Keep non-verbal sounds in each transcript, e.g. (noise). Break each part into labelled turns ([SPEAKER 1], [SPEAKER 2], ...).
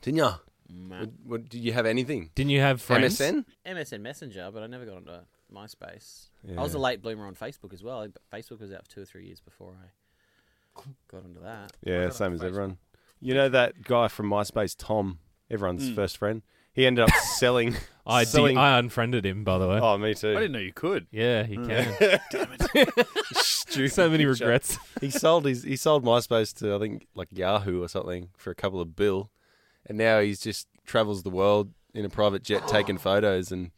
[SPEAKER 1] Didn't ya?
[SPEAKER 2] Meh.
[SPEAKER 1] What, what, did you have anything?
[SPEAKER 3] Didn't you have friends?
[SPEAKER 1] MSN?
[SPEAKER 2] MSN Messenger, but I never got onto MySpace. I was a late bloomer on Facebook as well. Like, Facebook was out for two or three years before I got onto that.
[SPEAKER 1] Yeah, same as everyone. You know that guy from MySpace, Tom, everyone's first friend. He ended up selling.
[SPEAKER 3] I,
[SPEAKER 1] selling.
[SPEAKER 3] de- I unfriended him, by the way.
[SPEAKER 1] oh, Mm. me too.
[SPEAKER 4] I didn't know you could.
[SPEAKER 3] Yeah,
[SPEAKER 1] (laughs)
[SPEAKER 3] he can.
[SPEAKER 1] Stupid
[SPEAKER 3] so many
[SPEAKER 1] picture.
[SPEAKER 3] regrets. (laughs)
[SPEAKER 1] He sold his. He sold MySpace to I think like Yahoo or something for a couple of bill, and now he's just travels the world in a private jet taking photos and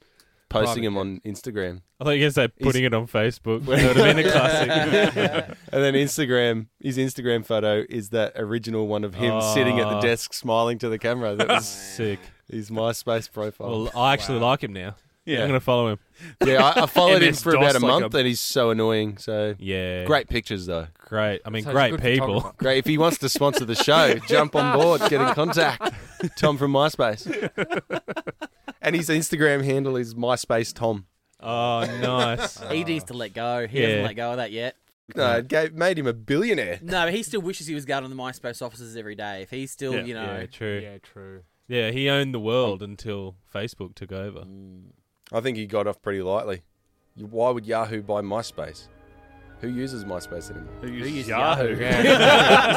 [SPEAKER 1] posting them on Instagram.
[SPEAKER 3] I thought you were going to say putting it on Facebook. (laughs) that would have been
[SPEAKER 2] (laughs)
[SPEAKER 3] a classic.
[SPEAKER 4] (laughs)
[SPEAKER 1] And then Instagram, his Instagram photo is that original one of him sitting at the
[SPEAKER 3] Oh.
[SPEAKER 1] desk smiling to the camera. That was
[SPEAKER 3] Sick.
[SPEAKER 1] his MySpace profile.
[SPEAKER 3] Well, I actually like him now.
[SPEAKER 4] Yeah.
[SPEAKER 3] I'm going to follow him.
[SPEAKER 1] yeah, I, I followed him
[SPEAKER 4] MS
[SPEAKER 1] for about a
[SPEAKER 4] DOS like
[SPEAKER 1] month,
[SPEAKER 4] a-
[SPEAKER 1] and he's so annoying. So
[SPEAKER 3] Yeah.
[SPEAKER 1] great pictures though.
[SPEAKER 3] Great. I mean,
[SPEAKER 5] Such a
[SPEAKER 3] great
[SPEAKER 5] good
[SPEAKER 3] people.
[SPEAKER 5] photographer.
[SPEAKER 1] Great. If he wants to sponsor the show, (laughs) jump on board, get in (laughs) contact. Tom from MySpace. And his Instagram handle is MySpace Tom.
[SPEAKER 3] (laughs) Oh, nice.
[SPEAKER 2] He needs to let go. He hasn't
[SPEAKER 3] Yeah.
[SPEAKER 2] let go of that yet.
[SPEAKER 1] No, it Uh, gave, made him a billionaire.
[SPEAKER 2] No, but he still wishes he was going to the MySpace offices every day. If he's still,
[SPEAKER 4] Yeah,
[SPEAKER 2] you know,
[SPEAKER 3] Yeah, true. Yeah.
[SPEAKER 5] Yeah, true.
[SPEAKER 3] he owned the world until Facebook took over.
[SPEAKER 1] I think he got off pretty lightly. You- Why would Yahoo buy MySpace? Who uses MySpace anymore?
[SPEAKER 4] Who
[SPEAKER 2] uses
[SPEAKER 4] uses
[SPEAKER 2] Yahoo?
[SPEAKER 4] Yahoo?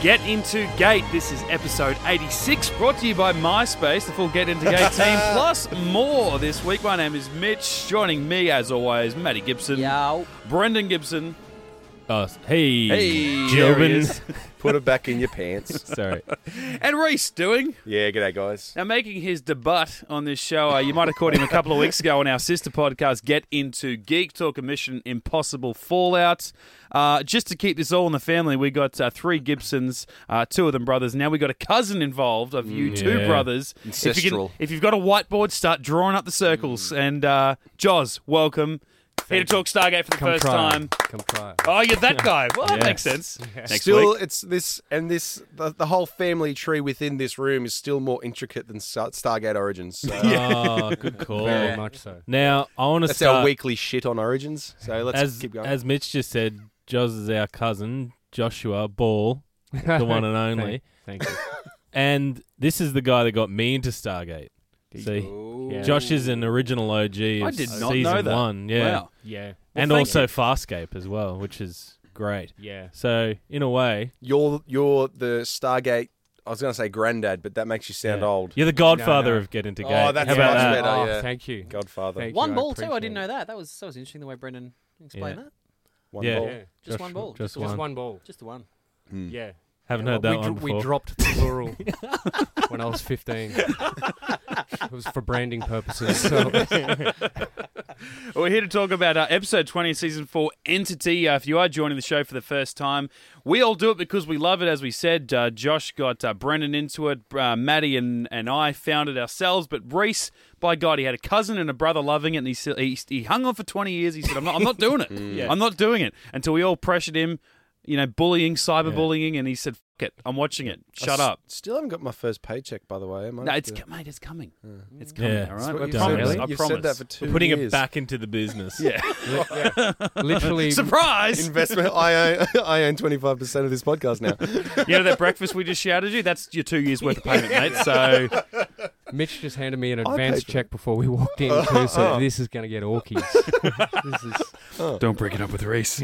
[SPEAKER 4] Get Into Gate. This is episode 86, brought to you by MySpace, the full Get
[SPEAKER 3] (laughs)
[SPEAKER 4] Into Gate team, plus more this week. My name is Mitch. Joining me, as always, Matty Gibson,
[SPEAKER 2] yo,
[SPEAKER 4] Brendan Gibson.
[SPEAKER 3] (laughs) Oh, hey,
[SPEAKER 4] Hey, there he
[SPEAKER 3] Gilbin.
[SPEAKER 4] is.
[SPEAKER 1] Put it back in your pants.
[SPEAKER 3] Sorry.
[SPEAKER 4] and Reese doing.
[SPEAKER 1] Yeah, g'day, guys.
[SPEAKER 4] Now, making his debut on this show, uh, you might have caught him a couple of weeks ago on our sister podcast, Get Into Geek Talk, a Mission Impossible Fallout. Uh, just to keep this all in the family, we got uh, three Gibsons, uh, two of them brothers. Now we got a cousin involved of you two
[SPEAKER 3] yeah.
[SPEAKER 4] brothers. If, you
[SPEAKER 1] Ancestral.
[SPEAKER 4] if you've got a whiteboard, start drawing up the circles. And uh, Joz, welcome. Here to talk Stargate for the
[SPEAKER 5] Come
[SPEAKER 4] first
[SPEAKER 5] try.
[SPEAKER 4] time.
[SPEAKER 5] Come try.
[SPEAKER 4] Oh, you're that guy. Well, that
[SPEAKER 3] Yes.
[SPEAKER 4] makes sense. Next
[SPEAKER 1] still,
[SPEAKER 4] week.
[SPEAKER 1] it's this and this. The, the whole family tree within this room is still more intricate than Star- Stargate Origins.
[SPEAKER 3] (laughs)
[SPEAKER 1] So uh,
[SPEAKER 3] Oh, good call.
[SPEAKER 5] Very much so.
[SPEAKER 3] Now, I want to
[SPEAKER 1] that's
[SPEAKER 3] start.
[SPEAKER 1] our weekly shit on Origins. So let's
[SPEAKER 3] as,
[SPEAKER 1] keep going.
[SPEAKER 3] as Mitch just said, Jos is our cousin, Joshua Ball,
[SPEAKER 5] (laughs)
[SPEAKER 3] the one and only.
[SPEAKER 5] Thank you.
[SPEAKER 3] And this is the guy that got me into Stargate. See,
[SPEAKER 5] Yeah.
[SPEAKER 3] Josh is an original OG of
[SPEAKER 4] I did not
[SPEAKER 3] season
[SPEAKER 4] know that.
[SPEAKER 3] one. Yeah.
[SPEAKER 4] Wow.
[SPEAKER 5] Yeah.
[SPEAKER 3] and
[SPEAKER 4] thank
[SPEAKER 3] also Farscape as well, which is great.
[SPEAKER 5] Yeah.
[SPEAKER 3] So, in a way,
[SPEAKER 1] You're you're the Stargate. I was going to say granddad, but that makes you sound
[SPEAKER 3] Yeah.
[SPEAKER 1] old.
[SPEAKER 3] you're the godfather
[SPEAKER 5] no.
[SPEAKER 3] of Get Into
[SPEAKER 1] Oh,
[SPEAKER 3] Gate.
[SPEAKER 1] that's
[SPEAKER 3] How about
[SPEAKER 1] much
[SPEAKER 3] that?
[SPEAKER 1] better,
[SPEAKER 5] Oh,
[SPEAKER 1] yeah.
[SPEAKER 5] Thank you.
[SPEAKER 1] Godfather.
[SPEAKER 5] Thank
[SPEAKER 2] one
[SPEAKER 5] you,
[SPEAKER 2] ball too. I
[SPEAKER 5] appreciate
[SPEAKER 2] didn't
[SPEAKER 5] it.
[SPEAKER 2] know that. That was that was interesting the way Brendan explained
[SPEAKER 3] Yeah.
[SPEAKER 2] that.
[SPEAKER 1] One
[SPEAKER 3] Yeah.
[SPEAKER 1] ball.
[SPEAKER 5] Yeah.
[SPEAKER 2] Just
[SPEAKER 3] Josh-
[SPEAKER 2] one ball.
[SPEAKER 3] Just,
[SPEAKER 5] Just
[SPEAKER 3] one.
[SPEAKER 5] one ball.
[SPEAKER 2] Just the one.
[SPEAKER 3] Hmm.
[SPEAKER 5] Yeah.
[SPEAKER 3] Haven't
[SPEAKER 5] Yeah,
[SPEAKER 3] heard
[SPEAKER 5] well,
[SPEAKER 3] that
[SPEAKER 5] we,
[SPEAKER 3] one
[SPEAKER 5] dro-
[SPEAKER 3] before.
[SPEAKER 5] We dropped the plural when I was 15. it was for branding purposes. So.
[SPEAKER 4] Well, We're here to talk about uh, episode 20, season 4, Entity. Uh, if you are joining the show for the first time, we all do it because we love it, as we said. Uh, Josh got uh, Brendan into it, uh, Maddie and, and I found it ourselves, but Reese, by God, he had a cousin and a brother loving it, and he, s- he, he hung on for 20 years. He said, I'm not, I'm not doing it. I'm not doing it. Until we all pressured him, you know, bullying, cyberbullying, and he said, Fuck it, I'm watching it. Shut
[SPEAKER 1] I s-
[SPEAKER 4] up.
[SPEAKER 1] Still haven't got my first paycheck, by the way. am I?
[SPEAKER 4] No, it's,
[SPEAKER 1] That's
[SPEAKER 4] co- mate, it's coming. It's coming,
[SPEAKER 3] Yeah.
[SPEAKER 4] all
[SPEAKER 3] That's
[SPEAKER 4] right?
[SPEAKER 1] what
[SPEAKER 4] We
[SPEAKER 1] you
[SPEAKER 3] done,
[SPEAKER 1] said.
[SPEAKER 4] promise.
[SPEAKER 3] really?
[SPEAKER 4] I
[SPEAKER 1] You've
[SPEAKER 4] promise.
[SPEAKER 1] said that for 2
[SPEAKER 3] We're putting
[SPEAKER 1] years.
[SPEAKER 3] it back into the business.
[SPEAKER 4] yeah.
[SPEAKER 5] Literally.
[SPEAKER 4] Surprise!
[SPEAKER 1] Investment. I own. I own twenty five percent of this podcast now.
[SPEAKER 4] you know that breakfast we just shouted you? That's your two years worth of payment, mate. So
[SPEAKER 5] Mitch just handed me an
[SPEAKER 1] paid
[SPEAKER 5] advance
[SPEAKER 1] for it.
[SPEAKER 5] check before we walked in, too,
[SPEAKER 3] (laughs)
[SPEAKER 5] so this is going to get orkies. this
[SPEAKER 4] (laughs)
[SPEAKER 5] is,
[SPEAKER 4] don't break it up with Reese. (laughs)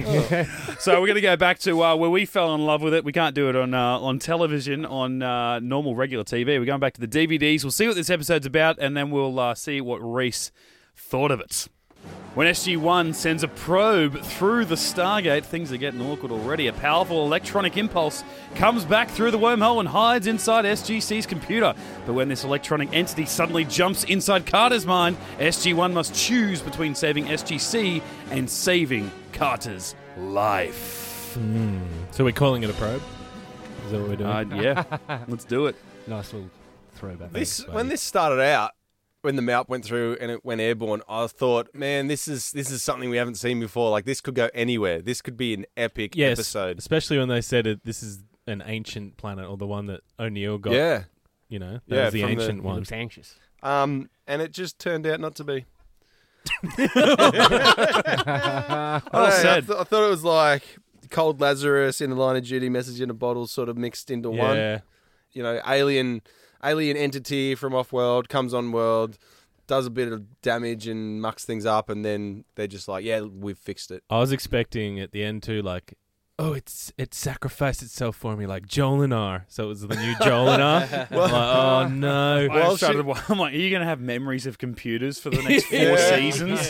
[SPEAKER 4] so we're gonna go back to uh, where we fell in love with it. We can't do it on uh, on television, on uh, normal regular TV. We're going back to the DVDs. We'll see what this episode's about, and then we'll uh, see what Reese thought of it. When SG-1 sends a probe through the Stargate, things are getting awkward already. A powerful electronic impulse comes back through the wormhole and hides inside SGC's computer. But when this electronic entity suddenly jumps inside Carter's mind, SG-1 must choose between saving SGC and saving Carter's life.
[SPEAKER 3] So we're calling it a probe. Is that what we're doing?
[SPEAKER 4] Uh, yeah, let's do it.
[SPEAKER 5] nice little throwback.
[SPEAKER 1] This
[SPEAKER 3] buddy.
[SPEAKER 1] when this started out, when the mount went through and it went airborne, I thought, man, this is this is something we haven't seen before. Like this could go anywhere. This could be an epic
[SPEAKER 3] yes,
[SPEAKER 1] episode.
[SPEAKER 3] especially when they said it. This is an ancient planet or the one that O'Neill got.
[SPEAKER 1] yeah.
[SPEAKER 3] You know, that
[SPEAKER 1] Yeah,
[SPEAKER 3] was the
[SPEAKER 1] from the-
[SPEAKER 3] ancient
[SPEAKER 5] He
[SPEAKER 3] one.
[SPEAKER 5] looks anxious.
[SPEAKER 1] Um, and it just turned out not to
[SPEAKER 3] (laughs)
[SPEAKER 1] be. (laughs)
[SPEAKER 4] Well
[SPEAKER 1] I, don't know, I,
[SPEAKER 4] said.
[SPEAKER 1] th- I thought it was like Cold Lazarus in the line of duty, message in a bottle, sort of mixed into one.
[SPEAKER 3] Yeah.
[SPEAKER 1] you know, alien alien entity from off world comes on world, does a bit of damage and mucks things up, and then they're just like, yeah, we've fixed it.
[SPEAKER 3] I was expecting at the end too, like, oh, it's it sacrificed itself for me, like Joel and R. So it was the new Joel and R.
[SPEAKER 4] (laughs)
[SPEAKER 3] I'm like, oh no.
[SPEAKER 4] I
[SPEAKER 1] Well,
[SPEAKER 4] started, (laughs) I'm like, are you going to have memories of computers for
[SPEAKER 1] (laughs)
[SPEAKER 4] the next four
[SPEAKER 1] Yeah.
[SPEAKER 4] seasons?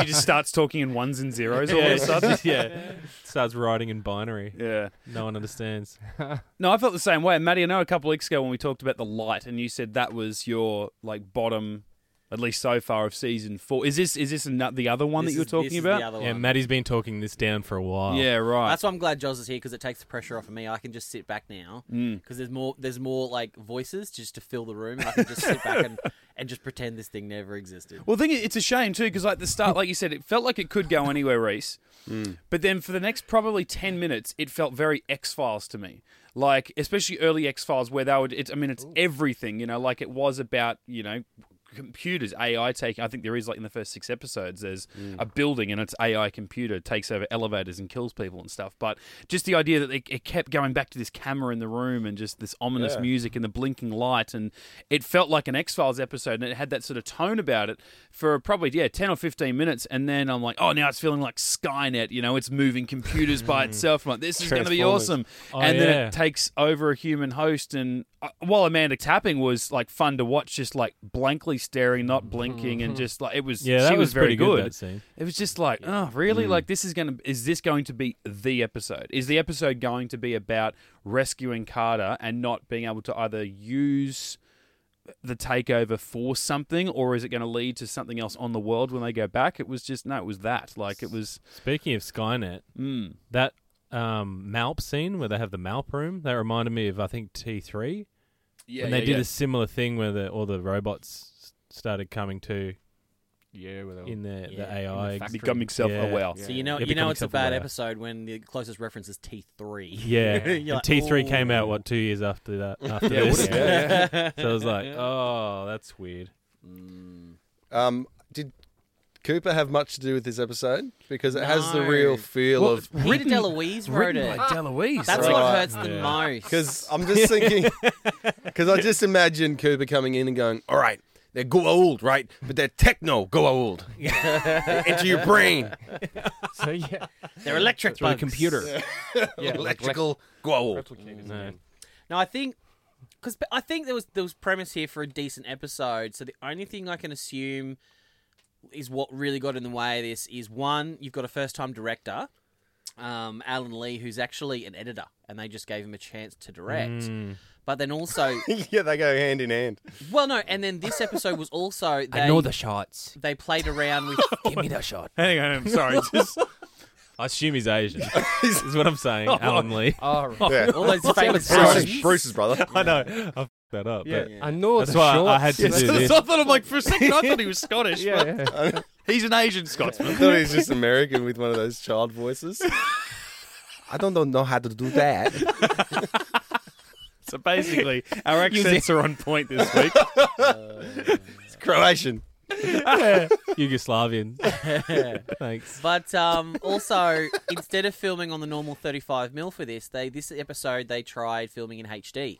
[SPEAKER 4] She just starts talking in ones and zeros
[SPEAKER 3] (laughs)
[SPEAKER 4] all
[SPEAKER 3] yeah,
[SPEAKER 4] of
[SPEAKER 1] (laughs)
[SPEAKER 4] a sudden.
[SPEAKER 3] (laughs) yeah. Starts writing in binary.
[SPEAKER 4] Yeah.
[SPEAKER 3] No one understands.
[SPEAKER 4] No, I felt the same way. Maddie, I know a couple weeks ago when we talked about the light, and you said that was your like bottom, at least so far of season four. Is this is this ano- the other one
[SPEAKER 2] This
[SPEAKER 4] that you were
[SPEAKER 2] is- this
[SPEAKER 4] talking
[SPEAKER 2] is
[SPEAKER 4] about?
[SPEAKER 2] the other
[SPEAKER 3] Yeah,
[SPEAKER 2] one.
[SPEAKER 3] Maddie's been talking this down for a while.
[SPEAKER 4] Yeah, right.
[SPEAKER 2] That's why I'm glad Joz is here because it takes the pressure off of me. I can just sit back now
[SPEAKER 3] Mm.
[SPEAKER 2] because there's more there's more like voices just to fill the room. And I can just sit back
[SPEAKER 3] (laughs)
[SPEAKER 2] and, and just pretend this thing never existed.
[SPEAKER 4] Well, the thing is, it's a shame too because like the start, like you said, it felt like it could go anywhere, Reese.
[SPEAKER 2] Hmm.
[SPEAKER 4] But then for the next probably ten minutes, it felt very X Files to me. Like especially early X Files where they would. It's, I mean, it's everything. You know, like it was about you know computers, AI taking. I think there is like in the first six episodes, there's
[SPEAKER 1] Mm.
[SPEAKER 4] a building and it's AI computer takes over elevators and kills people and stuff. But just the idea that it, it kept going back to this camera in the room and just this ominous
[SPEAKER 1] Yeah.
[SPEAKER 4] music and the blinking light, and it felt like an X Files episode, and it had that sort of tone about it for probably yeah ten or fifteen minutes, and then I'm like, oh, now it's feeling like Skynet. You know, it's moving computers
[SPEAKER 1] (laughs)
[SPEAKER 4] by itself. I'm like, this is going to be
[SPEAKER 1] Transformers.
[SPEAKER 4] awesome,
[SPEAKER 3] Oh,
[SPEAKER 4] and then
[SPEAKER 3] yeah.
[SPEAKER 4] it takes over a human host and uh, while Amanda Tapping was like fun to watch just like blankly staring not blinking and just like it was
[SPEAKER 3] Yeah,
[SPEAKER 4] she
[SPEAKER 3] that
[SPEAKER 4] was, very
[SPEAKER 3] pretty
[SPEAKER 4] good,
[SPEAKER 3] that scene.
[SPEAKER 4] it was just like oh really like this is going to is this going to be the episode is the episode going to be about rescuing Carter and not being able to either use the takeover for something or is it going to lead to something else on the world when they go back it was just no it was that like it was
[SPEAKER 3] Speaking of Skynet,
[SPEAKER 4] mm,
[SPEAKER 3] that um, Malp scene where they have the Malp room, that reminded me of I think T three.
[SPEAKER 4] yeah
[SPEAKER 3] and they
[SPEAKER 4] yeah,
[SPEAKER 3] did
[SPEAKER 4] yeah.
[SPEAKER 3] a similar thing where the, all the robots s- started coming to
[SPEAKER 5] Yeah, with
[SPEAKER 3] in the,
[SPEAKER 2] Yeah. In
[SPEAKER 3] the
[SPEAKER 2] the
[SPEAKER 3] AI.
[SPEAKER 5] factory.
[SPEAKER 4] becoming self aware
[SPEAKER 5] Yeah.
[SPEAKER 2] So you know
[SPEAKER 3] It
[SPEAKER 2] you know
[SPEAKER 3] becomes
[SPEAKER 2] it's a bad
[SPEAKER 3] self-aware.
[SPEAKER 2] episode when the closest reference is T three.
[SPEAKER 3] (laughs)
[SPEAKER 2] (laughs)
[SPEAKER 3] yeah,
[SPEAKER 2] You're like,
[SPEAKER 3] T three came
[SPEAKER 2] "Ooh."
[SPEAKER 3] out what two years
[SPEAKER 2] (laughs)
[SPEAKER 3] after that. After
[SPEAKER 1] Yeah,
[SPEAKER 3] this,
[SPEAKER 1] would've been, yeah.
[SPEAKER 3] (laughs) so I was like, oh, that's weird.
[SPEAKER 2] (laughs) Mm.
[SPEAKER 1] Um, did Cooper have much to do with this episode? Because it has the
[SPEAKER 2] No.
[SPEAKER 1] real feel
[SPEAKER 4] Well,
[SPEAKER 1] of.
[SPEAKER 2] Peter
[SPEAKER 4] Written-
[SPEAKER 2] DeLuise wrote
[SPEAKER 4] written
[SPEAKER 2] it.
[SPEAKER 4] by Deloise
[SPEAKER 2] That's
[SPEAKER 1] Right.
[SPEAKER 2] what hurts the
[SPEAKER 3] Yeah.
[SPEAKER 2] most.
[SPEAKER 1] Because I'm (laughs) just thinking, because I just imagine Cooper coming in and going, all right, they're go old, right? But they're techno go (laughs) old. Into your brain.
[SPEAKER 5] So yeah,
[SPEAKER 2] they're electric
[SPEAKER 3] Through a
[SPEAKER 2] bugs.
[SPEAKER 3] computer.
[SPEAKER 5] yeah,
[SPEAKER 1] Electrical go old.
[SPEAKER 3] No.
[SPEAKER 2] No, I think because I think there was there was premise here for a decent episode. So the only thing I can assume is what really got in the way of this is one, you've got a first time director, um, Alan Lee, who's actually an editor, and they just gave him a chance to direct.
[SPEAKER 3] Mm.
[SPEAKER 2] But then also, (laughs)
[SPEAKER 1] (laughs) yeah, they go hand in hand.
[SPEAKER 2] well, no, and then this episode was also they
[SPEAKER 3] (laughs)
[SPEAKER 5] shots.
[SPEAKER 2] they played around with
[SPEAKER 5] Give me that shot.
[SPEAKER 4] hang on I'm sorry just
[SPEAKER 3] (laughs) I assume he's Asian. is what I'm saying, Alan Lee.
[SPEAKER 5] All right.
[SPEAKER 1] Yeah.
[SPEAKER 2] all those famous
[SPEAKER 1] Bruce's,
[SPEAKER 2] songs.
[SPEAKER 1] Oh, Bruce's (laughs) brother.
[SPEAKER 3] I know. (laughs) I f- that up.
[SPEAKER 5] Yeah, (laughs)
[SPEAKER 2] Yeah.
[SPEAKER 5] I know
[SPEAKER 3] That's
[SPEAKER 5] the
[SPEAKER 3] why I
[SPEAKER 5] shots.
[SPEAKER 3] had to do
[SPEAKER 4] I
[SPEAKER 3] this.
[SPEAKER 4] thought I'm like for a second I thought (laughs) he was Scottish
[SPEAKER 5] (laughs) Yeah, yeah.
[SPEAKER 4] He's an Asian Scotsman.
[SPEAKER 1] I thought he was just American with one of those child voices. I don't know how to do that.
[SPEAKER 4] (laughs) So basically, our accents are on point this (laughs) week.
[SPEAKER 1] (laughs) It's Croatian.
[SPEAKER 2] (laughs)
[SPEAKER 3] Yugoslavian. Thanks.
[SPEAKER 2] But um, also, instead of filming on the normal 35 mil for this, they this episode they tried filming in HD.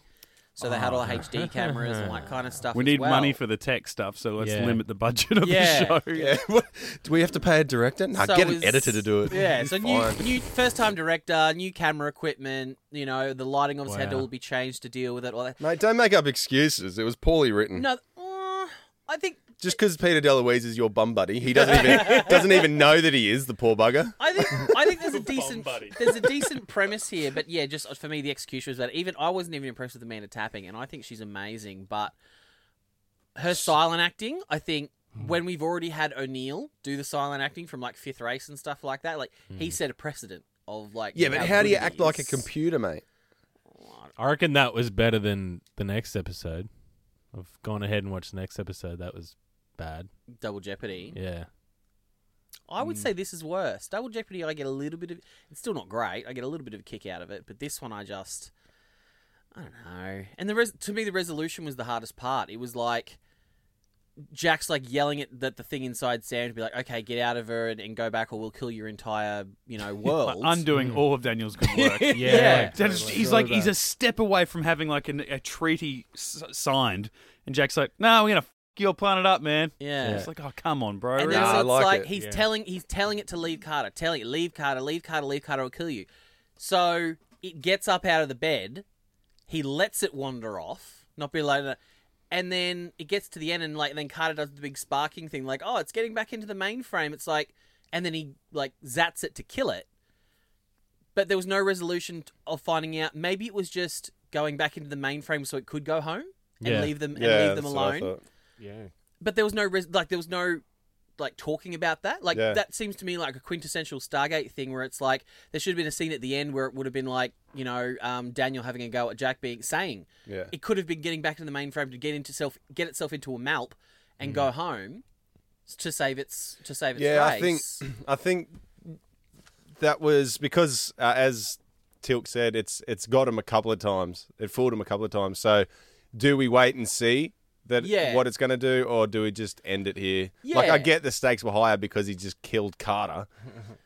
[SPEAKER 2] So they had all the HD cameras and all that kind of stuff.
[SPEAKER 4] Oh. We
[SPEAKER 2] as
[SPEAKER 4] need
[SPEAKER 2] well.
[SPEAKER 4] money for the tech stuff, so let's
[SPEAKER 3] Yeah.
[SPEAKER 4] limit the budget of
[SPEAKER 2] Yeah.
[SPEAKER 4] (laughs) the show.
[SPEAKER 1] Yeah. (laughs) What- Do we have to pay a director? Nah,
[SPEAKER 2] So
[SPEAKER 1] get
[SPEAKER 2] it
[SPEAKER 1] an
[SPEAKER 2] was-
[SPEAKER 1] editor to do it.
[SPEAKER 2] Yeah, so new,
[SPEAKER 1] Fine.
[SPEAKER 2] new first time director, new camera equipment. You know, the lighting obviously had to
[SPEAKER 3] Wow.
[SPEAKER 2] all be changed to deal with it. All that.
[SPEAKER 1] Mate, don't make up excuses. It was poorly written.
[SPEAKER 2] No, uh, I think
[SPEAKER 1] Just because Peter DeLuise is your bum buddy, he doesn't (laughs) even doesn't even know that he is the poor bugger.
[SPEAKER 2] I think I
[SPEAKER 1] (laughs)
[SPEAKER 2] think there's a decent there's a decent premise here, but yeah, just for me the execution was bad. Even I wasn't even impressed with Amanda Tapping, and I think she's amazing, but her silent acting, I think when we've already had O'Neill do the silent acting from like Fifth Race and stuff like that, like
[SPEAKER 3] Hmm.
[SPEAKER 2] he set a precedent of like
[SPEAKER 1] Yeah, but how do
[SPEAKER 2] good
[SPEAKER 1] you
[SPEAKER 2] it
[SPEAKER 1] act like a
[SPEAKER 2] is.
[SPEAKER 1] computer, mate?
[SPEAKER 3] I reckon that was better than the next episode. I've gone ahead and watched the next episode. That was bad.
[SPEAKER 2] Double Jeopardy?
[SPEAKER 3] Yeah.
[SPEAKER 2] I would say this is worse. Double Jeopardy, I get a little bit of it's still not great. I get a little bit of a kick out of it, but this one I just I don't know. And the res- to me, the resolution was the hardest part. It was like Jack's like yelling at the, the thing inside Sam to be like, "Okay, get out of her and, and go back, or we'll kill (laughs) your entire you know world."
[SPEAKER 4] undoing all of Daniel's good (laughs) work.
[SPEAKER 2] Yeah.
[SPEAKER 4] That is- he's like he's a step away from having like an, a treaty s- signed, and Jack's like, "No, we're gonna f- your planet up, man."
[SPEAKER 2] Yeah.
[SPEAKER 4] It's like, "Oh, come on, bro."
[SPEAKER 2] And
[SPEAKER 4] really?"
[SPEAKER 2] then
[SPEAKER 1] Nah,
[SPEAKER 2] so
[SPEAKER 1] I
[SPEAKER 2] it's
[SPEAKER 1] like
[SPEAKER 2] like,
[SPEAKER 1] it.
[SPEAKER 2] he's telling he's telling it to leave Carter, telling it leave Carter, leave Carter, leave Carter, will kill you. So it gets up out of the bed, he lets it wander off, not be like that, and then it gets to the end and like then Carter does the big sparking thing, like oh it's getting back into the mainframe. It's like and then he like zats it to kill it, but there was no resolution t- of finding out. Maybe it was just going back into the mainframe so it could go home and
[SPEAKER 3] Yeah.
[SPEAKER 2] leave them and
[SPEAKER 1] yeah,
[SPEAKER 2] leave them
[SPEAKER 1] that's what I
[SPEAKER 2] alone
[SPEAKER 1] thought.
[SPEAKER 5] Yeah.
[SPEAKER 2] but there was no res- like there was no like talking about that like
[SPEAKER 1] Yeah.
[SPEAKER 2] that seems to me like a quintessential stargate thing where it's like there should have been a scene at the end where it would have been like you know um, daniel having a go at jack being saying
[SPEAKER 1] Yeah.
[SPEAKER 2] it could have been getting back into the mainframe to get into self get itself into a malp and go home s- to save its to save
[SPEAKER 1] Mm.
[SPEAKER 2] its
[SPEAKER 1] yeah,
[SPEAKER 2] race.
[SPEAKER 1] I think I think that was because uh, as Tilk said, it's it's got him a couple of times. It fooled him a couple of times. So, do we wait and see that
[SPEAKER 2] Yeah.
[SPEAKER 1] what it's going to do, or do we just end it here? Like I
[SPEAKER 2] Yeah.
[SPEAKER 1] get the stakes were higher because he just killed
[SPEAKER 2] (laughs)
[SPEAKER 1] Carter,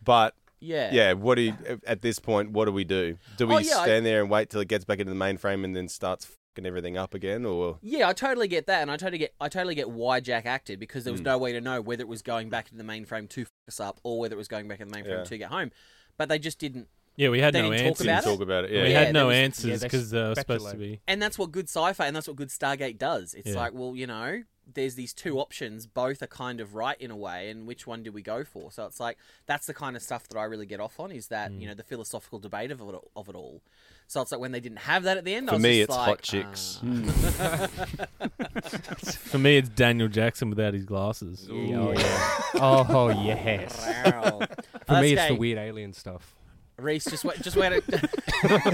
[SPEAKER 1] but
[SPEAKER 2] yeah
[SPEAKER 1] yeah, what do you, at this point? What do we do? Do we
[SPEAKER 2] Oh, yeah, I-
[SPEAKER 1] stand there and wait till it gets back into the mainframe and then starts fucking everything up again, or
[SPEAKER 2] Yeah, I totally get that, and I totally get I totally get why Jack acted because there was
[SPEAKER 1] Mm.
[SPEAKER 2] no way to know whether it was going back into the mainframe to f us up or whether it was going back in the mainframe
[SPEAKER 1] Yeah.
[SPEAKER 2] to get home. But they just didn't,
[SPEAKER 3] Yeah, we had
[SPEAKER 2] They
[SPEAKER 3] no
[SPEAKER 2] didn't talk
[SPEAKER 3] answers.
[SPEAKER 1] didn't
[SPEAKER 2] About it?
[SPEAKER 1] talk about it?
[SPEAKER 3] we
[SPEAKER 2] Yeah,
[SPEAKER 3] had no
[SPEAKER 2] there was- yeah,
[SPEAKER 3] answers
[SPEAKER 5] they
[SPEAKER 3] because they were supposed to
[SPEAKER 5] speculate.
[SPEAKER 3] be.
[SPEAKER 2] and that's what good sci-fi and that's what good Stargate does. It's
[SPEAKER 3] Yeah.
[SPEAKER 2] like, well, you know, there's these two options, both are kind of right in a way, and which one do we go for? So it's like that's the kind of stuff that I really get off on is that you know the philosophical debate of it, of it all. So it's like when they didn't have that at the end, I
[SPEAKER 1] For
[SPEAKER 2] was
[SPEAKER 1] me,
[SPEAKER 2] just
[SPEAKER 1] it's
[SPEAKER 2] like,
[SPEAKER 1] hot chicks.
[SPEAKER 2] ah.
[SPEAKER 3] For me, it's Daniel Jackson without his glasses.
[SPEAKER 5] Oh, (laughs) yeah. oh, yes.
[SPEAKER 2] Wow.
[SPEAKER 5] For
[SPEAKER 2] That's
[SPEAKER 5] me, it's the
[SPEAKER 2] gay.
[SPEAKER 5] weird alien stuff.
[SPEAKER 2] Reese just wait, just wait. (laughs) A-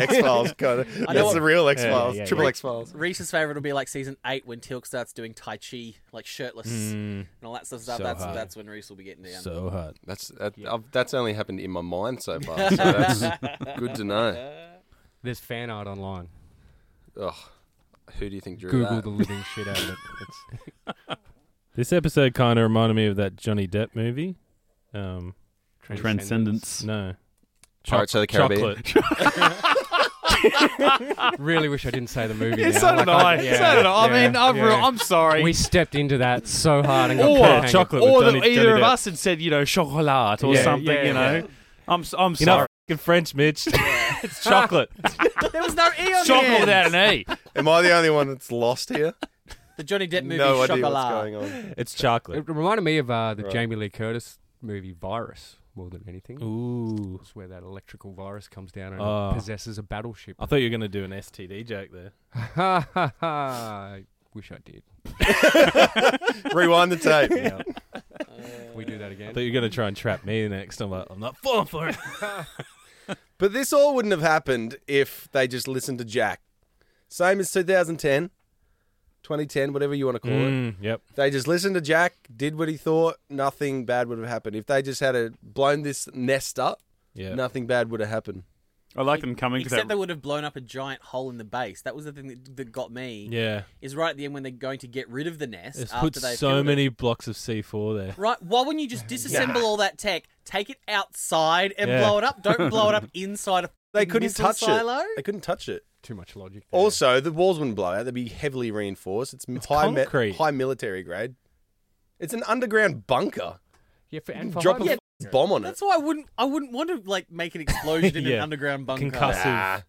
[SPEAKER 1] X Files, kind of.
[SPEAKER 2] (laughs) I know
[SPEAKER 1] That's
[SPEAKER 2] what-
[SPEAKER 1] the real X Files,
[SPEAKER 5] yeah, yeah.
[SPEAKER 1] Triple X Files.
[SPEAKER 2] Reese's favorite will be like season eight when Tilk starts doing Tai Chi, like shirtless
[SPEAKER 3] Mm,
[SPEAKER 2] and all that sort of stuff.
[SPEAKER 3] So
[SPEAKER 2] that's
[SPEAKER 3] hot.
[SPEAKER 2] that's when Reese will be getting down.
[SPEAKER 3] so hot.
[SPEAKER 1] That's that, I've, that's only happened in my mind so far.
[SPEAKER 2] (laughs)
[SPEAKER 1] So that's good to know.
[SPEAKER 5] There's fan art online.
[SPEAKER 1] Ugh, who do you think drew
[SPEAKER 5] Google
[SPEAKER 1] that?
[SPEAKER 5] the living shit out of it. (laughs) It's,
[SPEAKER 3] This episode kind of reminded me of that Johnny Depp movie. Um,
[SPEAKER 4] Transcendence.
[SPEAKER 3] no.
[SPEAKER 1] Pirates of the Caribbean.
[SPEAKER 3] Chocolate.
[SPEAKER 5] (laughs) really wish I didn't say the
[SPEAKER 4] (laughs)
[SPEAKER 5] movie.
[SPEAKER 4] Yeah,
[SPEAKER 5] now.
[SPEAKER 4] so
[SPEAKER 5] Like,
[SPEAKER 4] did
[SPEAKER 5] (laughs)
[SPEAKER 4] I. So did I. I
[SPEAKER 5] yeah,
[SPEAKER 4] mean, I'm
[SPEAKER 5] yeah.
[SPEAKER 4] real. I'm sorry.
[SPEAKER 5] We stepped into that so hard and got
[SPEAKER 4] Or
[SPEAKER 5] cliffhanger.
[SPEAKER 3] chocolate. with
[SPEAKER 4] or that
[SPEAKER 3] Johnny-
[SPEAKER 4] either
[SPEAKER 3] Johnny
[SPEAKER 4] of
[SPEAKER 3] Depp.
[SPEAKER 4] us had said, you know, chocolat or
[SPEAKER 5] Yeah,
[SPEAKER 4] something.
[SPEAKER 5] yeah,
[SPEAKER 4] you know, I'm s- I'm
[SPEAKER 3] You're not
[SPEAKER 4] sorry.
[SPEAKER 3] fucking French, Mitch. (laughs) it's chocolate.
[SPEAKER 2] there was no E on
[SPEAKER 4] Chocolate
[SPEAKER 2] the end.
[SPEAKER 4] without an E.
[SPEAKER 1] Am I the only one that's lost
[SPEAKER 2] (laughs)
[SPEAKER 1] here?
[SPEAKER 2] The Johnny Depp movie
[SPEAKER 1] no idea what's
[SPEAKER 2] Chocolat.
[SPEAKER 1] going on.
[SPEAKER 3] It's chocolate.
[SPEAKER 5] (laughs) It reminded me of uh, the
[SPEAKER 1] Right.
[SPEAKER 5] Jamie Lee Curtis movie Virus more than anything.
[SPEAKER 3] Ooh.
[SPEAKER 5] It's where that electrical virus comes down and it
[SPEAKER 3] Oh.
[SPEAKER 5] possesses a battleship.
[SPEAKER 4] Oh.
[SPEAKER 3] I thought you were going to do an STD joke there.
[SPEAKER 5] Ha ha ha! (laughs) I wish I did.
[SPEAKER 1] Rewind the tape.
[SPEAKER 5] Yeah. we do that
[SPEAKER 3] I
[SPEAKER 5] again.
[SPEAKER 3] thought you were going to try and trap me next. I'm like, I'm not falling for it.
[SPEAKER 1] But this all wouldn't have happened if they just listened to Jack. Same as 2010, 2010, whatever you want to call it.
[SPEAKER 3] Mm, yep.
[SPEAKER 1] They just listened to Jack, did what he thought. Nothing bad would have happened. If they just had a, blown this nest up,
[SPEAKER 3] Yeah.
[SPEAKER 1] nothing bad would have happened.
[SPEAKER 4] (laughs) I like them coming to
[SPEAKER 2] Except
[SPEAKER 4] that.
[SPEAKER 2] they would have blown up a giant hole in the base. That was the thing that, that got me.
[SPEAKER 3] Yeah.
[SPEAKER 2] Is right at the end when they're going to get rid of the nest
[SPEAKER 3] It's
[SPEAKER 2] after
[SPEAKER 3] put
[SPEAKER 2] they've
[SPEAKER 3] so
[SPEAKER 2] killed it.
[SPEAKER 3] many blocks of C4 there.
[SPEAKER 2] Right? Why wouldn't you just disassemble all that tech, take it outside and
[SPEAKER 3] Yeah.
[SPEAKER 2] blow it up? Don't blow it
[SPEAKER 3] (laughs)
[SPEAKER 2] up inside a
[SPEAKER 1] They
[SPEAKER 2] fucking
[SPEAKER 1] couldn't
[SPEAKER 2] missile
[SPEAKER 1] touch
[SPEAKER 2] silo.
[SPEAKER 1] it. They couldn't touch it.
[SPEAKER 5] Too much logic.
[SPEAKER 4] Oh.
[SPEAKER 5] there.
[SPEAKER 1] Also, the walls wouldn't blow out. They'd be heavily reinforced. It's, high, mi-
[SPEAKER 3] concrete.
[SPEAKER 1] high military grade. It's an underground bunker.
[SPEAKER 5] yeah, for, and for
[SPEAKER 1] Drop a
[SPEAKER 5] hyper-
[SPEAKER 1] f- bomb on it.
[SPEAKER 2] That's why I wouldn't. I wouldn't want to like make an explosion
[SPEAKER 3] (laughs)
[SPEAKER 2] in an
[SPEAKER 3] Yeah.
[SPEAKER 2] underground bunker.
[SPEAKER 3] Concussive
[SPEAKER 1] Nah,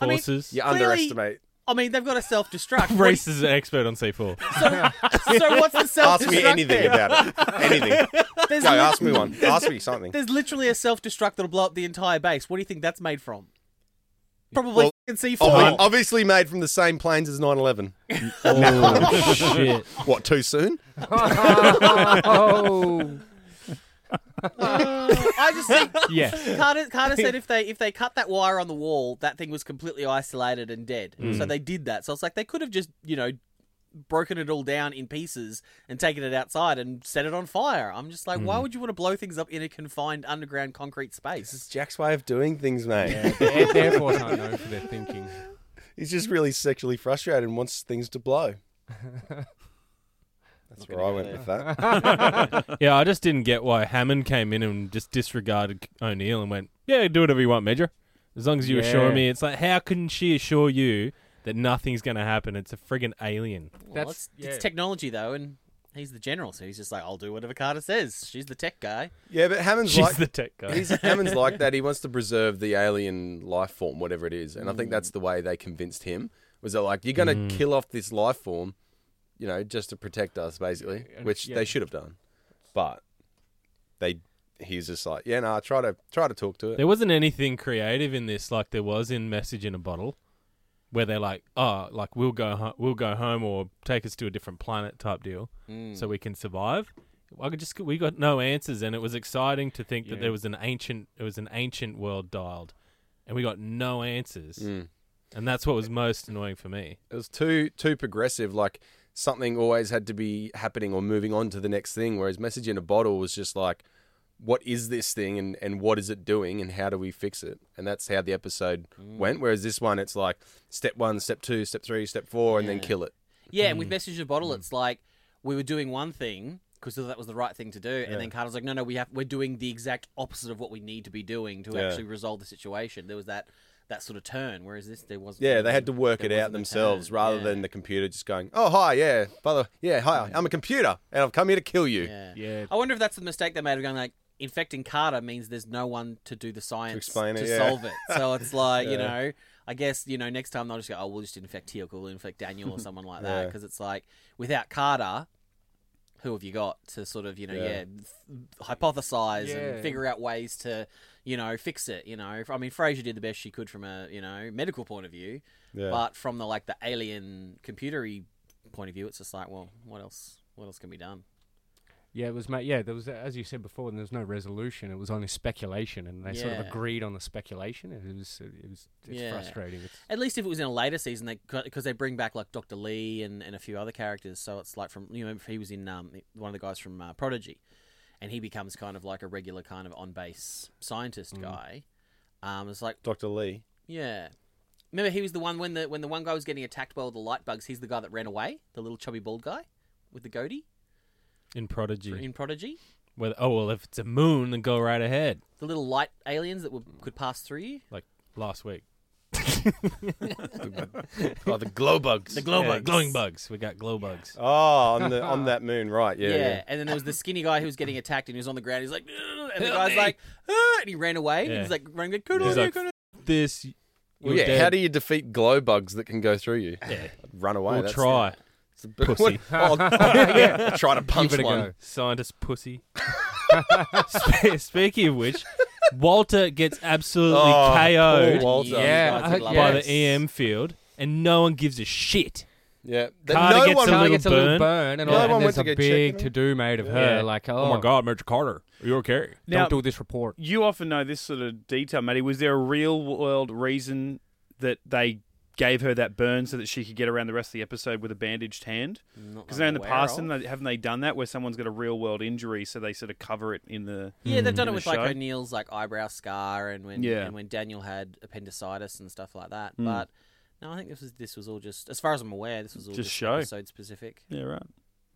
[SPEAKER 2] I mean, (laughs)
[SPEAKER 3] forces.
[SPEAKER 1] you
[SPEAKER 2] Clearly-
[SPEAKER 1] underestimate.
[SPEAKER 2] I mean, they've got to self
[SPEAKER 3] (laughs)
[SPEAKER 2] destruct.
[SPEAKER 3] Race is an expert
[SPEAKER 1] (laughs)
[SPEAKER 3] on C4.
[SPEAKER 2] So, so what's the self
[SPEAKER 1] Ask me
[SPEAKER 2] destruct?
[SPEAKER 1] anything (laughs) about it.
[SPEAKER 2] (laughs)
[SPEAKER 1] Anything.
[SPEAKER 2] There's,
[SPEAKER 1] Go,
[SPEAKER 2] li-
[SPEAKER 1] ask me one. Ask me something.
[SPEAKER 2] there's literally a self destruct that'll blow up the entire base. What do you think that's made from? Probably
[SPEAKER 1] Well,
[SPEAKER 2] f***ing C4.
[SPEAKER 1] Obvi- obviously made from the same planes as 9 11.
[SPEAKER 3] oh,
[SPEAKER 1] (laughs)
[SPEAKER 3] shit.
[SPEAKER 1] What, too soon?
[SPEAKER 5] (laughs) oh,
[SPEAKER 2] (laughs) I just think
[SPEAKER 5] yes.
[SPEAKER 2] Carter, Carter
[SPEAKER 5] (laughs)
[SPEAKER 2] said if they if they cut that wire on the wall, that thing was completely isolated and dead.
[SPEAKER 5] Mm.
[SPEAKER 2] So they did that. So it's like they could have just you know broken it all down in pieces and taken it outside and set it on fire. I'm just like, why
[SPEAKER 5] Mm.
[SPEAKER 2] would you want to blow things up in a confined underground concrete space?
[SPEAKER 1] Jack's way of doing things, mate.
[SPEAKER 3] (laughs)
[SPEAKER 5] The Air, the Air Force aren't known for their thinking.
[SPEAKER 1] He's just really sexually frustrated and wants things to
[SPEAKER 2] (laughs)
[SPEAKER 1] blow. That's where I went with that.
[SPEAKER 3] Yeah, I just didn't get why Hammond came in and just disregarded O'Neill and went, "Yeah, do whatever you want, Major, as long as you assure
[SPEAKER 5] Yeah.
[SPEAKER 3] me." It's like, how can she assure you that nothing's going to happen? It's a friggin' alien.
[SPEAKER 2] Well,
[SPEAKER 5] That's-
[SPEAKER 2] it's, it's
[SPEAKER 5] yeah.
[SPEAKER 2] technology though, and he's the general, so he's just like, I'll do whatever Carter says. She's the tech guy.
[SPEAKER 1] Yeah, but Hammond's
[SPEAKER 3] She's
[SPEAKER 1] like
[SPEAKER 3] the tech guy.
[SPEAKER 1] he's, Hammond's like
[SPEAKER 5] (laughs)
[SPEAKER 1] that. He wants to preserve the alien life form, whatever it is, and I think
[SPEAKER 5] Mm.
[SPEAKER 1] that's the way they convinced him. Was they're like, "You're going to kill off this life form, you know, just to protect us, basically,"
[SPEAKER 5] And-
[SPEAKER 1] which
[SPEAKER 5] yeah.
[SPEAKER 1] they should have done, but they. He's just like, yeah, no, try to try to talk to it.
[SPEAKER 3] There wasn't anything creative in this, like there was in Message in a Bottle, where they're like, "Oh, like we'll go, ho- we'll go home, or take us to a different planet," type deal,
[SPEAKER 1] Mm.
[SPEAKER 3] so we can survive. I could just we got no answers, and it was exciting to think that
[SPEAKER 5] Yeah.
[SPEAKER 3] there was an ancient, it was an ancient world dialed, and we got no answers,
[SPEAKER 1] Mm.
[SPEAKER 3] and that's what was most annoying for me.
[SPEAKER 1] It was too too progressive. Like something always had to be happening or moving on to the next thing. Whereas message in a bottle was just like, what is this thing and and what is it doing and how do we fix it? And that's how the episode
[SPEAKER 2] Mm.
[SPEAKER 1] went. Whereas this one, it's like step one, step two, step three, step four, and then
[SPEAKER 2] Yeah.
[SPEAKER 1] kill it.
[SPEAKER 2] Yeah, and with
[SPEAKER 1] Mm.
[SPEAKER 2] Message in a Bottle, it's like we were doing one thing because that was the right thing to do, and then Carter's like, no, no, we have we're doing the exact opposite of what we need to be doing to
[SPEAKER 1] Yeah.
[SPEAKER 2] actually resolve the situation. There was that that sort of turn, whereas this there was
[SPEAKER 1] Yeah, they had to work
[SPEAKER 2] there
[SPEAKER 1] it out
[SPEAKER 2] wasn't a
[SPEAKER 1] themselves
[SPEAKER 2] turn.
[SPEAKER 1] rather
[SPEAKER 2] Yeah. Mm.
[SPEAKER 1] than the computer just going, oh hi, yeah, by the yeah, hi, I'm a computer and I've come here to kill you.
[SPEAKER 2] Yeah.
[SPEAKER 5] Yeah.
[SPEAKER 2] I wonder if that's the mistake they made of going like infecting Carter means there's no one to do the science
[SPEAKER 1] explain it, yeah.
[SPEAKER 2] solve it.
[SPEAKER 1] (laughs)
[SPEAKER 2] So it's like you know, I guess you know next time they'll just go, oh, we'll just infect Teal'c or we'll infect Daniel
[SPEAKER 1] (laughs)
[SPEAKER 2] or someone like that
[SPEAKER 1] Yeah.
[SPEAKER 2] because it's like without Carter. Who have you got to sort of, you know, yeah,
[SPEAKER 1] Yeah.
[SPEAKER 2] th- hypothesize
[SPEAKER 5] Yeah.
[SPEAKER 2] and figure out ways to, you know, fix it? You know, I mean, Frasier did the best she could from a, you know, medical point of view,
[SPEAKER 1] Yeah.
[SPEAKER 2] but from the like the alien computery point of view, it's just like, well, what else? What else can be done?
[SPEAKER 5] Yeah, it was. Ma- yeah, there was, as you said before, there was no resolution. It was only speculation, and they sort of
[SPEAKER 2] Yeah.
[SPEAKER 5] agreed on the speculation. and It was, it was, it's
[SPEAKER 2] Yeah.
[SPEAKER 5] frustrating. It's,
[SPEAKER 2] At least if it was in a later season, they because they bring back like Doctor Lee and, and a few other characters. So it's like from you know if he was in um, one of the guys from uh, Prodigy, and he becomes kind of like a regular kind of on base scientist
[SPEAKER 3] Mm.
[SPEAKER 2] guy. Um, it's like
[SPEAKER 1] Doctor Lee.
[SPEAKER 2] yeah, remember he was the one when the when the one guy was getting attacked by all the light bugs. He's the guy that ran away, the little chubby bald guy with the goatee
[SPEAKER 3] In Prodigy,
[SPEAKER 2] in Prodigy.
[SPEAKER 3] where oh well, if it's a moon, then go right ahead.
[SPEAKER 2] The little light aliens that were,
[SPEAKER 3] Mm.
[SPEAKER 2] could pass through you.
[SPEAKER 3] Like last week,
[SPEAKER 1] Oh, the glow bugs.
[SPEAKER 2] The glow
[SPEAKER 3] Yeah,
[SPEAKER 2] bugs.
[SPEAKER 3] glowing bugs. We got glow bugs.
[SPEAKER 1] Oh, on the
[SPEAKER 2] (laughs)
[SPEAKER 1] on that moon, right? Yeah,
[SPEAKER 2] Yeah,
[SPEAKER 1] yeah.
[SPEAKER 2] and then there was the skinny guy who was getting attacked, and he was on the ground. He's like, "Ugh," and the guy's like, "Ah," and he ran away. and He
[SPEAKER 3] Yeah.
[SPEAKER 2] was like running, like, "Kudos,
[SPEAKER 3] He's
[SPEAKER 2] you,
[SPEAKER 3] like,
[SPEAKER 2] kudos."
[SPEAKER 3] This,
[SPEAKER 1] Well,
[SPEAKER 3] you're
[SPEAKER 1] yeah, how
[SPEAKER 3] dead.
[SPEAKER 1] do you defeat glow bugs that can go through you? Yeah. Run away.
[SPEAKER 3] We'll
[SPEAKER 1] that's-
[SPEAKER 3] try.
[SPEAKER 1] it's a bit-
[SPEAKER 3] Pussy.
[SPEAKER 1] (laughs)
[SPEAKER 3] (laughs)
[SPEAKER 1] I'll, I'll try to punch
[SPEAKER 5] Give it a
[SPEAKER 1] one.
[SPEAKER 5] go.
[SPEAKER 3] Scientist pussy. (laughs) Spe- Speaking of which, Walter gets absolutely
[SPEAKER 1] Oh,
[SPEAKER 3] KO'd
[SPEAKER 1] poor Walter.
[SPEAKER 2] These
[SPEAKER 5] Yeah,
[SPEAKER 2] Oh, guys would
[SPEAKER 5] I-
[SPEAKER 2] love
[SPEAKER 3] by
[SPEAKER 5] yes.
[SPEAKER 3] the EM field, and no one gives a shit.
[SPEAKER 1] Yeah. Then
[SPEAKER 3] Carter
[SPEAKER 1] no
[SPEAKER 3] gets
[SPEAKER 1] one
[SPEAKER 3] a
[SPEAKER 1] really-
[SPEAKER 5] Carla
[SPEAKER 3] little
[SPEAKER 5] gets a little
[SPEAKER 3] burn.
[SPEAKER 5] burn, and,
[SPEAKER 1] Yeah. Everyone
[SPEAKER 5] all, and
[SPEAKER 1] went
[SPEAKER 5] there's
[SPEAKER 1] to
[SPEAKER 5] a
[SPEAKER 1] get
[SPEAKER 5] big
[SPEAKER 1] checked,
[SPEAKER 5] to do made of her.
[SPEAKER 3] Yeah.
[SPEAKER 5] Like, oh,
[SPEAKER 3] Oh, my God, Major Carter, are you okay?
[SPEAKER 4] Now-
[SPEAKER 5] don't do this report.
[SPEAKER 4] You often know this sort of detail, Maddie. Was there a real world reason that they gave her that burn so that she could get around the rest of the episode with a bandaged hand?
[SPEAKER 2] Not
[SPEAKER 4] Because
[SPEAKER 2] that I'm
[SPEAKER 4] in the
[SPEAKER 2] aware
[SPEAKER 4] past,
[SPEAKER 2] of.
[SPEAKER 4] haven't they, haven't they done that where someone's got a real world injury, so they sort of cover it in the
[SPEAKER 2] yeah, they've done
[SPEAKER 4] Hmm, in
[SPEAKER 2] it
[SPEAKER 4] the
[SPEAKER 2] with like
[SPEAKER 4] show.
[SPEAKER 2] O'Neill's like eyebrow scar, and when
[SPEAKER 4] Yeah. Hmm.
[SPEAKER 2] and when Daniel had appendicitis and stuff like that. But no, I think this was this was all just, as far as I'm aware, this was all
[SPEAKER 4] Just
[SPEAKER 2] just,
[SPEAKER 4] show.
[SPEAKER 2] episode specific.
[SPEAKER 4] yeah right.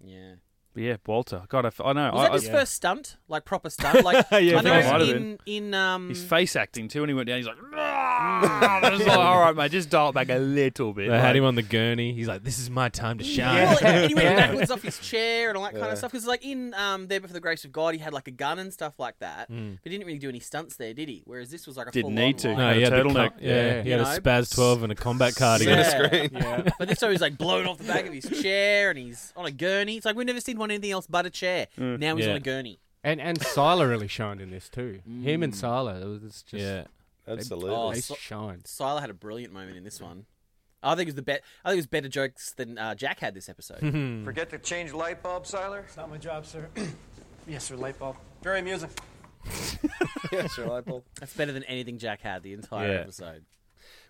[SPEAKER 2] Yeah,
[SPEAKER 4] But yeah, Walter. God, I, f- I know.
[SPEAKER 2] was
[SPEAKER 4] I,
[SPEAKER 2] that
[SPEAKER 4] I-
[SPEAKER 2] his first stunt? Like proper stunt?
[SPEAKER 4] (laughs)
[SPEAKER 2] Like
[SPEAKER 3] Yeah,
[SPEAKER 2] I
[SPEAKER 4] it might have
[SPEAKER 2] know in
[SPEAKER 4] been.
[SPEAKER 2] in um
[SPEAKER 3] Mm.
[SPEAKER 4] His face acting too, and he went down. He's like, "Ah!" (laughs) I was like, all right, mate, just dial it back a little bit.
[SPEAKER 3] They
[SPEAKER 4] Like,
[SPEAKER 3] had him on the gurney. He's like, "This is my time to shine."
[SPEAKER 2] Well, and he went
[SPEAKER 1] (laughs)
[SPEAKER 5] Yeah.
[SPEAKER 2] backwards off his chair and all that kind
[SPEAKER 1] Yeah.
[SPEAKER 2] of stuff. Because like in um, there for the grace of God, he had like a gun and stuff like that,
[SPEAKER 3] Hmm.
[SPEAKER 2] but he didn't really do any stunts there, did he? Whereas this was like a
[SPEAKER 4] Didn't
[SPEAKER 2] full-on
[SPEAKER 4] need
[SPEAKER 3] (laughs)
[SPEAKER 4] to.
[SPEAKER 2] line.
[SPEAKER 3] (laughs) No,
[SPEAKER 4] Had
[SPEAKER 3] he
[SPEAKER 4] a
[SPEAKER 3] had the
[SPEAKER 4] turtleneck.
[SPEAKER 3] com- yeah,
[SPEAKER 5] Yeah.
[SPEAKER 3] he had a
[SPEAKER 2] You know?
[SPEAKER 3] Spaz twelve and a combat cardigan.
[SPEAKER 1] Center
[SPEAKER 2] Yeah.
[SPEAKER 1] screen.
[SPEAKER 5] Yeah.
[SPEAKER 2] But this time he's like blown off the back of his chair and he's on a gurney. It's like we've never seen one anything else but a chair.
[SPEAKER 1] Mm.
[SPEAKER 2] Now he's
[SPEAKER 3] Yeah.
[SPEAKER 2] on a gurney.
[SPEAKER 5] And and Sila really shined in this too. Him and Sila, it was it's just
[SPEAKER 3] Yeah,
[SPEAKER 1] (laughs) Absolutely.
[SPEAKER 2] Mm. Oh,
[SPEAKER 5] they
[SPEAKER 2] so-
[SPEAKER 5] shined.
[SPEAKER 2] Sila had a brilliant moment in this one. I think it was the bet. I think it was better jokes than uh, Jack had this episode.
[SPEAKER 3] (laughs)
[SPEAKER 6] Forget to change light bulb, Siler?
[SPEAKER 7] Not my job, sir. (clears throat) yes, sir, light bulb.
[SPEAKER 6] Very amusing.
[SPEAKER 1] Yeah, sure, light bulb.
[SPEAKER 2] That's better than anything Jack had the entire
[SPEAKER 3] Yeah.
[SPEAKER 2] episode.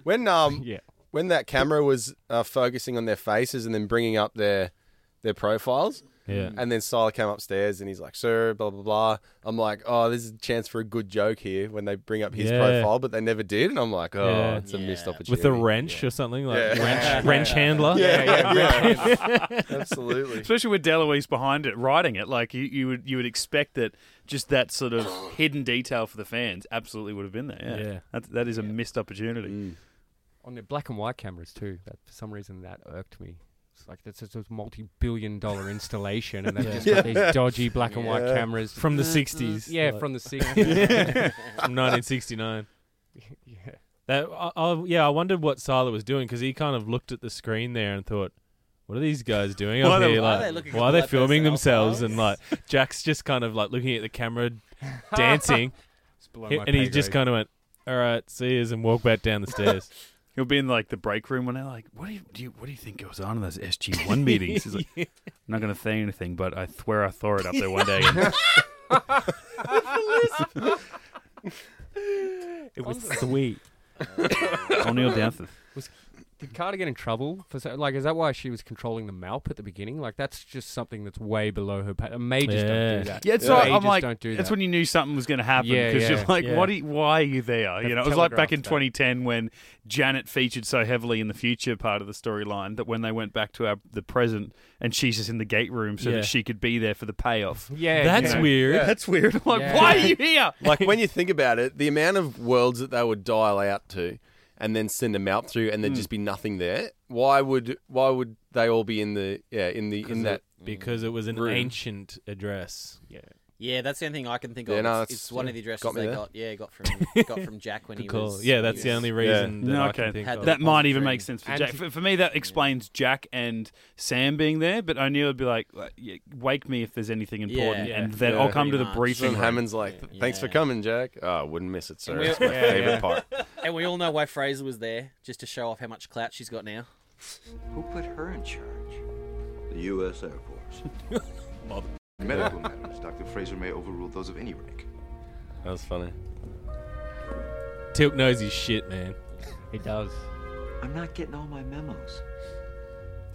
[SPEAKER 1] When
[SPEAKER 3] (laughs)
[SPEAKER 1] um
[SPEAKER 5] Yeah.
[SPEAKER 1] when that camera was uh, focusing on their faces and then bringing up their their profiles,
[SPEAKER 3] Yeah.
[SPEAKER 1] And then Styler came upstairs and he's like, "Sir, blah blah blah." I'm like, "Oh, this is a chance for a good joke here." When they bring up his
[SPEAKER 3] Yeah.
[SPEAKER 1] profile, but they never did, and I'm like, "Oh,
[SPEAKER 3] Yeah.
[SPEAKER 1] it's a missed
[SPEAKER 2] Yeah.
[SPEAKER 1] opportunity."
[SPEAKER 3] With a wrench or something like
[SPEAKER 1] Yeah.
[SPEAKER 3] wrench,
[SPEAKER 1] Yeah.
[SPEAKER 3] wrench handler.
[SPEAKER 1] Oh, Yeah, yeah, yeah. absolutely.
[SPEAKER 4] Especially with Deloise behind it, writing it, like you, you would you would expect that just that
[SPEAKER 3] (coughs)
[SPEAKER 4] sort of hidden detail for the fans absolutely would have been there. Yeah,
[SPEAKER 3] Yeah. Mm.
[SPEAKER 4] That, that is a missed opportunity.
[SPEAKER 5] on the black and white cameras too. That for some reason that irked me. It's like that's just a multi-billion-dollar installation, and they've just got these dodgy black and white
[SPEAKER 1] Yeah.
[SPEAKER 5] cameras
[SPEAKER 3] From the 60s.
[SPEAKER 5] Yeah,
[SPEAKER 3] like,
[SPEAKER 5] from the (laughs) '60s.
[SPEAKER 3] from (laughs) 1969.
[SPEAKER 5] yeah.
[SPEAKER 3] That, I, I, yeah, I wondered what Sala was doing because he kind of looked at the screen there and thought, "What are these guys doing
[SPEAKER 4] Why
[SPEAKER 3] up
[SPEAKER 4] they-
[SPEAKER 3] here?
[SPEAKER 2] why are
[SPEAKER 3] Like,
[SPEAKER 2] they looking
[SPEAKER 3] why are they
[SPEAKER 2] like
[SPEAKER 3] filming
[SPEAKER 2] themselves?"
[SPEAKER 3] themselves?" And like, Jack's just kind of like looking at the camera, dancing,
[SPEAKER 5] It's below my
[SPEAKER 3] and he
[SPEAKER 5] pay
[SPEAKER 3] just
[SPEAKER 5] grade.
[SPEAKER 3] kind of went, "All right, see yous," and walked back down the stairs.
[SPEAKER 4] He'll be in like the break room when they're like, "What do you, do you what do you think goes on in those SG one meetings?"
[SPEAKER 3] (laughs)
[SPEAKER 4] He's like, "I'm not going to say anything, but I swear I saw it up there one day."
[SPEAKER 3] it was sweet.
[SPEAKER 4] O'Neill dances.
[SPEAKER 5] Did Carter get in trouble for so, like? Is that why she was controlling the Malp at the beginning? Like that's just something that's way below her pay. Majors don't
[SPEAKER 3] Yeah.
[SPEAKER 5] do that.
[SPEAKER 4] Yeah, it's
[SPEAKER 5] Yeah.
[SPEAKER 4] like
[SPEAKER 5] They
[SPEAKER 4] I'm
[SPEAKER 5] just
[SPEAKER 4] like
[SPEAKER 5] don't do
[SPEAKER 4] that's
[SPEAKER 5] that.
[SPEAKER 4] when you knew something was going to happen
[SPEAKER 5] Yeah,
[SPEAKER 4] because
[SPEAKER 5] yeah,
[SPEAKER 4] you're like,
[SPEAKER 3] yeah.
[SPEAKER 4] what? Are you, why are you there?
[SPEAKER 5] They've
[SPEAKER 4] you know, it was like back
[SPEAKER 5] telegraphed
[SPEAKER 4] in
[SPEAKER 5] that.
[SPEAKER 4] 2010 when Janet featured so heavily in the future part of the storyline that when they went back to our, the present and she's just in the gate room so
[SPEAKER 3] Yeah.
[SPEAKER 4] that she could be there for the payoff. (laughs)
[SPEAKER 5] Yeah,
[SPEAKER 3] That's
[SPEAKER 5] yeah.
[SPEAKER 3] weird.
[SPEAKER 4] That's weird. (laughs) I'm like,
[SPEAKER 5] Yeah.
[SPEAKER 4] why are you here?
[SPEAKER 1] like when you think about it, the amount of worlds that they would dial out to and then send them out through and there'd just be nothing there. Why would why would they all be in the yeah, in the in that
[SPEAKER 3] because it was an
[SPEAKER 1] Room.
[SPEAKER 3] ancient address.
[SPEAKER 2] Yeah, that's the only thing I can think
[SPEAKER 1] Yeah,
[SPEAKER 2] of.
[SPEAKER 1] no,
[SPEAKER 2] It's-
[SPEAKER 1] that's-
[SPEAKER 2] it's, one
[SPEAKER 1] yeah,
[SPEAKER 2] of the addresses
[SPEAKER 1] got me
[SPEAKER 2] they
[SPEAKER 1] there.
[SPEAKER 2] got. Yeah, got
[SPEAKER 3] (laughs)
[SPEAKER 2] from got from Jack when he
[SPEAKER 3] Good call.
[SPEAKER 2] was.
[SPEAKER 3] Yeah, that's
[SPEAKER 2] he
[SPEAKER 3] the
[SPEAKER 2] was-
[SPEAKER 3] only reason that
[SPEAKER 4] No,
[SPEAKER 3] I
[SPEAKER 4] okay.
[SPEAKER 3] can think
[SPEAKER 2] Had
[SPEAKER 3] of.
[SPEAKER 2] the-
[SPEAKER 4] That might even
[SPEAKER 2] Three.
[SPEAKER 4] make sense for
[SPEAKER 5] And
[SPEAKER 4] Jack.
[SPEAKER 5] to-
[SPEAKER 4] For, for me, that explains Jack and Sam being there, but O'Neill would be like, like, yeah, wake me if there's anything important,
[SPEAKER 2] Yeah.
[SPEAKER 4] and then
[SPEAKER 1] Yeah.
[SPEAKER 4] I'll come to the
[SPEAKER 2] Pretty much.
[SPEAKER 1] So
[SPEAKER 4] briefing
[SPEAKER 1] then
[SPEAKER 4] room.
[SPEAKER 1] Hammond's like, Thanks for
[SPEAKER 2] Yeah.
[SPEAKER 1] coming, Jack. Oh, I wouldn't miss it, sir.
[SPEAKER 5] we-
[SPEAKER 1] It's my
[SPEAKER 5] yeah,
[SPEAKER 1] favorite
[SPEAKER 5] yeah.
[SPEAKER 1] part.
[SPEAKER 2] And we all know why Fraser was there, just to show off how much clout she's got now.
[SPEAKER 6] Who put her in charge? The U.S. Air Force. (laughs) Medical matters. Dr. Fraser may overrule those of any rank.
[SPEAKER 1] That was funny.
[SPEAKER 3] Tilk knows his shit, man.
[SPEAKER 5] He does.
[SPEAKER 6] I'm not getting all my memos.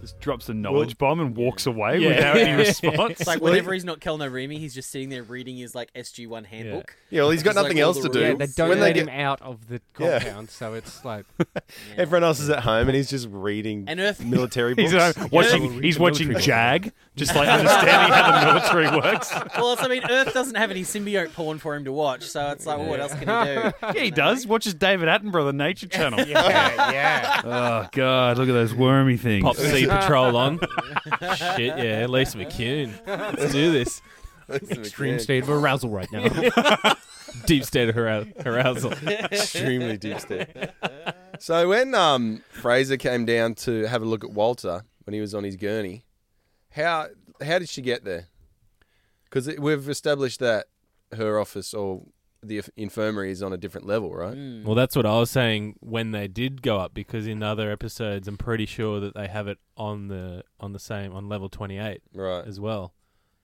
[SPEAKER 4] Just drops a knowledge bomb and walks away without any response.
[SPEAKER 2] (laughs) It's like whenever he's not Kelno Remy, he's just sitting there reading his like SG one handbook.
[SPEAKER 1] Yeah, well he's got
[SPEAKER 2] Just like
[SPEAKER 1] nothing
[SPEAKER 2] all
[SPEAKER 1] else to
[SPEAKER 2] the
[SPEAKER 1] do.
[SPEAKER 2] rules.
[SPEAKER 5] Yeah, they don't
[SPEAKER 1] when
[SPEAKER 5] let
[SPEAKER 1] they
[SPEAKER 5] him
[SPEAKER 1] get,
[SPEAKER 5] out of the
[SPEAKER 1] Yeah.
[SPEAKER 5] compound, so it's like
[SPEAKER 1] everyone else is at home and he's just reading
[SPEAKER 2] And Earth-
[SPEAKER 1] military books.
[SPEAKER 4] He's at home watching.
[SPEAKER 5] Yeah.
[SPEAKER 4] He's watching Jag, just like understanding how the
[SPEAKER 5] (laughs)
[SPEAKER 4] military works.
[SPEAKER 2] (laughs) Well, it's, I mean, Earth doesn't have any symbiote porn for him to watch, so it's like, well, what else can he do?
[SPEAKER 4] (laughs) Yeah, he
[SPEAKER 2] You know?
[SPEAKER 4] does. Watches David Attenborough, the Nature Channel.
[SPEAKER 5] yeah, yeah.
[SPEAKER 4] (laughs) Oh God, look at those wormy things.
[SPEAKER 3] Pop Sea Patrol on. shit, yeah. Lisa McCune. Let's do this.
[SPEAKER 5] (laughs) Extreme state of arousal right now.
[SPEAKER 3] (laughs) Deep state of harou- arousal.
[SPEAKER 1] extremely deep state. So when um, Fraser came down to have a look at Walter when he was on his gurney, how how did she get there? Because we've established that her office or the inf- infirmary is on a different level, right?
[SPEAKER 3] Well, that's what I was saying when they did go up because in other episodes, I'm pretty sure that they have it on the on the same on level 28
[SPEAKER 1] Right.
[SPEAKER 3] as well.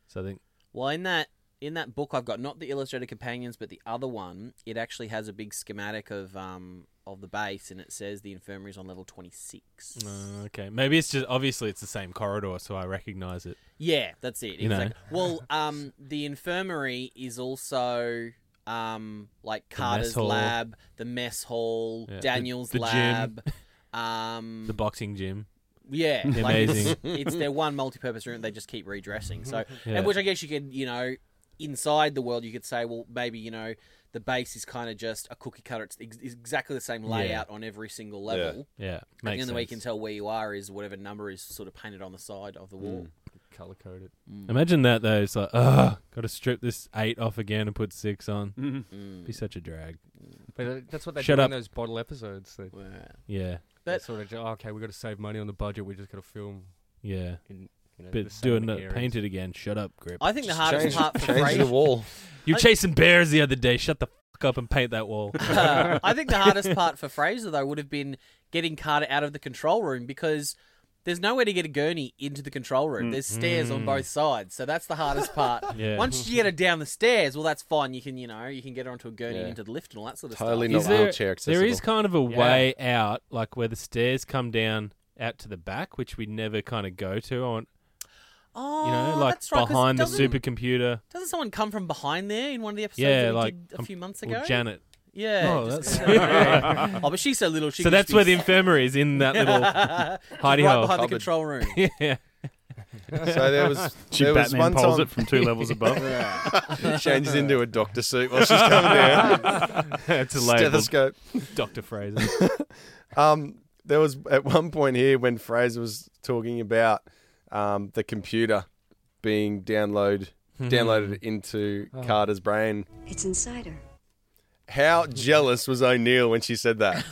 [SPEAKER 3] So I think
[SPEAKER 2] Well, in that in that book I've got not the illustrated companions, but the other one, it actually has a big schematic of um of the base, and it says the infirmary's on level twenty six.
[SPEAKER 3] uh, okay, maybe it's just obviously it's the same corridor, so I recognize it.
[SPEAKER 2] Yeah, that's it.
[SPEAKER 3] You know.
[SPEAKER 2] Exactly. Well, um, the infirmary is also um like Carter's
[SPEAKER 3] hall.
[SPEAKER 2] lab, the mess hall,
[SPEAKER 3] Yeah, the-
[SPEAKER 2] Daniel's
[SPEAKER 3] the gym.
[SPEAKER 2] lab. Um,
[SPEAKER 3] The boxing gym.
[SPEAKER 2] Yeah,
[SPEAKER 3] (laughs) The
[SPEAKER 2] like
[SPEAKER 3] amazing.
[SPEAKER 2] It's, it's their one multi-purpose room. They just keep redressing. So,
[SPEAKER 3] (laughs) Yeah.
[SPEAKER 2] and which I guess you could, you know, inside the world, you could say, well, maybe you know, the base is kind of just a cookie cutter. It's ex- exactly the same layout on every single level.
[SPEAKER 3] Yeah,
[SPEAKER 2] And the
[SPEAKER 3] makes
[SPEAKER 2] only way you can
[SPEAKER 3] sense.
[SPEAKER 2] tell where you are is whatever number is sort of painted on the side of the
[SPEAKER 3] Hmm.
[SPEAKER 2] wall. Mm.
[SPEAKER 5] Color coded.
[SPEAKER 3] Imagine that though. It's like, ugh, got to strip this eight off again and put six on.
[SPEAKER 4] Mm-hmm.
[SPEAKER 2] Mm.
[SPEAKER 3] Be such a drag.
[SPEAKER 5] But uh, that's what they
[SPEAKER 3] Shut
[SPEAKER 5] do
[SPEAKER 3] up.
[SPEAKER 5] in those bottle episodes. They,
[SPEAKER 2] Yeah.
[SPEAKER 3] Yeah,
[SPEAKER 5] they
[SPEAKER 2] But-
[SPEAKER 5] sort of oh, okay, we got to save money on the budget. We just got to film.
[SPEAKER 3] yeah.
[SPEAKER 5] In, you know, the
[SPEAKER 3] But
[SPEAKER 5] same Uh,
[SPEAKER 3] doing it,
[SPEAKER 5] areas.
[SPEAKER 3] paint it again. Shut up, grip.
[SPEAKER 2] I think the hardest
[SPEAKER 1] Change,
[SPEAKER 2] part for
[SPEAKER 1] change
[SPEAKER 2] Fraser.
[SPEAKER 1] the wall.
[SPEAKER 5] (laughs)
[SPEAKER 3] You were
[SPEAKER 2] I-
[SPEAKER 3] chasing bears the other day. Shut the fuck up and paint that
[SPEAKER 5] (laughs)
[SPEAKER 3] wall.
[SPEAKER 2] Uh, (laughs) I think the hardest part for Fraser though would have been getting Carter out of the control room because there's nowhere to get a gurney into the control room. There's stairs on both sides, so that's the hardest part.
[SPEAKER 3] Mm. (laughs) Yeah.
[SPEAKER 2] Once you get her down the stairs, well, that's fine. You can you know you can get her onto a gurney
[SPEAKER 1] Yeah.
[SPEAKER 2] into the lift and all that sort of
[SPEAKER 1] Totally
[SPEAKER 2] stuff.
[SPEAKER 1] not wheelchair accessible.
[SPEAKER 3] There is kind of a way out, like where the stairs come down out to the back, which we never kind of go to. I want,
[SPEAKER 2] Oh,
[SPEAKER 3] you know, like
[SPEAKER 2] that's right, 'cause
[SPEAKER 3] behind the
[SPEAKER 2] doesn't-
[SPEAKER 3] supercomputer.
[SPEAKER 2] Doesn't someone come from behind there in one of the episodes?
[SPEAKER 3] Yeah,
[SPEAKER 2] that we
[SPEAKER 3] like
[SPEAKER 2] did a
[SPEAKER 3] um,
[SPEAKER 2] few months
[SPEAKER 3] or
[SPEAKER 2] ago.
[SPEAKER 3] Janet.
[SPEAKER 2] Yeah.
[SPEAKER 3] Oh,
[SPEAKER 2] just-
[SPEAKER 3] that's-
[SPEAKER 2] (laughs) oh, but she's so little. She
[SPEAKER 3] so
[SPEAKER 2] could
[SPEAKER 3] that's
[SPEAKER 2] just
[SPEAKER 3] where the
[SPEAKER 2] be (laughs)
[SPEAKER 3] infirmary is in
[SPEAKER 5] (laughs)
[SPEAKER 3] that little
[SPEAKER 2] right
[SPEAKER 3] hidey hole.
[SPEAKER 2] behind the
[SPEAKER 1] Cupboard.
[SPEAKER 2] control room.
[SPEAKER 3] yeah.
[SPEAKER 1] So
[SPEAKER 4] (laughs)
[SPEAKER 1] there was
[SPEAKER 4] She
[SPEAKER 1] there was
[SPEAKER 4] Batman
[SPEAKER 1] one
[SPEAKER 4] poles
[SPEAKER 1] time
[SPEAKER 4] it from two levels above.
[SPEAKER 1] (laughs) she changes into a doctor suit while she's coming
[SPEAKER 4] (laughs)
[SPEAKER 1] down.
[SPEAKER 3] (laughs) it's a label.
[SPEAKER 1] Stethoscope.
[SPEAKER 3] Dr. Fraser.
[SPEAKER 1] Um, there was at one point here when Fraser was talking about um, the computer being download
[SPEAKER 3] Hmm.
[SPEAKER 1] downloaded into
[SPEAKER 3] Oh.
[SPEAKER 1] Carter's brain.
[SPEAKER 8] It's insider.
[SPEAKER 1] How jealous was O'Neill when she said
[SPEAKER 3] (laughs)
[SPEAKER 1] that?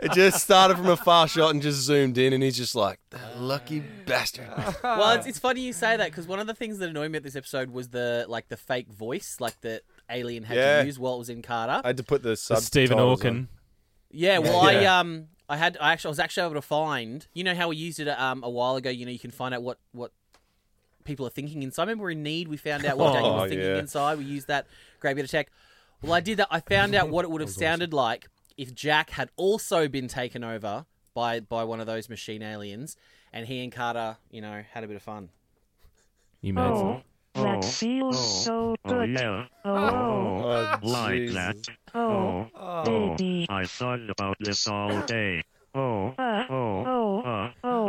[SPEAKER 1] it just started from a far shot and just zoomed in, and he's just like, that lucky
[SPEAKER 3] (laughs)
[SPEAKER 1] bastard.
[SPEAKER 2] well, it's, it's funny you say that because one of the things that annoyed me at this episode was the like the fake voice, like the alien had
[SPEAKER 1] Yeah.
[SPEAKER 2] to use while it was in Carter.
[SPEAKER 1] I had to put the
[SPEAKER 3] That's
[SPEAKER 1] subtitles
[SPEAKER 3] Stephen
[SPEAKER 1] on.
[SPEAKER 3] Orkin.
[SPEAKER 2] yeah. Well,
[SPEAKER 1] Yeah.
[SPEAKER 2] I um I had I actually I was actually able to find you know how we used it um a while ago. You know you can find out what what people are thinking inside. I remember we're in need we found out what
[SPEAKER 1] (laughs)
[SPEAKER 2] Daniel
[SPEAKER 1] Oh,
[SPEAKER 2] was thinking
[SPEAKER 1] yeah.
[SPEAKER 2] inside. We used that great bit of tech. Well, I did that. I found out what it
[SPEAKER 1] (laughs)
[SPEAKER 2] would have sounded like if Jack had also been taken over by by one of those machine aliens, and he and Carter, you know, had a bit of fun.
[SPEAKER 3] You made some.
[SPEAKER 9] That feels so good. Oh,
[SPEAKER 1] Oh,
[SPEAKER 9] like
[SPEAKER 1] Jesus.
[SPEAKER 9] that. Oh, baby. I thought about this (coughs) all day. Oh, uh, oh, uh, oh,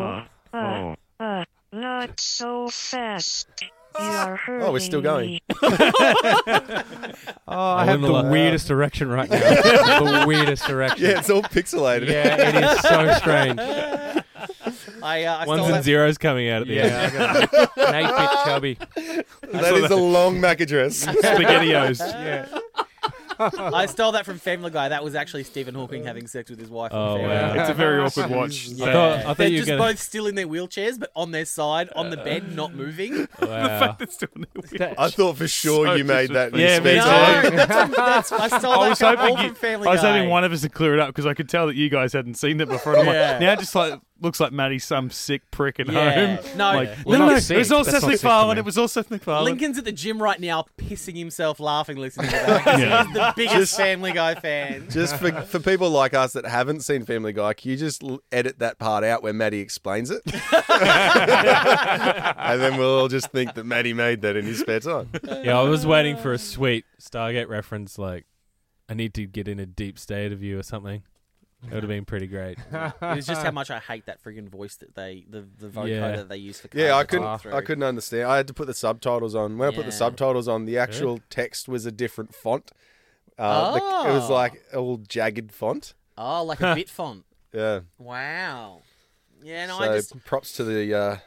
[SPEAKER 9] uh, uh, uh, not so fast.
[SPEAKER 1] (coughs)
[SPEAKER 9] You are hurting
[SPEAKER 1] Oh, we're still going.
[SPEAKER 9] me.
[SPEAKER 5] Oh, I have
[SPEAKER 3] wouldn't
[SPEAKER 5] (laughs) the
[SPEAKER 3] allow-
[SPEAKER 5] weirdest (laughs) direction right now. the weirdest direction.
[SPEAKER 1] Yeah, it's all pixelated.
[SPEAKER 5] Yeah, it is so strange.
[SPEAKER 2] I, uh, I
[SPEAKER 3] Ones
[SPEAKER 2] stole
[SPEAKER 3] and
[SPEAKER 2] that-
[SPEAKER 3] zeros coming out at the end.
[SPEAKER 5] Yeah, I got an eight-bit chubby.
[SPEAKER 1] that is a long MAC
[SPEAKER 3] (laughs)
[SPEAKER 1] address.
[SPEAKER 4] (laughs) SpaghettiOs.
[SPEAKER 2] I stole that from Family Guy. That was actually Stephen Hawking having sex with his wife.
[SPEAKER 3] Oh,
[SPEAKER 2] and
[SPEAKER 3] wow.
[SPEAKER 4] It's a very awkward watch.
[SPEAKER 3] I thought, I thought
[SPEAKER 2] They're
[SPEAKER 3] you were
[SPEAKER 2] just
[SPEAKER 3] going
[SPEAKER 2] both still in their wheelchairs, but on their side, on the bed, not moving.
[SPEAKER 3] to. Wow.
[SPEAKER 4] It's still in the wheel.
[SPEAKER 1] I thought for sure
[SPEAKER 4] So
[SPEAKER 1] you made that. in
[SPEAKER 3] Yeah,
[SPEAKER 1] spare
[SPEAKER 3] me
[SPEAKER 2] No,
[SPEAKER 1] time.
[SPEAKER 2] that's, that's, I stole that
[SPEAKER 4] was
[SPEAKER 2] from,
[SPEAKER 4] hoping
[SPEAKER 2] all
[SPEAKER 4] you-
[SPEAKER 2] from Family
[SPEAKER 4] I was
[SPEAKER 2] Guy.
[SPEAKER 4] hoping one of us would clear it up because I could tell that you guys hadn't seen it before. And I'm
[SPEAKER 2] Yeah.
[SPEAKER 4] like, now it just like looks like Maddie's some sick prick at
[SPEAKER 2] Yeah.
[SPEAKER 4] home.
[SPEAKER 2] No,
[SPEAKER 4] Like,
[SPEAKER 5] We're
[SPEAKER 4] no,
[SPEAKER 5] not
[SPEAKER 4] no,
[SPEAKER 5] sick.
[SPEAKER 4] it was all
[SPEAKER 5] That's not
[SPEAKER 4] Seth
[SPEAKER 5] sick to
[SPEAKER 4] MacFarlane.
[SPEAKER 5] me.
[SPEAKER 4] It was all Seth MacFarlane.
[SPEAKER 2] Lincoln's at the gym right now, pissing himself laughing listening to that.
[SPEAKER 4] Yeah.
[SPEAKER 2] He's the biggest Family Guy fan.
[SPEAKER 1] Just
[SPEAKER 4] (laughs)
[SPEAKER 1] for, for people like us that haven't seen Family Guy, can you just l- edit that part out where Maddie explains
[SPEAKER 4] (laughs)
[SPEAKER 1] it? and then we'll all just think that Maddie made that in his spare time.
[SPEAKER 3] Yeah, I was waiting for a sweet Stargate reference, like, I need to get in a deep state of you or something. That would have been pretty great.
[SPEAKER 2] It's just how much I hate that friggin' voice that they, the, the vocoder
[SPEAKER 3] Yeah.
[SPEAKER 2] that they use for.
[SPEAKER 1] Yeah, I
[SPEAKER 2] Carter to
[SPEAKER 1] couldn't.
[SPEAKER 2] talk through.
[SPEAKER 1] I couldn't understand. I had to put the subtitles on. When I put the
[SPEAKER 2] Yeah.
[SPEAKER 1] subtitles on, the actual text was a different font. Uh, the- it was
[SPEAKER 2] Oh.
[SPEAKER 1] like all jagged font.
[SPEAKER 2] Oh, like a bit font.
[SPEAKER 1] Yeah.
[SPEAKER 2] Wow. Yeah, no,
[SPEAKER 1] so
[SPEAKER 2] I just
[SPEAKER 1] props to the uh,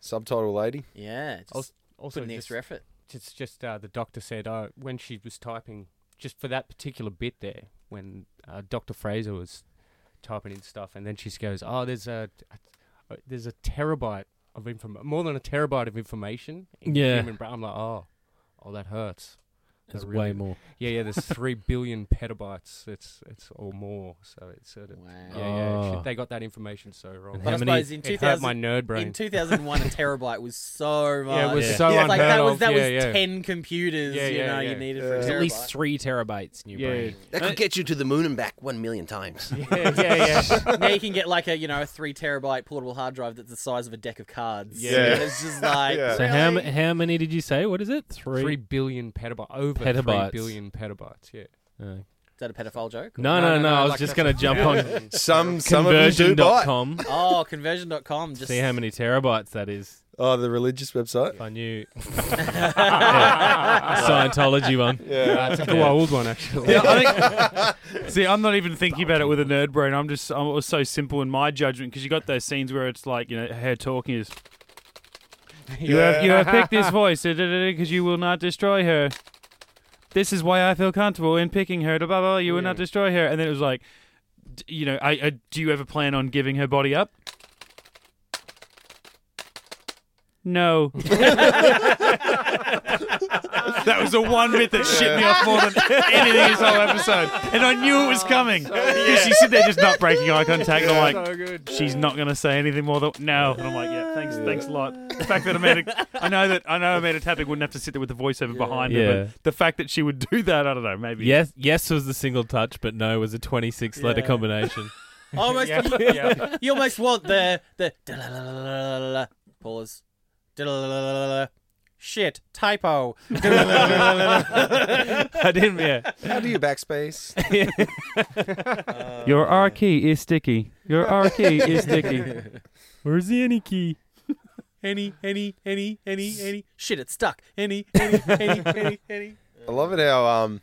[SPEAKER 1] subtitle lady.
[SPEAKER 2] yeah. Just,
[SPEAKER 5] Also, also
[SPEAKER 2] put an
[SPEAKER 5] just,
[SPEAKER 2] extra effort.
[SPEAKER 5] it's just uh, the doctor said uh, when she was typing, just for that particular bit there, when uh, Dr. Fraser was typing in stuff, and then she goes, "Oh, there's a, a there's a terabyte of inform more than a terabyte of information in the
[SPEAKER 3] Yeah.
[SPEAKER 5] human brain." I'm like, "Oh, oh, that hurts." That
[SPEAKER 3] There's
[SPEAKER 5] really-
[SPEAKER 3] way more.
[SPEAKER 5] Yeah, yeah. There's three billion petabytes. It's it's or more. So it's sort of
[SPEAKER 2] Wow.
[SPEAKER 5] yeah, yeah.
[SPEAKER 3] Oh.
[SPEAKER 5] Shit, they got that information so wrong.
[SPEAKER 3] And
[SPEAKER 2] But I
[SPEAKER 3] How many-
[SPEAKER 2] suppose in
[SPEAKER 5] it hurt
[SPEAKER 2] 2000,
[SPEAKER 5] my nerd brain.
[SPEAKER 2] in (laughs) 2001, a terabyte was so much.
[SPEAKER 5] yeah, it was
[SPEAKER 3] Yeah.
[SPEAKER 5] so
[SPEAKER 2] It's
[SPEAKER 5] unheard
[SPEAKER 2] like that was
[SPEAKER 5] of.
[SPEAKER 2] that
[SPEAKER 5] yeah,
[SPEAKER 2] was
[SPEAKER 5] yeah.
[SPEAKER 2] ten computers.
[SPEAKER 5] Yeah,
[SPEAKER 2] you
[SPEAKER 5] yeah,
[SPEAKER 2] know, you
[SPEAKER 5] yeah.
[SPEAKER 2] needed
[SPEAKER 1] Yeah.
[SPEAKER 2] for a
[SPEAKER 1] At
[SPEAKER 2] terabyte.
[SPEAKER 5] three terabytes in your
[SPEAKER 3] brain.
[SPEAKER 1] That could get you to the moon and back one million times.
[SPEAKER 5] yeah, yeah, yeah.
[SPEAKER 2] now you can get like a you know a three terabyte portable hard drive that's the size of a deck of cards.
[SPEAKER 1] Yeah.
[SPEAKER 2] You know, it's just like
[SPEAKER 1] Yeah.
[SPEAKER 3] So how ma- how many did you say? What is it? Three.
[SPEAKER 5] Three billion petabytes. Over
[SPEAKER 3] Petabytes.
[SPEAKER 5] three billion petabytes. Yeah.
[SPEAKER 3] Oh. No,
[SPEAKER 2] is that a pedophile joke?
[SPEAKER 3] no, no,
[SPEAKER 5] no, no,
[SPEAKER 3] I was
[SPEAKER 5] like
[SPEAKER 3] just
[SPEAKER 5] that's
[SPEAKER 3] gonna jump
[SPEAKER 1] (laughs)
[SPEAKER 3] on
[SPEAKER 5] (laughs)
[SPEAKER 1] Some some of them do buy.
[SPEAKER 3] conversion.com.
[SPEAKER 2] Oh, conversion.com. Just
[SPEAKER 3] See how many terabytes that is.
[SPEAKER 1] Oh, the religious website.
[SPEAKER 3] If I knew. Yeah. Scientology one.
[SPEAKER 5] Uh, it's a cool old one actually.
[SPEAKER 4] Yeah, I think, see, I'm not even thinking about it with a nerd brain. I'm just, I'm, it was so simple in my judgment because you got those scenes where it's like, you know, her talking is. You have you have picked this voice uh, because you will not destroy her. This is why I feel comfortable in picking her. Blah blah. blah you will not
[SPEAKER 5] Yeah.
[SPEAKER 4] destroy her. And then it was like, d- you know, I, I do you ever plan on giving her body up? No. (laughs) that was the one bit that shit me off (laughs) more than anything this whole episode, and I knew it was coming. Because she said they're just not breaking eye contact. and
[SPEAKER 5] (laughs)
[SPEAKER 4] I'm like, she's not going to say anything more than no. And I'm like, yeah, thanks, thanks a lot. The fact that Amanda, I know that I know Amanda Tapping wouldn't have to sit there with the voiceover behind her,
[SPEAKER 3] Yeah.
[SPEAKER 4] but the fact that she (laughs) would do that, I don't know, maybe.
[SPEAKER 3] Yes, yes was the single touch, but no was a 26 letter
[SPEAKER 2] Yeah.
[SPEAKER 3] combination.
[SPEAKER 2] Almost,
[SPEAKER 5] yeah, yeah.
[SPEAKER 2] you almost want the the da-la-la-la-la-la-la. pause. Da-la-la-la-la-la. Shit, typo.
[SPEAKER 3] I didn't. Yeah.
[SPEAKER 1] How do you backspace?
[SPEAKER 4] Your R key is sticky. Your R key is sticky.
[SPEAKER 3] Where's the any key?
[SPEAKER 2] any, any, any, any, any. Shit, it's stuck. Any, any, any, any, any.
[SPEAKER 1] I love it how um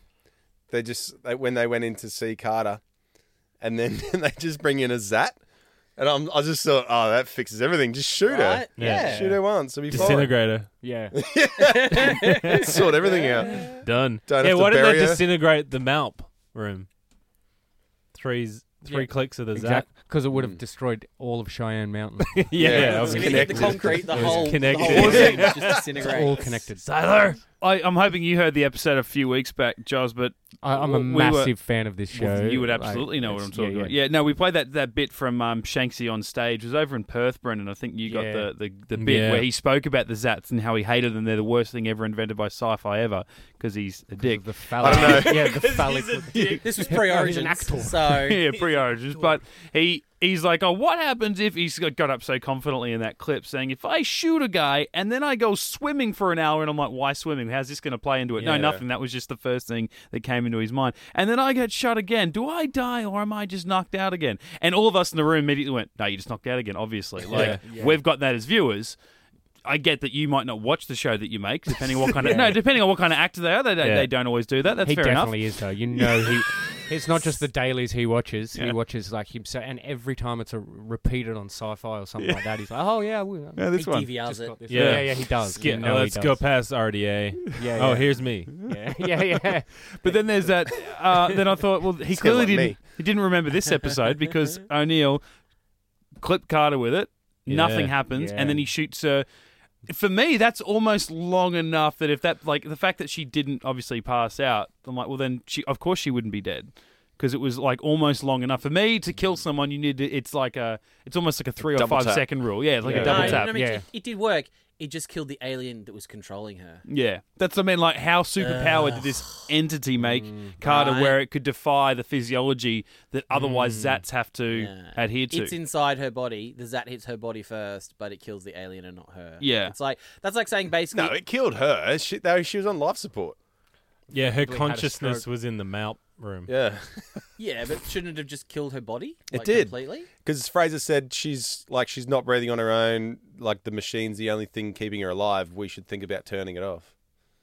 [SPEAKER 1] they just they, when they went in to see Carter, and then (laughs) they just bring in a Zat, and I'm I just thought, oh, that fixes everything. Just shoot her,
[SPEAKER 2] Right?
[SPEAKER 3] Yeah.
[SPEAKER 1] shoot her once, it'll be fine.
[SPEAKER 3] Disintegrator.
[SPEAKER 4] (laughs)
[SPEAKER 5] yeah.
[SPEAKER 1] (laughs) Sort everything out.
[SPEAKER 3] Done.
[SPEAKER 1] Don't
[SPEAKER 3] yeah.
[SPEAKER 1] have to
[SPEAKER 3] why did
[SPEAKER 1] bury
[SPEAKER 3] they
[SPEAKER 1] her.
[SPEAKER 3] disintegrate the Malp room? Three three
[SPEAKER 5] Yeah.
[SPEAKER 3] clicks of the
[SPEAKER 5] Exactly. Because it would have
[SPEAKER 1] Mm.
[SPEAKER 5] destroyed all of Cheyenne Mountain.
[SPEAKER 3] Zap.
[SPEAKER 1] Yeah,
[SPEAKER 3] yeah.
[SPEAKER 1] it was
[SPEAKER 2] If
[SPEAKER 3] obviously.
[SPEAKER 2] you hit the
[SPEAKER 1] connected.
[SPEAKER 2] concrete, the
[SPEAKER 3] It was
[SPEAKER 2] whole, the whole
[SPEAKER 3] connected.
[SPEAKER 2] thing just disintegrates.
[SPEAKER 5] it's all connected.
[SPEAKER 3] Tyler.
[SPEAKER 4] I, I'm hoping you heard the episode a few weeks back, Jos, but
[SPEAKER 5] I, I'm
[SPEAKER 4] We
[SPEAKER 5] a
[SPEAKER 4] were-
[SPEAKER 5] massive fan of this show.
[SPEAKER 4] Well, you would
[SPEAKER 5] Like,
[SPEAKER 4] absolutely know what I'm
[SPEAKER 5] it's-
[SPEAKER 4] talking about. Yeah, no, we played that, that bit from um, Shanksy on stage. It was over in Perth, Brendan. I think you got
[SPEAKER 5] Yeah.
[SPEAKER 4] the, the, the bit
[SPEAKER 3] Yeah.
[SPEAKER 4] where he spoke about the Zats and how he hated them. They're the worst thing ever invented by sci fi ever because he's a dick.
[SPEAKER 5] The phallic.
[SPEAKER 1] I
[SPEAKER 3] (laughs)
[SPEAKER 5] (laughs)
[SPEAKER 1] don't
[SPEAKER 5] Yeah,
[SPEAKER 1] (laughs)
[SPEAKER 5] the phallic.
[SPEAKER 2] This was pre-origin,
[SPEAKER 5] actor.
[SPEAKER 2] so
[SPEAKER 4] (laughs)
[SPEAKER 5] (laughs)
[SPEAKER 4] yeah, pre origins. But he he's like, oh, what happens if he's got got up so confidently in that clip saying, if I shoot a guy and then I go swimming for an hour, and I'm like, why swimming? How's this going to play into it? no,
[SPEAKER 3] Yeah.
[SPEAKER 4] nothing. That was just the first thing that came into his mind. And then I get shot again. Do I die or am I just knocked out again? And all of us in the room immediately went, no, you're just knocked out again. Obviously, like we've got that as viewers. I get that you might not watch the show that you make, depending
[SPEAKER 5] (laughs)
[SPEAKER 4] on what kind of no, depending on what kind of actor they are. They, they,
[SPEAKER 3] Yeah.
[SPEAKER 4] they don't always do that. That's
[SPEAKER 5] he
[SPEAKER 4] fair enough.
[SPEAKER 5] definitely is though. You know he. It's not just the dailies he watches. He watches like himself, and every time it's a repeated on Sci-Fi or something like that, he's like, "Oh yeah, we,
[SPEAKER 4] (laughs) Yeah,
[SPEAKER 2] he
[SPEAKER 4] this one.
[SPEAKER 2] DVRs
[SPEAKER 5] just
[SPEAKER 2] it.
[SPEAKER 5] got this."
[SPEAKER 3] Yeah.
[SPEAKER 5] Yeah. yeah, yeah, he does.
[SPEAKER 3] Skip.
[SPEAKER 5] You know
[SPEAKER 3] oh,
[SPEAKER 5] he
[SPEAKER 3] let's go
[SPEAKER 5] does.
[SPEAKER 3] past RDA.
[SPEAKER 5] Yeah,
[SPEAKER 3] Oh,
[SPEAKER 5] yeah.
[SPEAKER 3] here's me.
[SPEAKER 5] (laughs) yeah, yeah, yeah.
[SPEAKER 4] But then there's that. Uh, then I thought, well, he
[SPEAKER 1] Still
[SPEAKER 4] clearly
[SPEAKER 1] like
[SPEAKER 4] didn't.
[SPEAKER 1] me.
[SPEAKER 4] He didn't remember this episode
[SPEAKER 5] (laughs)
[SPEAKER 4] because O'Neill clipped Carter with it. Nothing
[SPEAKER 3] Yeah.
[SPEAKER 4] happens,
[SPEAKER 5] Yeah.
[SPEAKER 4] and then he shoots her. For me, that's almost long enough that if that, like, the fact that she didn't obviously pass out, I'm like, well, then she, of course, she wouldn't be dead. Because it was like almost long enough for me to kill someone. You need to, it's like a, it's almost like a three or
[SPEAKER 1] Double
[SPEAKER 4] five second
[SPEAKER 1] tap.
[SPEAKER 4] rule. Yeah, it's like
[SPEAKER 5] Yeah.
[SPEAKER 4] a
[SPEAKER 2] No,
[SPEAKER 4] double
[SPEAKER 2] uh, no,
[SPEAKER 4] tap.
[SPEAKER 2] no, I mean,
[SPEAKER 5] yeah.
[SPEAKER 2] it, it did work. It just killed the alien that was controlling her.
[SPEAKER 4] Yeah, that's I mean, like how superpowered did this entity make Carter,
[SPEAKER 2] Mm, right. Mm.
[SPEAKER 4] where it could defy the physiology that otherwise Zats have to
[SPEAKER 2] Yeah.
[SPEAKER 4] adhere to?
[SPEAKER 2] It's inside her body. The Zat hits her body first, but it kills the alien and not her.
[SPEAKER 4] Yeah.
[SPEAKER 2] it's like that's like saying basically.
[SPEAKER 1] No, it killed her. She, though she was on life support.
[SPEAKER 3] Yeah, her
[SPEAKER 5] Probably had a
[SPEAKER 3] consciousness
[SPEAKER 5] stroke.
[SPEAKER 3] was in the Malp room.
[SPEAKER 1] (laughs) Yeah,
[SPEAKER 2] yeah, but shouldn't it have just killed her body?
[SPEAKER 1] It
[SPEAKER 2] Like,
[SPEAKER 1] did.
[SPEAKER 2] completely.
[SPEAKER 1] because Fraser said she's like she's not breathing on her own. Like the machine's the only thing keeping her alive. We should think about turning it off.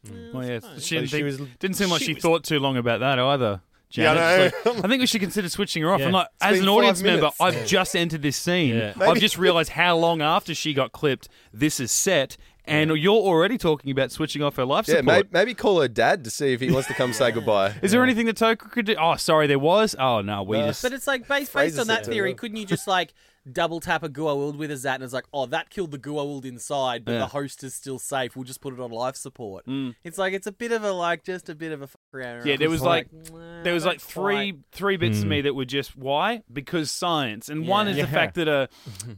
[SPEAKER 4] Hmm.
[SPEAKER 2] Mm.
[SPEAKER 4] well, yeah,
[SPEAKER 2] Oh,
[SPEAKER 4] she
[SPEAKER 1] So
[SPEAKER 4] didn't,
[SPEAKER 1] she
[SPEAKER 4] think-
[SPEAKER 1] was.
[SPEAKER 4] didn't seem like she,
[SPEAKER 1] she was-
[SPEAKER 4] thought too long about that either. Janet.
[SPEAKER 1] I know.
[SPEAKER 4] It's like, I think we should consider switching her off.
[SPEAKER 3] Yeah.
[SPEAKER 4] And like,
[SPEAKER 1] It's
[SPEAKER 4] as
[SPEAKER 1] been
[SPEAKER 4] an audience
[SPEAKER 1] five
[SPEAKER 4] member,
[SPEAKER 1] minutes.
[SPEAKER 4] I've just entered this scene.
[SPEAKER 3] Yeah.
[SPEAKER 4] I've just realised how long after she got clipped this is set, and you're already talking about switching off her life
[SPEAKER 1] Yeah,
[SPEAKER 4] support.
[SPEAKER 1] maybe, maybe call her dad to see if he wants to come say goodbye.
[SPEAKER 4] Is there anything that Toker could do? Oh, sorry, there was. Oh no, we
[SPEAKER 1] No.
[SPEAKER 4] just
[SPEAKER 2] But it's like based based
[SPEAKER 1] Fraser
[SPEAKER 2] on that
[SPEAKER 1] said to
[SPEAKER 2] theory,
[SPEAKER 1] her.
[SPEAKER 2] couldn't you just like double tap a Gua'uld with a Zat and it's like, oh, that killed the Gua'uld inside, but
[SPEAKER 4] Yeah. Hmm.
[SPEAKER 2] the host is still safe. We'll just put it on life support. It's like it's a bit of a like just a bit of a fuck around.
[SPEAKER 4] Yeah, there was, like-
[SPEAKER 2] "Nah,
[SPEAKER 4] there was like
[SPEAKER 2] not
[SPEAKER 4] three
[SPEAKER 2] Uh, quite."
[SPEAKER 4] three bits of
[SPEAKER 3] Mm.
[SPEAKER 4] me that were just why because science and one
[SPEAKER 2] Yeah.
[SPEAKER 4] is
[SPEAKER 5] Yeah.
[SPEAKER 4] the fact that a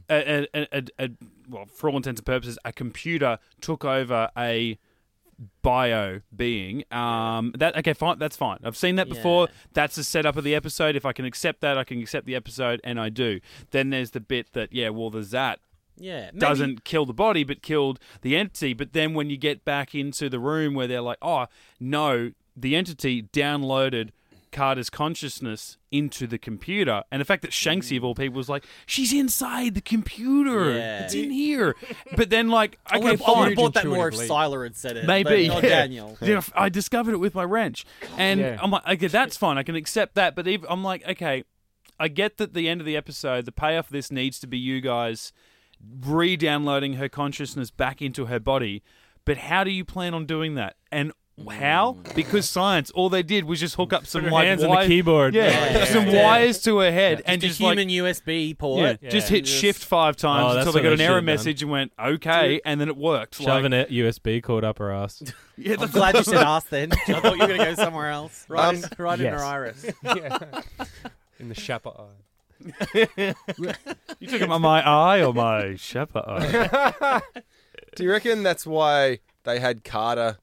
[SPEAKER 4] a, a, a, a, a well for all intents and purposes a computer took over a bio being um that okay fine that's fine i've seen that before
[SPEAKER 2] Yeah.
[SPEAKER 4] that's the setup of the episode if i can accept that i can accept the episode and i do then there's the bit that yeah well there's that
[SPEAKER 2] Yeah, maybe-
[SPEAKER 4] doesn't kill the body but killed the entity but then when you get back into the room where they're like oh no the entity downloaded carter's consciousness into the computer and the fact that
[SPEAKER 2] Mm-hmm.
[SPEAKER 4] shanksy of all people was like she's inside the computer
[SPEAKER 2] Yeah.
[SPEAKER 4] it's in here but then like
[SPEAKER 2] (laughs) I
[SPEAKER 4] okay
[SPEAKER 2] would have
[SPEAKER 4] fine
[SPEAKER 2] bought that more if
[SPEAKER 5] intuitive leap.
[SPEAKER 2] Siler had said it.
[SPEAKER 4] maybe
[SPEAKER 2] Uh, but not
[SPEAKER 4] yeah.
[SPEAKER 2] Daniel.
[SPEAKER 4] (laughs) Yeah, i discovered it with my wrench and
[SPEAKER 5] Yeah.
[SPEAKER 4] i'm like okay that's fine i can accept that but even, i'm like okay i get that the end of the episode the payoff of this needs to be you guys re-downloading her consciousness back into her body but how do you plan on doing that and how? Because science. All they did was just hook up some
[SPEAKER 3] her
[SPEAKER 4] like,
[SPEAKER 3] hands on the
[SPEAKER 4] wires,
[SPEAKER 3] keyboard. Oh,
[SPEAKER 4] Yeah,
[SPEAKER 2] Yeah, yeah,
[SPEAKER 4] some
[SPEAKER 2] yeah.
[SPEAKER 4] wires to her head, and
[SPEAKER 2] the
[SPEAKER 4] just like
[SPEAKER 2] human USB port.
[SPEAKER 4] yeah, just hit
[SPEAKER 2] Just-
[SPEAKER 4] shift
[SPEAKER 3] Oh,
[SPEAKER 4] five times
[SPEAKER 3] that's
[SPEAKER 4] until they
[SPEAKER 3] what
[SPEAKER 4] got
[SPEAKER 3] they
[SPEAKER 4] an error
[SPEAKER 3] should've done.
[SPEAKER 4] message and went okay, and then it worked. like-
[SPEAKER 3] Shoving a USB cord up her
[SPEAKER 1] (laughs)
[SPEAKER 3] ass.
[SPEAKER 4] yeah,
[SPEAKER 2] I'm
[SPEAKER 4] that's
[SPEAKER 2] glad you said ass then. I thought you were going to go somewhere else. Right,
[SPEAKER 1] Um,
[SPEAKER 2] in, right in
[SPEAKER 5] yes.
[SPEAKER 2] her iris.
[SPEAKER 5] yeah. In the Shapa eye.
[SPEAKER 4] You took him on my eye or my shepherd eye?
[SPEAKER 1] Do you reckon that's why they had Carter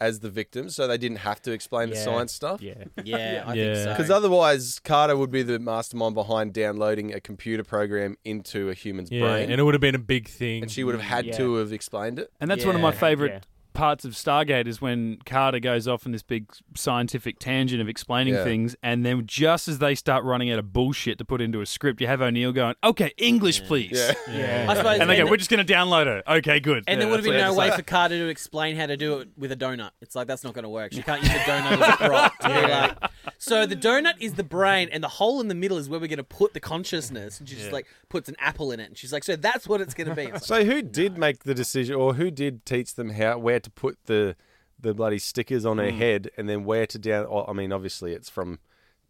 [SPEAKER 1] as the victim, so they didn't have to explain the
[SPEAKER 5] Yeah.
[SPEAKER 1] science stuff.
[SPEAKER 5] Yeah.
[SPEAKER 2] Yeah, I
[SPEAKER 3] Yeah.
[SPEAKER 2] think so.
[SPEAKER 1] Because otherwise, Carter would be the mastermind behind downloading a computer program into a human's
[SPEAKER 3] Yeah,
[SPEAKER 1] brain,
[SPEAKER 3] and
[SPEAKER 1] and,
[SPEAKER 3] it would have been a big thing.
[SPEAKER 1] she would have had
[SPEAKER 5] Yeah.
[SPEAKER 1] to have explained it.
[SPEAKER 4] And that's one of my
[SPEAKER 2] Yeah.
[SPEAKER 4] favorite
[SPEAKER 5] Yeah.
[SPEAKER 4] parts of Stargate is when Carter goes off on this big scientific tangent of explaining
[SPEAKER 1] Yeah.
[SPEAKER 4] things, and then just as they start running out of bullshit to put into a script, you have O'Neill going, "Okay, English, please."
[SPEAKER 1] Yeah.
[SPEAKER 5] Yeah.
[SPEAKER 2] I suppose,
[SPEAKER 4] And they go,
[SPEAKER 2] and-
[SPEAKER 4] "We're just going to download it." Okay, good.
[SPEAKER 2] And
[SPEAKER 4] Yeah,
[SPEAKER 2] there would have
[SPEAKER 4] that's
[SPEAKER 2] been
[SPEAKER 4] what
[SPEAKER 2] no way
[SPEAKER 4] I had
[SPEAKER 2] for Carter to explain how to do it with a donut. It's like that's not going to work. She can't use a donut as a prop. To be like, so the donut is the brain, and the hole in the middle is where we're going to put the consciousness. And she just like puts an apple in it, and she's like, "So that's what it's going to be."
[SPEAKER 1] (laughs)
[SPEAKER 2] It's like,
[SPEAKER 1] So who did make the decision, or who did teach them how where to put the the bloody stickers on her head, and then where to down? oh, I mean, obviously, it's from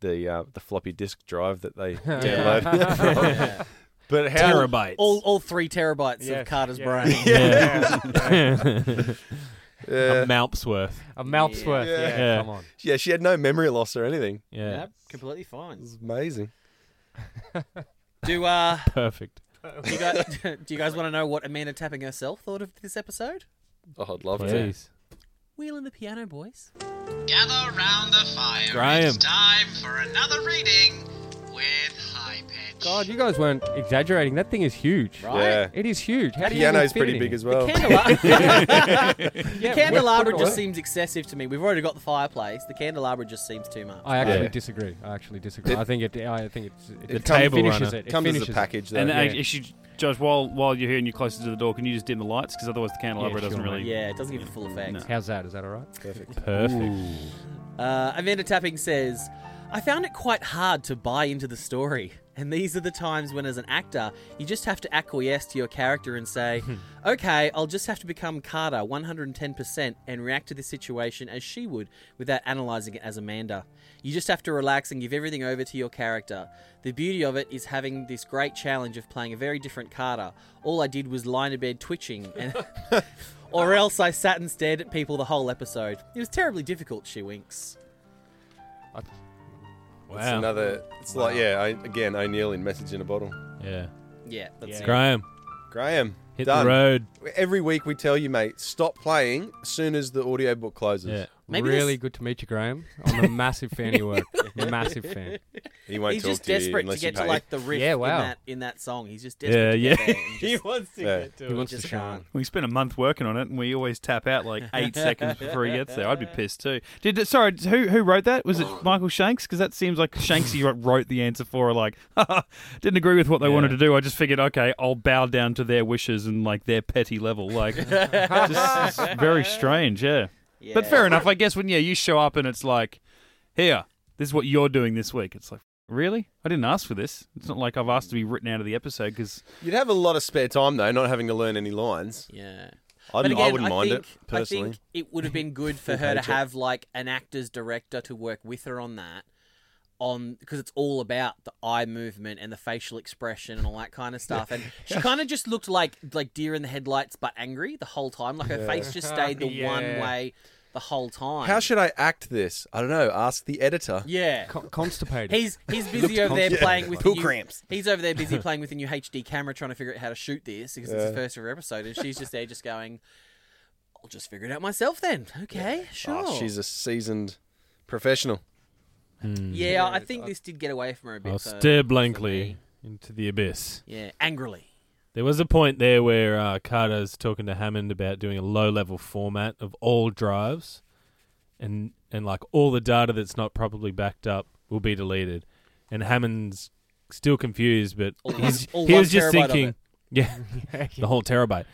[SPEAKER 1] the uh, the floppy disk drive that they downloaded. it
[SPEAKER 2] (laughs)
[SPEAKER 1] from. But how?
[SPEAKER 3] terabytes.
[SPEAKER 2] all, all three terabytes
[SPEAKER 5] Yeah.
[SPEAKER 2] of Carter's
[SPEAKER 5] Yeah.
[SPEAKER 2] brain.
[SPEAKER 3] (laughs) yeah. (laughs)
[SPEAKER 1] Yeah.
[SPEAKER 3] a malp's worth.
[SPEAKER 5] A Malp's worth.
[SPEAKER 1] Yeah.
[SPEAKER 5] Yeah.
[SPEAKER 3] Yeah.
[SPEAKER 5] Come on.
[SPEAKER 1] yeah, she had no memory loss or anything.
[SPEAKER 3] Yeah,
[SPEAKER 2] Nope, completely fine.
[SPEAKER 1] It's amazing.
[SPEAKER 2] Do uh,
[SPEAKER 3] perfect.
[SPEAKER 2] do you guys, (laughs) do you guys want to know what Amanda tapping herself thought of this episode?
[SPEAKER 1] Oh, I'd love to.
[SPEAKER 3] Please,
[SPEAKER 2] Wheeling the piano, boys.
[SPEAKER 8] Gather round the fire.
[SPEAKER 3] Graham.
[SPEAKER 8] It's time for another reading with High Pitch.
[SPEAKER 5] God, you guys weren't exaggerating. That thing is huge.
[SPEAKER 2] Right.
[SPEAKER 1] Yeah.
[SPEAKER 5] It is huge. How do you
[SPEAKER 1] Piano's
[SPEAKER 5] even fit
[SPEAKER 1] pretty
[SPEAKER 5] it
[SPEAKER 1] big
[SPEAKER 5] in?
[SPEAKER 1] as well.
[SPEAKER 2] (laughs) Candelab-
[SPEAKER 5] Yeah,
[SPEAKER 2] candelabra
[SPEAKER 5] where-
[SPEAKER 2] just seems excessive to me. We've already got the fireplace. The candelabra just seems too much.
[SPEAKER 5] I actually
[SPEAKER 1] Yeah.
[SPEAKER 5] disagree. I actually disagree.
[SPEAKER 1] It-
[SPEAKER 5] I think it. I think it's, it,
[SPEAKER 3] The
[SPEAKER 5] it come-
[SPEAKER 3] table
[SPEAKER 5] finishes
[SPEAKER 3] runner.
[SPEAKER 5] it. It
[SPEAKER 1] Comes as
[SPEAKER 5] finishes
[SPEAKER 1] a
[SPEAKER 5] it.
[SPEAKER 1] package, though.
[SPEAKER 4] And
[SPEAKER 5] Yeah.
[SPEAKER 4] actually, Josh, while while you're here and you're closer to the door, can you just dim the lights? Because otherwise, the candelabra
[SPEAKER 5] Yeah,
[SPEAKER 4] doesn't
[SPEAKER 5] sure,
[SPEAKER 4] really.
[SPEAKER 2] Yeah, it doesn't give it full effect.
[SPEAKER 5] How's that? Is that all right?
[SPEAKER 3] perfect.
[SPEAKER 2] Uh, Amanda Tapping says, I found it quite hard to buy into the story. And these are the times when, as an actor, you just have to acquiesce to your character and say, okay, I'll just have to become Carter 110% and react to this situation as she would without analysing it as Amanda. You just have to relax and give everything over to your character. The beauty of it is having this great challenge of playing a very different Carter. All I did was lie in a bed twitching and. Or else I sat and stared at people the whole episode. It was terribly difficult, she winks.
[SPEAKER 1] It's
[SPEAKER 3] Wow.
[SPEAKER 1] another. It's like yeah. I, again, O'Neill in Message in a Bottle.
[SPEAKER 3] yeah,
[SPEAKER 2] Yeah, that's it.
[SPEAKER 3] Graham,
[SPEAKER 1] Graham,
[SPEAKER 3] hit
[SPEAKER 1] done.
[SPEAKER 3] the road.
[SPEAKER 1] Every week we tell you, mate, stop playing as soon as the audiobook closes.
[SPEAKER 3] Yeah,
[SPEAKER 2] Maybe
[SPEAKER 5] really
[SPEAKER 2] this-
[SPEAKER 5] good to meet you, Graham. I'm a massive fan of
[SPEAKER 2] (laughs)
[SPEAKER 5] your work. massive fan.
[SPEAKER 1] He won't
[SPEAKER 2] He's
[SPEAKER 1] talk
[SPEAKER 2] just
[SPEAKER 1] to you
[SPEAKER 2] desperate to
[SPEAKER 1] unless
[SPEAKER 2] get
[SPEAKER 1] you
[SPEAKER 2] to
[SPEAKER 1] pay.
[SPEAKER 2] like the riff
[SPEAKER 5] Yeah, wow.
[SPEAKER 2] in, that, in that song. He's just
[SPEAKER 3] yeah,
[SPEAKER 1] (laughs)
[SPEAKER 2] desperate.
[SPEAKER 3] yeah.
[SPEAKER 2] Yeah,
[SPEAKER 3] wants to
[SPEAKER 1] Yeah.
[SPEAKER 5] He wants
[SPEAKER 2] just
[SPEAKER 5] to
[SPEAKER 2] can't.
[SPEAKER 5] shine.
[SPEAKER 4] We spent a month working on it, and we always tap out like eight seconds before he gets there. I'd be pissed too. Did sorry, who who wrote that? Was it Michael Shanks? Because that seems like Shanksy wrote- wrote the answer for. Like, (laughs) didn't agree with what they wanted to do. I just figured, okay, I'll bow down to their wishes and like their petty level. Like, just, it's very strange. Yeah. but fair enough. I guess when yeah, you show up and it's like, here, this is what you're doing this week. It's like. Really? I didn't ask for this. It's not like I've asked to be written out of the episode because
[SPEAKER 1] You'd have a lot of spare time though, not having to learn any lines.
[SPEAKER 2] Yeah.
[SPEAKER 1] I'd,
[SPEAKER 2] But again,
[SPEAKER 1] I wouldn't mind
[SPEAKER 2] think,
[SPEAKER 1] it personally.
[SPEAKER 2] I think it would have
[SPEAKER 1] (laughs)
[SPEAKER 2] been good for her to have like an actor's director to work with her on that, on because it's all about the eye movement and the facial expression and all that kind of
[SPEAKER 1] (laughs)
[SPEAKER 2] stuff. And she kind of just looked like like deer in the headlights, but angry the whole time. Like her face
[SPEAKER 5] (laughs)
[SPEAKER 2] just stayed the one
[SPEAKER 5] Yeah.
[SPEAKER 2] way the whole time.
[SPEAKER 1] How should I act this? I don't know. Ask the editor.
[SPEAKER 2] yeah.
[SPEAKER 5] Con- constipated.
[SPEAKER 2] He's he's busy over there
[SPEAKER 1] Yeah. (laughs)
[SPEAKER 2] playing with
[SPEAKER 1] Poo
[SPEAKER 2] the new-
[SPEAKER 1] cramps.
[SPEAKER 2] He's over there busy playing with a new HD camera, trying to figure out how to shoot this because it's the first of her episode, and she's just there, just going, "I'll just figure it out myself then." Okay, sure.
[SPEAKER 1] Oh, she's a seasoned professional.
[SPEAKER 2] yeah, I think this did get away from her a bit.
[SPEAKER 3] I'll
[SPEAKER 2] for-
[SPEAKER 3] Oh, stare
[SPEAKER 2] for
[SPEAKER 3] blankly
[SPEAKER 2] me.
[SPEAKER 3] into the abyss.
[SPEAKER 2] Yeah, angrily.
[SPEAKER 3] There was a point there where uh, Carter's talking to Hammond about doing a low-level format of all drives, and and like all the data that's not properly backed up will be deleted, and Hammond's still confused, but
[SPEAKER 2] All
[SPEAKER 3] he's,
[SPEAKER 2] one- all
[SPEAKER 3] he
[SPEAKER 2] one
[SPEAKER 3] was just
[SPEAKER 2] terabyte of
[SPEAKER 3] thinking,
[SPEAKER 2] it.
[SPEAKER 3] yeah, the whole terabyte.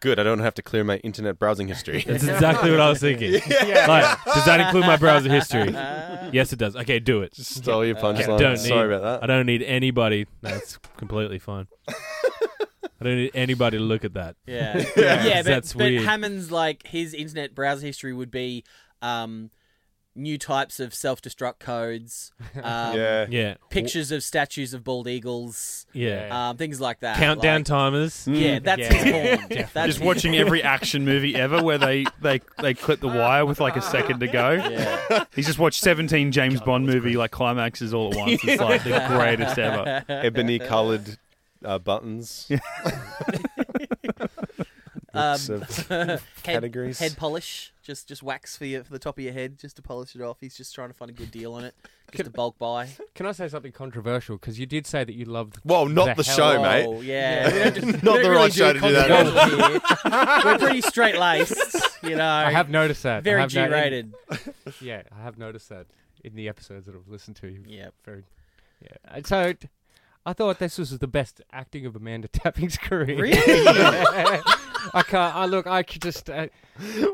[SPEAKER 1] Good. I don't have to clear my internet browsing history.
[SPEAKER 3] That's
[SPEAKER 1] (laughs)
[SPEAKER 3] exactly what I was thinking. (laughs) Like, does that include my browser history? yes, it does. Okay, do it.
[SPEAKER 1] Stole your punchline.
[SPEAKER 3] don't need,
[SPEAKER 1] Sorry about
[SPEAKER 3] I
[SPEAKER 1] that.
[SPEAKER 3] don't need anybody. That's completely fine. I don't need anybody to look at that. (laughs)
[SPEAKER 2] Yeah, yeah, but,
[SPEAKER 3] That's
[SPEAKER 2] but
[SPEAKER 3] weird.
[SPEAKER 2] Hammond's like his internet browser history would be. Um, New types of self-destruct
[SPEAKER 3] (laughs)
[SPEAKER 2] codes, um,
[SPEAKER 1] Yeah.
[SPEAKER 3] Yeah.
[SPEAKER 2] pictures of statues of bald eagles,
[SPEAKER 3] Yeah.
[SPEAKER 2] um, things like that.
[SPEAKER 3] Countdown
[SPEAKER 2] like-
[SPEAKER 3] timers.
[SPEAKER 1] Hmm.
[SPEAKER 2] Yeah, that's
[SPEAKER 5] Mm, Yeah. (laughs)
[SPEAKER 2] his porn. That's (laughs)
[SPEAKER 4] just watching every action movie ever where they, they, they clip the wire with like a second to go.
[SPEAKER 1] (laughs)
[SPEAKER 4] He's just watched 17 James Bond movie like climaxes all at once. It's like the greatest ever.
[SPEAKER 1] (laughs) Ebony coloured uh, buttons.
[SPEAKER 2] Um,
[SPEAKER 3] (laughs)
[SPEAKER 1] Lots of
[SPEAKER 2] head,
[SPEAKER 1] categories.
[SPEAKER 2] Head polish, just just wax for your, for the top of your head, just to polish it off. He's just trying to find a good deal on it, just a bulk buy.
[SPEAKER 5] Can I say something controversial? Because you did say that you loved.
[SPEAKER 1] Well, not the,
[SPEAKER 5] hell
[SPEAKER 1] show,
[SPEAKER 5] out-
[SPEAKER 1] mate.
[SPEAKER 2] Oh yeah,
[SPEAKER 1] (laughs)
[SPEAKER 2] We don't just- we
[SPEAKER 1] Not
[SPEAKER 2] don't
[SPEAKER 1] the
[SPEAKER 2] really
[SPEAKER 1] right show to do that.
[SPEAKER 2] controversial
[SPEAKER 1] (laughs)
[SPEAKER 2] here. We're pretty straight laced, you know.
[SPEAKER 5] I have noticed that. I
[SPEAKER 2] very
[SPEAKER 5] have no-
[SPEAKER 2] G rated.
[SPEAKER 5] (laughs) yeah, I have noticed that in the episodes that I've listened to. you've
[SPEAKER 2] Yep.
[SPEAKER 5] Very. Yeah. And so, it- I thought this was the best acting of Amanda (laughs) Tapping's career.
[SPEAKER 2] Really?
[SPEAKER 5] Yeah. (laughs) I can't. I look. I could just. Uh,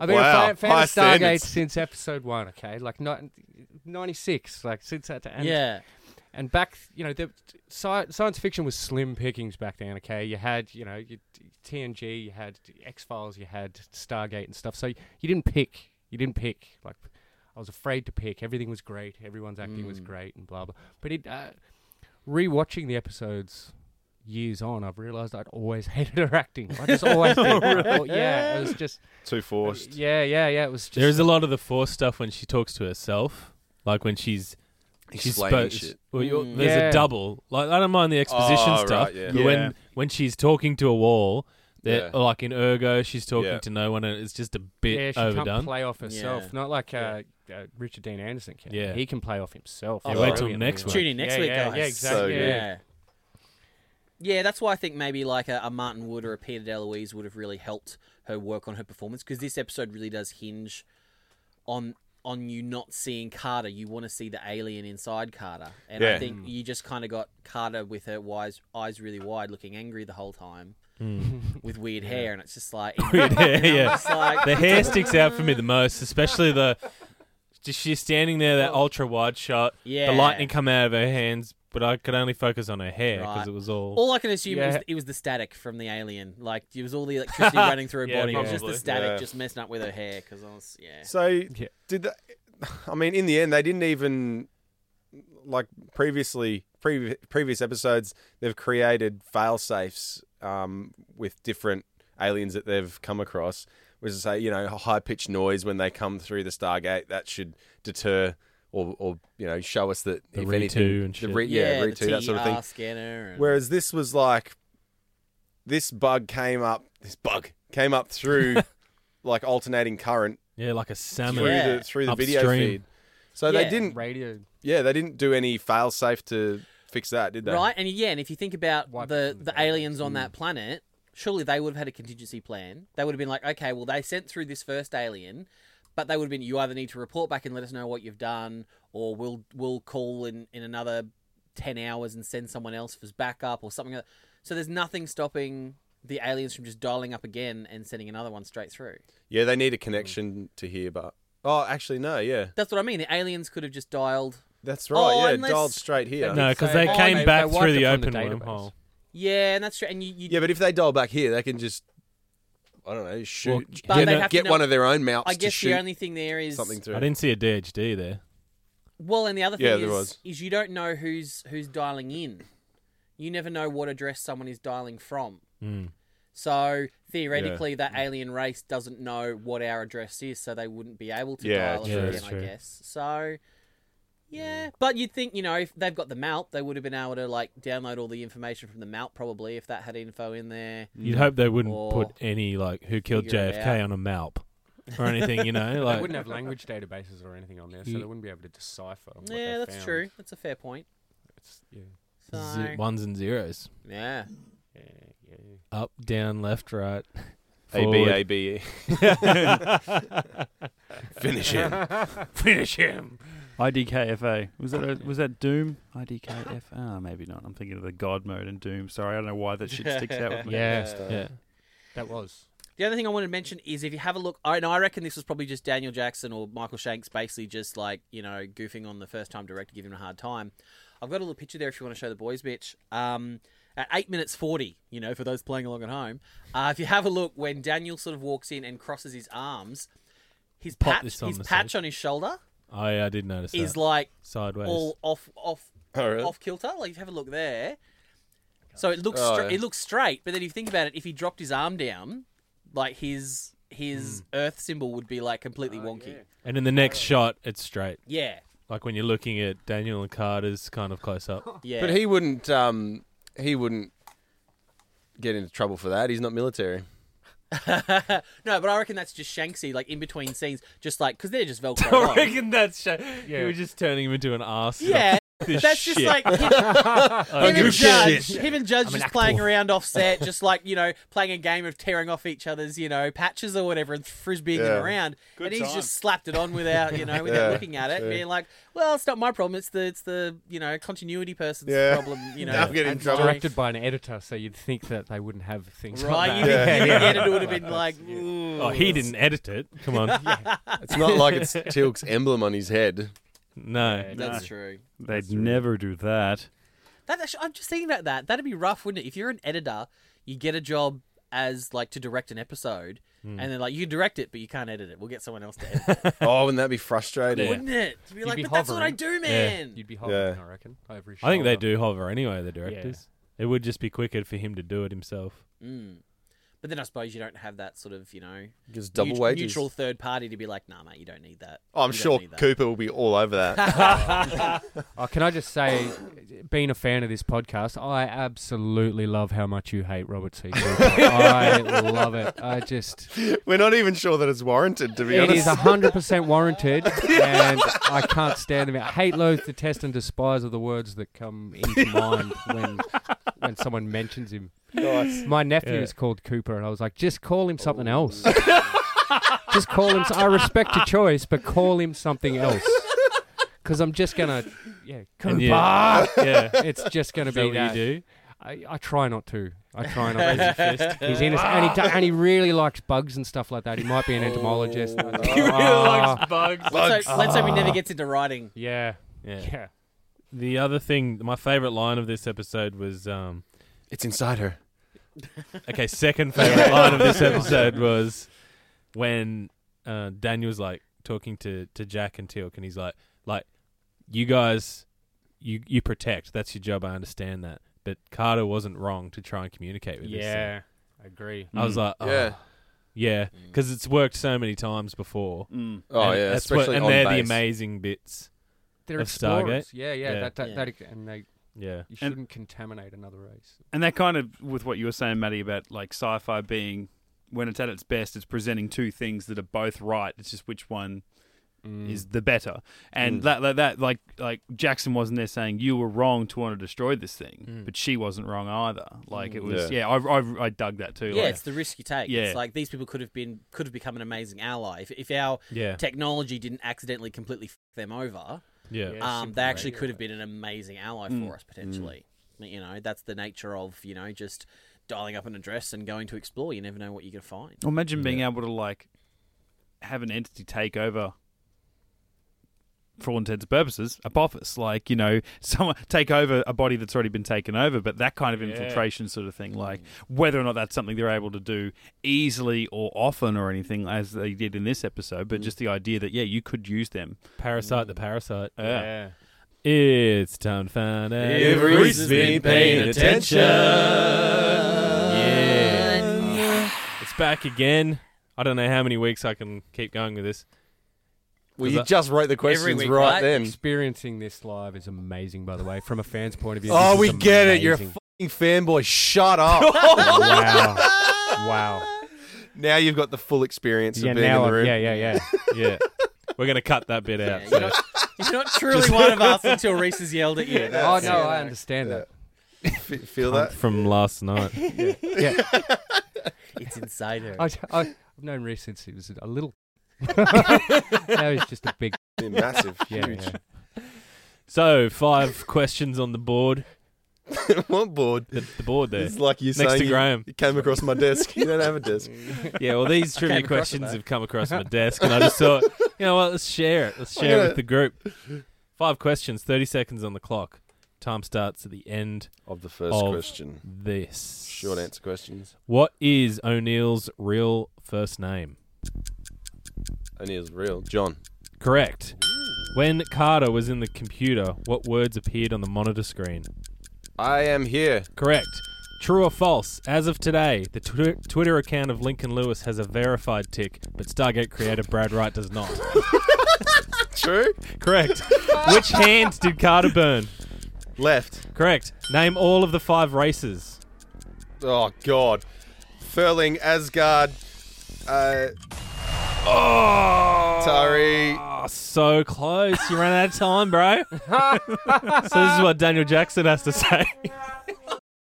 [SPEAKER 5] I've been
[SPEAKER 1] Wow,
[SPEAKER 5] a fan, fan
[SPEAKER 1] high
[SPEAKER 5] of Stargate
[SPEAKER 1] standards.
[SPEAKER 5] since episode one. Okay, like ni- 96, Like since that. And,
[SPEAKER 2] yeah,
[SPEAKER 5] And back, you know, the sci- science fiction was slim pickings back then. Okay, you had, you know, you, TNG, you had X Files, you had Stargate and stuff. So you, you didn't pick. You didn't pick. Like, I was afraid to pick. Everything was great. Everyone's acting was great, and blah blah. But it, uh, rewatching the episodes years on, I've realized I'd always (laughs) hated her acting. I just always did. I thought, yeah, it was just
[SPEAKER 1] Too forced.
[SPEAKER 5] yeah, yeah, yeah. It was just
[SPEAKER 3] There is a lot of the forced stuff when she talks to herself, like when she's she's
[SPEAKER 1] Explaining
[SPEAKER 3] supposed.
[SPEAKER 1] shit. Hmm.
[SPEAKER 3] Well, you
[SPEAKER 2] Mm.
[SPEAKER 3] there's
[SPEAKER 5] Yeah.
[SPEAKER 3] a double. Like I don't mind the exposition
[SPEAKER 1] Oh, right,
[SPEAKER 3] stuff,
[SPEAKER 1] yeah.
[SPEAKER 3] but
[SPEAKER 4] Yeah.
[SPEAKER 3] when when she's talking to a wall, that
[SPEAKER 1] Yeah.
[SPEAKER 3] like in Ergo, she's talking
[SPEAKER 1] Yeah.
[SPEAKER 3] to no one, and it's just a bit
[SPEAKER 5] yeah, she can't
[SPEAKER 3] overdone.
[SPEAKER 5] play off herself.
[SPEAKER 2] Yeah.
[SPEAKER 5] Not like uh, uh, Richard Dean Anderson can.
[SPEAKER 3] Yeah.
[SPEAKER 5] he can play off himself.
[SPEAKER 2] Yeah,
[SPEAKER 5] He's
[SPEAKER 2] wait till
[SPEAKER 5] brilliant.
[SPEAKER 3] next
[SPEAKER 5] Yeah.
[SPEAKER 3] week.
[SPEAKER 2] tune in next
[SPEAKER 5] yeah,
[SPEAKER 2] week,
[SPEAKER 5] yeah,
[SPEAKER 2] guys.
[SPEAKER 5] Yeah, exactly.
[SPEAKER 1] So
[SPEAKER 5] yeah.
[SPEAKER 1] good.
[SPEAKER 2] Yeah. Yeah, that's why I think maybe like a, a Martin Wood or a Peter DeLuise would have really helped her work on her performance because this episode really does hinge on on you not seeing Carter. You want to see the alien inside Carter, and I
[SPEAKER 1] Yeah.
[SPEAKER 2] think
[SPEAKER 3] Mm.
[SPEAKER 2] you just kind of got Carter with her wise, eyes really wide, looking angry the whole time, with weird hair, and it's just like
[SPEAKER 3] (laughs) Weird hair,
[SPEAKER 2] (laughs) and I'm
[SPEAKER 3] Hmm. (laughs) yeah.
[SPEAKER 2] just like,
[SPEAKER 3] The
[SPEAKER 5] (laughs)
[SPEAKER 3] hair sticks out for me the most, especially the just she's standing there,
[SPEAKER 5] Oh.
[SPEAKER 3] that ultra wide shot.
[SPEAKER 2] (laughs) Yeah.
[SPEAKER 3] the lightning come out of her hands, but I could only focus on her hair because
[SPEAKER 2] Right.
[SPEAKER 3] it was all.
[SPEAKER 2] All I can assume is
[SPEAKER 5] Yeah.
[SPEAKER 2] it was the static from the alien. Like it was all
[SPEAKER 3] (laughs)
[SPEAKER 2] the electricity running through her
[SPEAKER 3] Yeah,
[SPEAKER 2] body. It was just the
[SPEAKER 3] probably.
[SPEAKER 2] static
[SPEAKER 1] Yeah.
[SPEAKER 2] just messing up with her hair. Because I was yeah.
[SPEAKER 1] So did the, I mean in the end they didn't even like previously previ- previous episodes they've created fail safes um, with different aliens that they've come across was to say you know high pitched noise when they come through the Stargate that should deter or, or you know show us that
[SPEAKER 3] The
[SPEAKER 1] if
[SPEAKER 3] Re2
[SPEAKER 1] anything
[SPEAKER 3] and shit.
[SPEAKER 1] The re, yeah,
[SPEAKER 2] the
[SPEAKER 1] re two that sort of thing
[SPEAKER 2] TR Scanner. And...
[SPEAKER 1] Whereas this was like, this bug came up. This bug came up through,
[SPEAKER 3] (laughs)
[SPEAKER 1] like alternating current
[SPEAKER 3] yeah, like a salmon.
[SPEAKER 1] through
[SPEAKER 2] Yeah.
[SPEAKER 1] the through the video
[SPEAKER 3] Upstream.
[SPEAKER 1] feed. So
[SPEAKER 2] Yeah.
[SPEAKER 1] they didn't.
[SPEAKER 5] (laughs) Radio.
[SPEAKER 1] Yeah, they didn't do any fail safe to fix that, did they?
[SPEAKER 2] right, and yeah, and if you think about
[SPEAKER 5] Wiped
[SPEAKER 2] the
[SPEAKER 5] from the
[SPEAKER 2] the aliens on
[SPEAKER 1] Mm.
[SPEAKER 2] that planet, surely they would have had a contingency plan. They would have been like, okay, well they sent through this first alien, but they would have been you either need to report back and let us know what you've done, or we'll we'll call in in another ten hours and send someone else for backup or something. Like that. So there's nothing stopping the aliens from just dialing up again and sending another one straight through.
[SPEAKER 1] Yeah, they need a connection to here, but oh, actually no. Yeah,
[SPEAKER 2] That's what I mean. The aliens could have just dialed
[SPEAKER 1] that's
[SPEAKER 2] Oh,
[SPEAKER 1] right. yeah,
[SPEAKER 2] unless-
[SPEAKER 1] dialed straight here.
[SPEAKER 3] No, because
[SPEAKER 5] So-
[SPEAKER 3] they
[SPEAKER 5] Oh,
[SPEAKER 3] came
[SPEAKER 5] they-
[SPEAKER 3] back
[SPEAKER 5] they wiped
[SPEAKER 3] through
[SPEAKER 5] it
[SPEAKER 3] the
[SPEAKER 5] from the
[SPEAKER 3] open
[SPEAKER 5] database.
[SPEAKER 3] wormhole.
[SPEAKER 2] Yeah, and that's true. And you, you
[SPEAKER 1] Yeah, but if they dial back here, they can just. I don't know.
[SPEAKER 3] Well,
[SPEAKER 1] Shoot.
[SPEAKER 2] But they'd have
[SPEAKER 1] get
[SPEAKER 2] to
[SPEAKER 1] get
[SPEAKER 2] know-
[SPEAKER 1] one of their own mouths
[SPEAKER 2] I
[SPEAKER 1] to
[SPEAKER 2] guess
[SPEAKER 1] shoot
[SPEAKER 2] the only thing there is
[SPEAKER 1] something through.
[SPEAKER 3] I didn't see a DHD there.
[SPEAKER 2] well, and the other thing
[SPEAKER 1] Yeah,
[SPEAKER 2] is,
[SPEAKER 1] there was.
[SPEAKER 2] is you don't know who's who's dialing in. You never know what address someone is dialing from.
[SPEAKER 3] Mm.
[SPEAKER 2] So theoretically, that alien race doesn't know what our address is, so they wouldn't be able to
[SPEAKER 1] Yeah,
[SPEAKER 2] dial us
[SPEAKER 1] true.
[SPEAKER 2] again.
[SPEAKER 3] That's
[SPEAKER 2] I
[SPEAKER 3] true.
[SPEAKER 2] guess so. Yeah, but you'd think you know if they've got the mount, they would have been able to like download all the information from the mount probably if that had info in there.
[SPEAKER 3] You'd
[SPEAKER 1] Mm.
[SPEAKER 3] hope they wouldn't
[SPEAKER 2] Or
[SPEAKER 3] put any like who killed
[SPEAKER 2] figure it
[SPEAKER 3] JFK on a malp
[SPEAKER 2] (laughs)
[SPEAKER 3] or anything, you know.
[SPEAKER 5] They
[SPEAKER 3] Like
[SPEAKER 5] wouldn't have language databases or anything on there, so
[SPEAKER 3] Ye-
[SPEAKER 5] they wouldn't be able to decipher. What
[SPEAKER 2] yeah,
[SPEAKER 5] they
[SPEAKER 2] that's
[SPEAKER 5] found.
[SPEAKER 2] true. That's a fair point.
[SPEAKER 5] It's, yeah,
[SPEAKER 2] So
[SPEAKER 3] ze- ones and zeros,
[SPEAKER 2] yeah,
[SPEAKER 5] yeah, yeah.
[SPEAKER 3] (laughs) up, down, left, right.
[SPEAKER 1] A B
[SPEAKER 3] forward.
[SPEAKER 1] A B E. Finish
[SPEAKER 5] (laughs)
[SPEAKER 1] him.
[SPEAKER 5] Finish him.
[SPEAKER 4] IDKFA. Was that a, was that Doom? IDKFA. Ah, maybe not. I'm thinking of the God mode in Doom. Sorry, I don't know why that shit sticks out with me.
[SPEAKER 5] Yeah,
[SPEAKER 3] Yeah.
[SPEAKER 5] that was.
[SPEAKER 2] The other thing I wanted to mention is if you have a look, I, and I reckon this was probably just Daniel Jackson or Michael Shanks basically just like, you know, goofing on the first time director, giving him a hard time. I've got a little picture there if you want to show the boys, bitch. Um, at 8 minutes 40, you know, for those playing along at home, uh, if you have a look, when Daniel sort of walks in and crosses his arms, his
[SPEAKER 3] Pop
[SPEAKER 2] patch,
[SPEAKER 3] this on
[SPEAKER 2] his
[SPEAKER 3] the
[SPEAKER 2] patch
[SPEAKER 3] stage.
[SPEAKER 2] on his shoulder
[SPEAKER 3] Oh yeah, I did notice
[SPEAKER 2] is
[SPEAKER 3] that.
[SPEAKER 2] like
[SPEAKER 3] sideways.
[SPEAKER 2] all off off
[SPEAKER 1] Oh, really?
[SPEAKER 2] off kilter. Like if you have a look there, so it looks
[SPEAKER 1] Oh,
[SPEAKER 2] stra-
[SPEAKER 1] yeah.
[SPEAKER 2] it looks straight. But then if you think about it, if he dropped his arm down, like his his Earth symbol would be like completely wonky.
[SPEAKER 3] and in the next shot, it's straight.
[SPEAKER 2] Yeah,
[SPEAKER 3] Like when you're looking at Daniel and Carter's kind of close
[SPEAKER 2] (laughs)
[SPEAKER 3] up.
[SPEAKER 2] yeah.
[SPEAKER 1] But he wouldn't. Um, he wouldn't get into trouble for that. He's not military.
[SPEAKER 2] (laughs) no, but I reckon that's just Shanksy, like in between scenes, just like because
[SPEAKER 1] (laughs)
[SPEAKER 2] they're just Velcro.
[SPEAKER 3] I
[SPEAKER 2] on.
[SPEAKER 3] reckon that's. Sh-
[SPEAKER 5] Yeah.
[SPEAKER 3] You were just turning him into an arse.
[SPEAKER 2] Yeah,
[SPEAKER 3] This
[SPEAKER 2] that's just
[SPEAKER 3] shit.
[SPEAKER 2] like him, him
[SPEAKER 1] give a
[SPEAKER 2] and Judge,
[SPEAKER 1] shit.
[SPEAKER 2] him and Judge
[SPEAKER 5] I'm an
[SPEAKER 2] just
[SPEAKER 5] actor.
[SPEAKER 2] playing around offset, just like you know, playing a game of tearing off each other's you know patches or whatever and frisbeeing
[SPEAKER 1] Yeah.
[SPEAKER 2] them around,
[SPEAKER 4] Good
[SPEAKER 2] and he's
[SPEAKER 4] time.
[SPEAKER 2] just slapped it on without you know without
[SPEAKER 1] Yeah,
[SPEAKER 2] looking at it,
[SPEAKER 1] true.
[SPEAKER 2] and being like, well, it's not my problem, it's the it's the you know continuity person's
[SPEAKER 1] Yeah.
[SPEAKER 2] problem,
[SPEAKER 1] (laughs)
[SPEAKER 2] you know.
[SPEAKER 1] I'll get in
[SPEAKER 5] And
[SPEAKER 1] trouble.
[SPEAKER 5] Directed by an editor, so you'd think that they wouldn't have things (laughs)
[SPEAKER 2] Right, (laughs)
[SPEAKER 5] like
[SPEAKER 2] you
[SPEAKER 5] that.
[SPEAKER 2] think
[SPEAKER 1] Yeah.
[SPEAKER 2] the editor would have been like, Ooh.
[SPEAKER 3] Oh, he didn't edit it.
[SPEAKER 2] (laughs)
[SPEAKER 3] Come on.
[SPEAKER 1] It's not like it's Tilk's emblem on his head.
[SPEAKER 3] No.
[SPEAKER 2] That's true.
[SPEAKER 4] They'd never do that.
[SPEAKER 2] That actually, I'm just thinking about that. That'd be rough, wouldn't it? If you're an editor, you get a job as like to direct an episode, and then like you direct it, but you can't edit it. We'll get someone else to edit, it.
[SPEAKER 1] Oh, wouldn't that be frustrating?
[SPEAKER 2] wouldn't it? To be like,
[SPEAKER 5] be
[SPEAKER 2] but that's what I
[SPEAKER 5] hovering.
[SPEAKER 2] do, man.
[SPEAKER 5] You'd be hovering,
[SPEAKER 1] Yeah.
[SPEAKER 5] I reckon. Over his
[SPEAKER 3] I think they
[SPEAKER 5] shoulder.
[SPEAKER 3] do hover anyway, the directors. It would just be quicker for him to do it himself.
[SPEAKER 2] Mm. But then I suppose you don't have that sort of you know
[SPEAKER 1] Gives double
[SPEAKER 2] neut-
[SPEAKER 1] wages.
[SPEAKER 2] neutral third party to be like, nah, mate, you don't need that.
[SPEAKER 1] Oh, I'm
[SPEAKER 2] You don't
[SPEAKER 1] sure
[SPEAKER 2] need that."
[SPEAKER 1] Cooper will be all over that. (laughs)
[SPEAKER 5] Oh, can I just say, being a fan of this podcast, I absolutely love how much you hate Robert C. (laughs) Cooper. I love it. I just,
[SPEAKER 1] We're not even sure that it's warranted, to be
[SPEAKER 5] it
[SPEAKER 1] honest.
[SPEAKER 5] is
[SPEAKER 3] um,
[SPEAKER 5] hundred percent warranted, and I can't stand them. I hate, loathe, detest, and despise are the words that come into mind when when someone mentions him. My nephew
[SPEAKER 3] Yeah.
[SPEAKER 5] is called Cooper, and I was like, just call him something else. just call him. I respect your choice, but call him something else. Because I'm just gonna, yeah,
[SPEAKER 3] And
[SPEAKER 5] Cooper.
[SPEAKER 3] you- (laughs) yeah.
[SPEAKER 5] It's just gonna
[SPEAKER 3] Is that
[SPEAKER 5] be
[SPEAKER 3] what you
[SPEAKER 5] that.
[SPEAKER 3] do?
[SPEAKER 5] I, I try not to. I try not to. (laughs) He's innocent, and he, do- and he really likes bugs and stuff like that. He might be an entomologist.
[SPEAKER 3] He really
[SPEAKER 5] Ah,
[SPEAKER 3] likes bugs.
[SPEAKER 2] Let's hope, let's hope he never gets into writing.
[SPEAKER 5] Yeah,
[SPEAKER 3] Yeah.
[SPEAKER 5] yeah.
[SPEAKER 3] The other thing, my favorite line of this episode was (laughs) um,
[SPEAKER 1] It's inside her.
[SPEAKER 3] okay, second favorite line of this episode was when uh, Daniel's like talking to, to Jack and Tilk, and he's like, like, you guys, you you protect. That's your job. I understand that. But Carter wasn't wrong to try and communicate with this. thing.
[SPEAKER 5] Yeah, I agree.
[SPEAKER 4] Mm.
[SPEAKER 3] I was like, oh,
[SPEAKER 1] Yeah.
[SPEAKER 3] yeah, Mm. yeah, because it's worked so many times before.
[SPEAKER 4] Mm.
[SPEAKER 1] Oh,
[SPEAKER 3] And
[SPEAKER 1] yeah.
[SPEAKER 3] that's what-
[SPEAKER 1] Especially
[SPEAKER 3] and
[SPEAKER 1] on
[SPEAKER 3] they're the
[SPEAKER 1] base.
[SPEAKER 3] amazing bits.
[SPEAKER 5] They're
[SPEAKER 3] Of
[SPEAKER 5] explorers.
[SPEAKER 3] Stargate?
[SPEAKER 5] Yeah, yeah,
[SPEAKER 3] Yeah.
[SPEAKER 5] That, that,
[SPEAKER 2] Yeah.
[SPEAKER 5] that, and they
[SPEAKER 3] Yeah,
[SPEAKER 5] you shouldn't contaminate another race.
[SPEAKER 4] And that kind of with what you were saying, Maddie, about like sci-fi being when it's at its best, it's presenting two things that are both right. It's just which one
[SPEAKER 5] Mm.
[SPEAKER 4] is the better. And that, that that like like Jackson wasn't there saying you were wrong to want to destroy this thing, but she wasn't wrong either. Like it was yeah, I, I I dug that too.
[SPEAKER 2] Yeah,
[SPEAKER 4] like,
[SPEAKER 2] it's the risk you take.
[SPEAKER 4] Yeah.
[SPEAKER 2] It's like these people could have been could have become an amazing ally if, if our
[SPEAKER 3] yeah,
[SPEAKER 2] technology didn't accidentally completely f- them over.
[SPEAKER 3] yeah.
[SPEAKER 2] Um,
[SPEAKER 5] Yeah.
[SPEAKER 2] they
[SPEAKER 5] sympathy,
[SPEAKER 2] actually
[SPEAKER 5] right.
[SPEAKER 2] could have been an amazing ally for us potentially. You know, that's the nature of you know just dialing up an address and going to explore. You never know what you're gonna find.
[SPEAKER 4] Well, imagine being able to like have an entity take over for all intents and purposes a office like you know (laughs) someone take over a body that's already been taken over but that kind of infiltration sort of thing like whether or not that's something they're able to do easily or often or anything as they did in this episode but just the idea that yeah you could use them
[SPEAKER 3] Parasite, the parasite.
[SPEAKER 4] yeah,
[SPEAKER 3] It's time to find out.
[SPEAKER 1] If Reese has been paying attention.
[SPEAKER 3] Yeah. It's back again. I don't know how many weeks I can keep going with this.
[SPEAKER 1] Well,
[SPEAKER 3] 'Cause
[SPEAKER 1] you
[SPEAKER 3] I-
[SPEAKER 1] just wrote the questions
[SPEAKER 2] week,
[SPEAKER 1] right
[SPEAKER 2] right?
[SPEAKER 1] then.
[SPEAKER 5] Experiencing this live is amazing, by the way, from a fan's point of view.
[SPEAKER 1] Oh,
[SPEAKER 5] this
[SPEAKER 1] we
[SPEAKER 5] is
[SPEAKER 1] get it. You're a (laughs)
[SPEAKER 5] amazing.
[SPEAKER 1] fucking fanboy. Shut
[SPEAKER 3] (laughs)
[SPEAKER 1] up.
[SPEAKER 5] wow, wow.
[SPEAKER 1] (laughs) now you've got the full experience of
[SPEAKER 5] Yeah,
[SPEAKER 1] being in
[SPEAKER 5] now,
[SPEAKER 1] the
[SPEAKER 5] I'm-
[SPEAKER 1] room.
[SPEAKER 5] yeah, yeah, yeah.
[SPEAKER 1] (laughs)
[SPEAKER 3] Yeah. We're going to cut that bit out.
[SPEAKER 2] Yeah,
[SPEAKER 3] so-
[SPEAKER 2] you're, not, (laughs) you're not truly one of us until Reese has yelled at you.
[SPEAKER 5] oh
[SPEAKER 2] That's-
[SPEAKER 5] no, I understand that.
[SPEAKER 1] (laughs) F- feel that?
[SPEAKER 3] From last night.
[SPEAKER 5] Yeah.
[SPEAKER 2] (laughs) it's insider.
[SPEAKER 5] I, I, I've known Reese since he was a little. (laughs) now he's just a big.
[SPEAKER 1] Been
[SPEAKER 3] (laughs)
[SPEAKER 1] massive.
[SPEAKER 5] Yeah,
[SPEAKER 1] huge.
[SPEAKER 5] yeah.
[SPEAKER 3] So, five questions on the board.
[SPEAKER 1] (laughs) One board.
[SPEAKER 3] The, the board there.
[SPEAKER 1] It's like you
[SPEAKER 3] Next
[SPEAKER 1] saying
[SPEAKER 3] to
[SPEAKER 1] you-
[SPEAKER 3] Graham.
[SPEAKER 1] You came across my desk. You don't have a desk.
[SPEAKER 5] Mm.
[SPEAKER 3] Yeah, well, these trivia
[SPEAKER 2] came across it,
[SPEAKER 3] questions
[SPEAKER 2] though.
[SPEAKER 3] have come
[SPEAKER 2] (laughs)
[SPEAKER 3] across my desk, and I just thought, you know what, let's share it. Let's share it
[SPEAKER 1] gonna-
[SPEAKER 3] with the group. Five questions, 30 seconds on the clock. Time starts at the end
[SPEAKER 1] (laughs) Of the first
[SPEAKER 3] Of-
[SPEAKER 1] question.
[SPEAKER 3] this.
[SPEAKER 1] Short answer questions.
[SPEAKER 3] What is O'Neill's real first name?
[SPEAKER 1] O'Neill's real. John.
[SPEAKER 3] Correct. When Carter was in the computer, what words appeared on the monitor screen?
[SPEAKER 1] I am here.
[SPEAKER 3] Correct. True or false? As of today, the twi- Twitter account of Lincoln Lewis has a verified tick, but Stargate creator Brad Wright does not.
[SPEAKER 1] True.
[SPEAKER 3] (laughs) Correct. Which hand did Carter burn?
[SPEAKER 1] Left.
[SPEAKER 3] Correct. Name all of the five races.
[SPEAKER 1] Oh God. Furling, Asgard, uh,
[SPEAKER 3] Oh,
[SPEAKER 1] Tari.
[SPEAKER 3] so close. You ran out of time, (laughs) bro. so this is what Daniel Jackson has to say.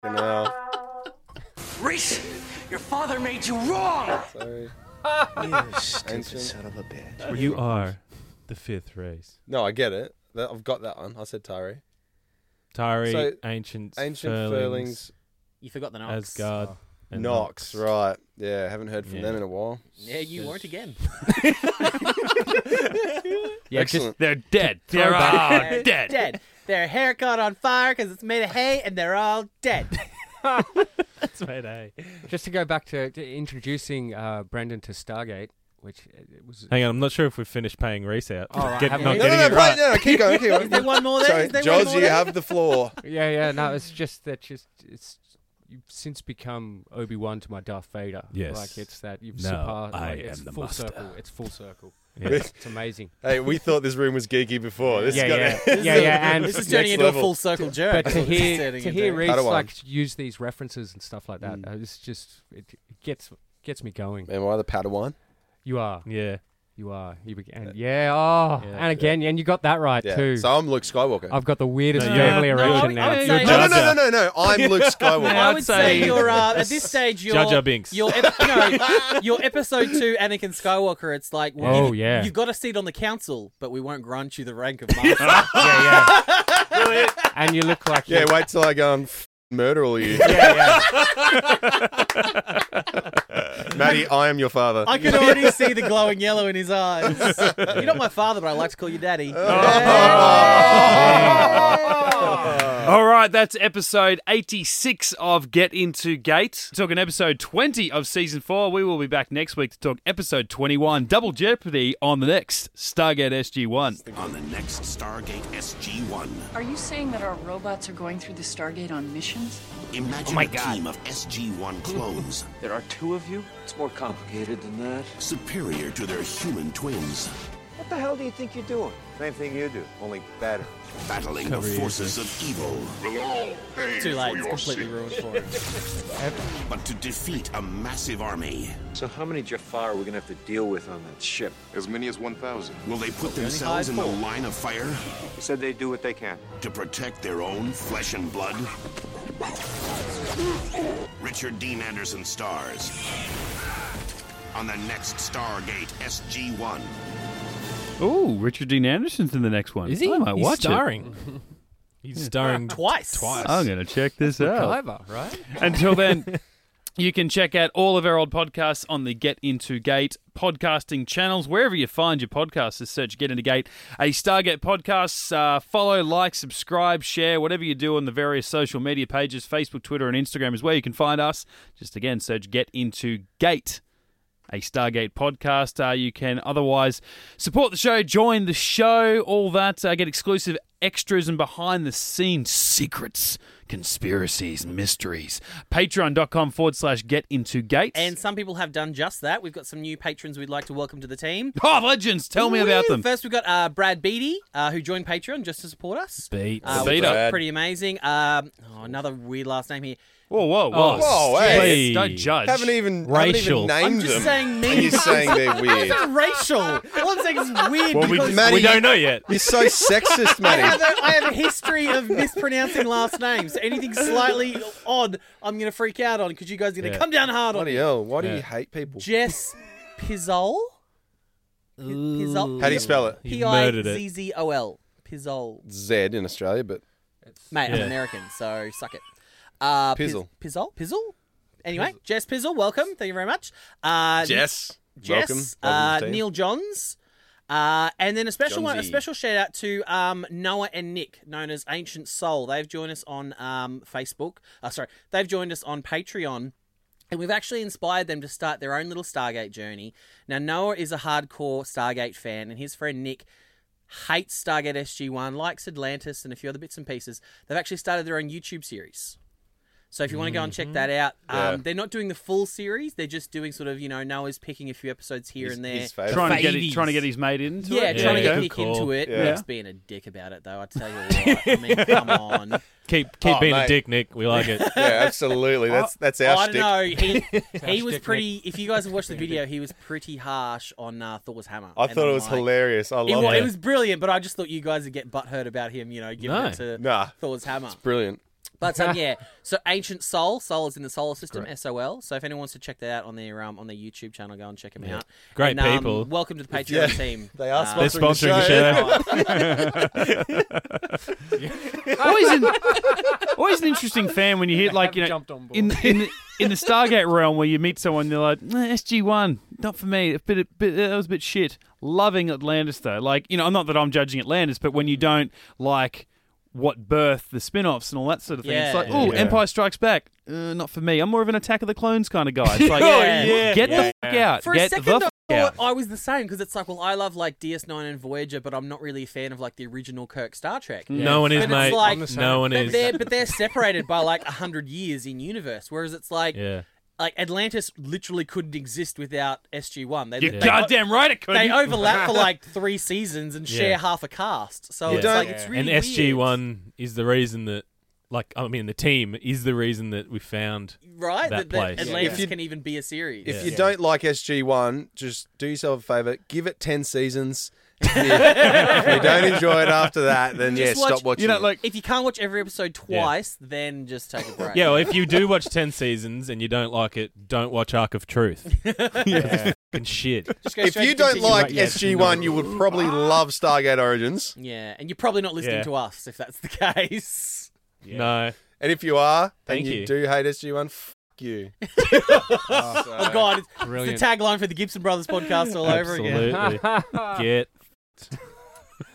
[SPEAKER 1] Fucking hell.
[SPEAKER 7] Reese, your father made (laughs) you wrong.
[SPEAKER 1] Sorry.
[SPEAKER 6] Stupid
[SPEAKER 1] Ancient.
[SPEAKER 6] son of a bitch.
[SPEAKER 3] you are the fifth race.
[SPEAKER 1] No, I get it. That- I've got that one. I said Tari.
[SPEAKER 3] Tari,
[SPEAKER 1] So,
[SPEAKER 3] ancient,
[SPEAKER 1] Ancient
[SPEAKER 3] furlings,
[SPEAKER 1] Furlings,
[SPEAKER 2] You forgot the Knox.
[SPEAKER 3] Asgard, and
[SPEAKER 1] Knox, right. Yeah, haven't heard from
[SPEAKER 3] Yeah.
[SPEAKER 1] them in a while.
[SPEAKER 2] Yeah, you weren't again.
[SPEAKER 5] Yeah,
[SPEAKER 1] Excellent.
[SPEAKER 4] They're dead. They're all
[SPEAKER 2] They're
[SPEAKER 4] Oh, dead.
[SPEAKER 2] Dead. Their hair caught on fire because it's made of hay, and they're all dead.
[SPEAKER 3] That's right, eh?
[SPEAKER 5] just, (laughs) just to go back to, to introducing uh, Brendan to Stargate, which uh, it was.
[SPEAKER 3] Hang on, I'm not sure if we've finished paying Reese out.
[SPEAKER 5] All right,
[SPEAKER 3] Get-
[SPEAKER 5] have
[SPEAKER 3] not
[SPEAKER 5] we?
[SPEAKER 1] No, no,
[SPEAKER 3] getting
[SPEAKER 1] no,
[SPEAKER 3] it
[SPEAKER 1] play-
[SPEAKER 3] right.
[SPEAKER 1] no, no, keep going, keep
[SPEAKER 3] (laughs)
[SPEAKER 2] Is there
[SPEAKER 1] going.
[SPEAKER 2] one more there?
[SPEAKER 1] Sorry,
[SPEAKER 2] Is there one
[SPEAKER 1] George,
[SPEAKER 2] more
[SPEAKER 1] you
[SPEAKER 2] there?
[SPEAKER 1] have the floor.
[SPEAKER 5] Yeah, yeah, no, it's just that just it's you've since become Obi Wan to my Darth Vader.
[SPEAKER 3] Yes.
[SPEAKER 5] like it's that you've
[SPEAKER 3] Now
[SPEAKER 5] surpassed.
[SPEAKER 3] I
[SPEAKER 5] like, it's
[SPEAKER 3] am the
[SPEAKER 5] full
[SPEAKER 3] master.
[SPEAKER 5] circle. It's full circle.
[SPEAKER 3] Yeah.
[SPEAKER 5] It's amazing.
[SPEAKER 1] Hey, we thought this room was geeky before. (laughs) This
[SPEAKER 5] Yeah,
[SPEAKER 1] got
[SPEAKER 5] yeah. Yeah, yeah, and-
[SPEAKER 2] this
[SPEAKER 1] next
[SPEAKER 2] is turning into
[SPEAKER 1] level.
[SPEAKER 2] a full circle jerk.
[SPEAKER 5] But to
[SPEAKER 3] (laughs)
[SPEAKER 2] That's what it's
[SPEAKER 5] hear
[SPEAKER 2] turning
[SPEAKER 5] to
[SPEAKER 2] into.
[SPEAKER 5] hear Reese
[SPEAKER 1] Padawan.
[SPEAKER 5] like use these references and stuff like
[SPEAKER 3] Mm.
[SPEAKER 5] that, uh, it's just it, it gets gets me going.
[SPEAKER 1] Am I the Padawan?
[SPEAKER 5] You are,
[SPEAKER 3] Yeah.
[SPEAKER 5] you are, you began. Yeah, oh,
[SPEAKER 3] Yeah.
[SPEAKER 5] and again, and you got that right
[SPEAKER 1] Yeah.
[SPEAKER 5] too.
[SPEAKER 1] So I'm Luke Skywalker.
[SPEAKER 5] I've got the weirdest
[SPEAKER 3] No, you're-
[SPEAKER 5] family
[SPEAKER 3] no,
[SPEAKER 5] erection
[SPEAKER 2] I
[SPEAKER 5] now.
[SPEAKER 2] would
[SPEAKER 5] You're
[SPEAKER 2] say-
[SPEAKER 1] no, no,
[SPEAKER 5] just-
[SPEAKER 1] no, no, no, no. I'm
[SPEAKER 2] (laughs)
[SPEAKER 1] Luke
[SPEAKER 2] I
[SPEAKER 1] Skywalker.
[SPEAKER 2] would
[SPEAKER 4] say-
[SPEAKER 2] say, you're uh, at this stage you're
[SPEAKER 3] Jar Jar Binks.
[SPEAKER 2] You're ep- no, (laughs) you're episode two, Anakin Skywalker. It's like, well,
[SPEAKER 5] Oh,
[SPEAKER 2] you've,
[SPEAKER 5] yeah.
[SPEAKER 2] you've got a seat on the council, but we won't grant you the rank of master.
[SPEAKER 5] yeah, yeah. and you look like
[SPEAKER 1] yeah,
[SPEAKER 5] you're-
[SPEAKER 1] wait till I go and f- murder all you.
[SPEAKER 5] yeah,
[SPEAKER 1] (laughs) Maddie, I am your father.
[SPEAKER 2] I can already see the glowing yellow in his eyes. You're not my father, but I like to call you daddy.
[SPEAKER 4] Oh. All right, that's episode 86 of Get Into Gate. Talking episode 20 of season 4. We will be back next week to talk episode 21, Double Jeopardy, on the next Stargate SG1.
[SPEAKER 10] On the next Stargate SG-1,
[SPEAKER 11] Are you saying that our robots are going through the Stargate on missions?
[SPEAKER 10] imagine a team of SG-1 clones
[SPEAKER 7] There are two of you? It's more complicated than that.
[SPEAKER 10] superior to their human twins,
[SPEAKER 6] What the hell do you think you're doing? Same thing you do, only better.
[SPEAKER 10] battling the forces of evil.
[SPEAKER 2] Too late. It's completely ruined for him.
[SPEAKER 10] But to defeat a massive army,
[SPEAKER 7] So how many Jafar are we gonna have to deal with on that ship?
[SPEAKER 6] As many as 1,000.
[SPEAKER 10] will they put themselves in the line of fire
[SPEAKER 6] He said they do what they can.
[SPEAKER 10] to protect their own flesh and blood? Richard Dean Anderson stars on the next Stargate SG-1.
[SPEAKER 4] Ooh, Richard Dean Anderson's in the next one.
[SPEAKER 3] Is he?
[SPEAKER 4] I might
[SPEAKER 3] He's
[SPEAKER 4] watch it.
[SPEAKER 3] starring. (laughs) He's starring
[SPEAKER 2] Twice.
[SPEAKER 3] Twice.
[SPEAKER 4] I'm going to check this out.
[SPEAKER 5] Clever, right?
[SPEAKER 4] Until then, you can check out all of our old podcasts on the Get Into Gate podcasting channels. Wherever you find your podcasts, just search Get Into Gate, a Stargate podcast. Uh, follow, like, subscribe, share, whatever you do on the various social media pages Facebook, Twitter, and Instagram is where you can find us. Just again, search Get Into Gate a Stargate podcast. Uh, you can otherwise support the show, join the show, all that. Uh, get exclusive extras and behind the scenes secrets, conspiracies, mysteries. Patreon.com forward slash get into gates.
[SPEAKER 2] And some people have done just that. We've got some new patrons we'd like to welcome to the team.
[SPEAKER 4] oh, legends, tell me about them.
[SPEAKER 2] First, we've got uh, Brad Beatty, uh, who joined Patreon just to support us.
[SPEAKER 3] Beat.
[SPEAKER 2] Uh,
[SPEAKER 4] Beat
[SPEAKER 2] which is
[SPEAKER 1] up.
[SPEAKER 2] Pretty amazing. Um, oh, another weird last name here.
[SPEAKER 4] Whoa, whoa, whoa.
[SPEAKER 1] Whoa, hey.
[SPEAKER 4] Oh, Please, Don't judge.
[SPEAKER 1] haven't even
[SPEAKER 3] Racial.
[SPEAKER 1] Haven't even named
[SPEAKER 2] I'm just
[SPEAKER 1] them. (laughs)
[SPEAKER 2] saying
[SPEAKER 1] And
[SPEAKER 2] me.
[SPEAKER 1] you're saying
[SPEAKER 2] (laughs)
[SPEAKER 1] they're weird.
[SPEAKER 2] racial. All I'm saying is weird
[SPEAKER 1] Well, we-
[SPEAKER 2] because
[SPEAKER 1] Maddie,
[SPEAKER 3] We don't know yet.
[SPEAKER 1] You're so sexist,
[SPEAKER 2] I, have
[SPEAKER 1] Maddie.
[SPEAKER 2] a, I have a history of mispronouncing last names. Anything slightly odd, I'm going to freak out on because you guys are going to
[SPEAKER 3] Yeah.
[SPEAKER 2] come down hard
[SPEAKER 1] (laughs)
[SPEAKER 2] on
[SPEAKER 1] Bloody
[SPEAKER 2] me.
[SPEAKER 1] hell! Why do
[SPEAKER 3] Yeah.
[SPEAKER 1] you hate people?
[SPEAKER 2] Jess Pizzol? Pizzol?
[SPEAKER 1] How do you spell it?
[SPEAKER 3] You murdered it.
[SPEAKER 2] P-I-Z-Z-O-L. Pizzol.
[SPEAKER 1] Z in Australia, but
[SPEAKER 2] Mate, I'm
[SPEAKER 3] Yeah.
[SPEAKER 2] American, so suck it. Uh, Piz-
[SPEAKER 1] Pizzle.
[SPEAKER 2] Pizzle? Pizzle? Anyway, Jess Pizzle, welcome. Thank you very much. Uh,
[SPEAKER 1] Jess,
[SPEAKER 2] Jess,
[SPEAKER 1] welcome.
[SPEAKER 2] uh,
[SPEAKER 1] Welcome to the team.
[SPEAKER 2] Neil Johns. Uh, and then a special one, a
[SPEAKER 1] Johnsy.
[SPEAKER 2] special shout out to um, Noah and Nick, known as Ancient Soul. They've joined us on um, Facebook. Uh, sorry, they've joined us on Patreon. And we've actually inspired them to start their own little Stargate journey. Now, Noah is a hardcore Stargate fan, and his friend Nick hates Stargate SG1, likes Atlantis, and a few other bits and pieces. They've actually started their own YouTube series. So if you want to go and check that out, um, they're not doing the full series. They're just doing sort of you know Noah's picking a few episodes here
[SPEAKER 1] His-
[SPEAKER 2] and there.
[SPEAKER 1] his favourite.
[SPEAKER 4] Trying to get
[SPEAKER 1] Favies.
[SPEAKER 4] it, trying to get his mate into
[SPEAKER 2] yeah,
[SPEAKER 4] it.
[SPEAKER 2] trying to
[SPEAKER 4] Okay.
[SPEAKER 2] get Nick into it. Nick's being a dick about it though. I tell you what. I
[SPEAKER 1] (laughs)
[SPEAKER 2] mean, come on.
[SPEAKER 3] Keep keep
[SPEAKER 1] Oh,
[SPEAKER 3] being
[SPEAKER 1] mate.
[SPEAKER 3] a dick, Nick. We like it.
[SPEAKER 1] (laughs) (laughs) yeah, absolutely. That's that's our
[SPEAKER 2] I
[SPEAKER 1] shtick.
[SPEAKER 2] don't know. He,
[SPEAKER 1] (laughs)
[SPEAKER 2] he
[SPEAKER 5] our
[SPEAKER 2] was
[SPEAKER 5] shtick,
[SPEAKER 2] pretty. If you guys have (laughs) watched the video, he was pretty harsh on uh, Thor's hammer.
[SPEAKER 1] I
[SPEAKER 2] And
[SPEAKER 1] thought
[SPEAKER 2] I'm
[SPEAKER 1] it was
[SPEAKER 2] like-
[SPEAKER 1] hilarious. I
[SPEAKER 2] It
[SPEAKER 1] love
[SPEAKER 2] was,
[SPEAKER 1] it.
[SPEAKER 2] it was brilliant, but I just thought you guys would get butthurt about him, you know, giving
[SPEAKER 3] No.
[SPEAKER 2] it to
[SPEAKER 1] Nah.
[SPEAKER 2] Thor's hammer.
[SPEAKER 1] brilliant.
[SPEAKER 2] But um, yeah, so ancient soul, soul is in the solar system, SOL. So if anyone wants to check that out on their um, on their YouTube channel, go and check them
[SPEAKER 3] Yeah.
[SPEAKER 2] out.
[SPEAKER 3] Great
[SPEAKER 2] And, um,
[SPEAKER 3] people.
[SPEAKER 2] Welcome to the Patreon
[SPEAKER 1] Yeah.
[SPEAKER 2] team. Uh,
[SPEAKER 1] They are
[SPEAKER 3] They're
[SPEAKER 2] (laughs)
[SPEAKER 3] sponsoring the show.
[SPEAKER 4] always, an, always an (laughs) interesting fan when you hit like you know
[SPEAKER 5] haven't jumped on board.
[SPEAKER 4] in in (laughs) the, in the Stargate realm where you meet someone they're like SG One not for me a bit, a bit that was a bit shit loving Atlantis though like you know not that I'm judging Atlantis but when you don't like what birth the spin-offs and all that sort of thing it's
[SPEAKER 2] Yeah.
[SPEAKER 4] like oh
[SPEAKER 1] Yeah.
[SPEAKER 4] Empire Strikes Back uh, not for me I'm more of an Attack of the Clones kind of guy it's (laughs) like get the fuck out
[SPEAKER 2] For
[SPEAKER 4] get
[SPEAKER 2] a second,
[SPEAKER 4] the
[SPEAKER 2] I
[SPEAKER 4] fuck
[SPEAKER 2] thought
[SPEAKER 4] out
[SPEAKER 2] I was the same because it's like, well, I love like DS9 and Voyager, but I'm not really a fan of like the original Kirk Star Trek.
[SPEAKER 3] No one is,
[SPEAKER 2] But
[SPEAKER 3] mate.
[SPEAKER 2] it's like- (laughs)
[SPEAKER 3] no one
[SPEAKER 2] But
[SPEAKER 3] is.
[SPEAKER 2] they're but they're separated by like hundred years in universe, whereas it's like
[SPEAKER 3] Yeah.
[SPEAKER 2] like Atlantis literally couldn't exist without SG One. They
[SPEAKER 4] you're
[SPEAKER 2] they,
[SPEAKER 4] goddamn right it could
[SPEAKER 2] they overlap for
[SPEAKER 3] (laughs)
[SPEAKER 2] like three seasons and share
[SPEAKER 3] Yeah.
[SPEAKER 2] half a cast. So
[SPEAKER 3] Yeah.
[SPEAKER 2] it's
[SPEAKER 1] Don't-
[SPEAKER 2] like it's really
[SPEAKER 3] and
[SPEAKER 2] weird.
[SPEAKER 3] SG One is the reason that, like, I mean, the team is the reason that we found.
[SPEAKER 2] right?
[SPEAKER 3] that place.
[SPEAKER 2] Atlantis
[SPEAKER 1] If you-
[SPEAKER 2] can even be a series.
[SPEAKER 1] If
[SPEAKER 3] Yeah.
[SPEAKER 1] you don't like SG1, just do yourself a favor, give it 10
[SPEAKER 3] (laughs)
[SPEAKER 1] seasons. if you if you don't enjoy it after that, then
[SPEAKER 2] Just
[SPEAKER 1] yeah,
[SPEAKER 2] watch-
[SPEAKER 1] stop watching.
[SPEAKER 4] you know
[SPEAKER 1] it.
[SPEAKER 4] like
[SPEAKER 2] If you can't watch every episode twice, then just take a break.
[SPEAKER 3] Yeah, well, if you do watch ten seasons and you don't like it, don't watch Arc of Truth. And shit.
[SPEAKER 2] (laughs) Just go
[SPEAKER 1] if
[SPEAKER 2] straight
[SPEAKER 1] you
[SPEAKER 2] to
[SPEAKER 1] don't
[SPEAKER 2] continue.
[SPEAKER 1] like
[SPEAKER 5] right, yeah, it's
[SPEAKER 1] SG1, you would probably love Stargate Origins.
[SPEAKER 2] yeah, and you're probably not listening
[SPEAKER 3] Yeah.
[SPEAKER 2] to us if that's
[SPEAKER 1] (laughs)
[SPEAKER 2] the case.
[SPEAKER 3] No.
[SPEAKER 1] And if you are, and
[SPEAKER 3] Thank
[SPEAKER 1] you,
[SPEAKER 3] you.
[SPEAKER 1] do hate SG1, fuck you.
[SPEAKER 2] Oh God, it's,
[SPEAKER 5] Brilliant.
[SPEAKER 2] it's the tagline for the Gibson Brothers podcast all over
[SPEAKER 5] (laughs)
[SPEAKER 2] again.
[SPEAKER 3] Absolutely.
[SPEAKER 5] Ah.
[SPEAKER 3] Get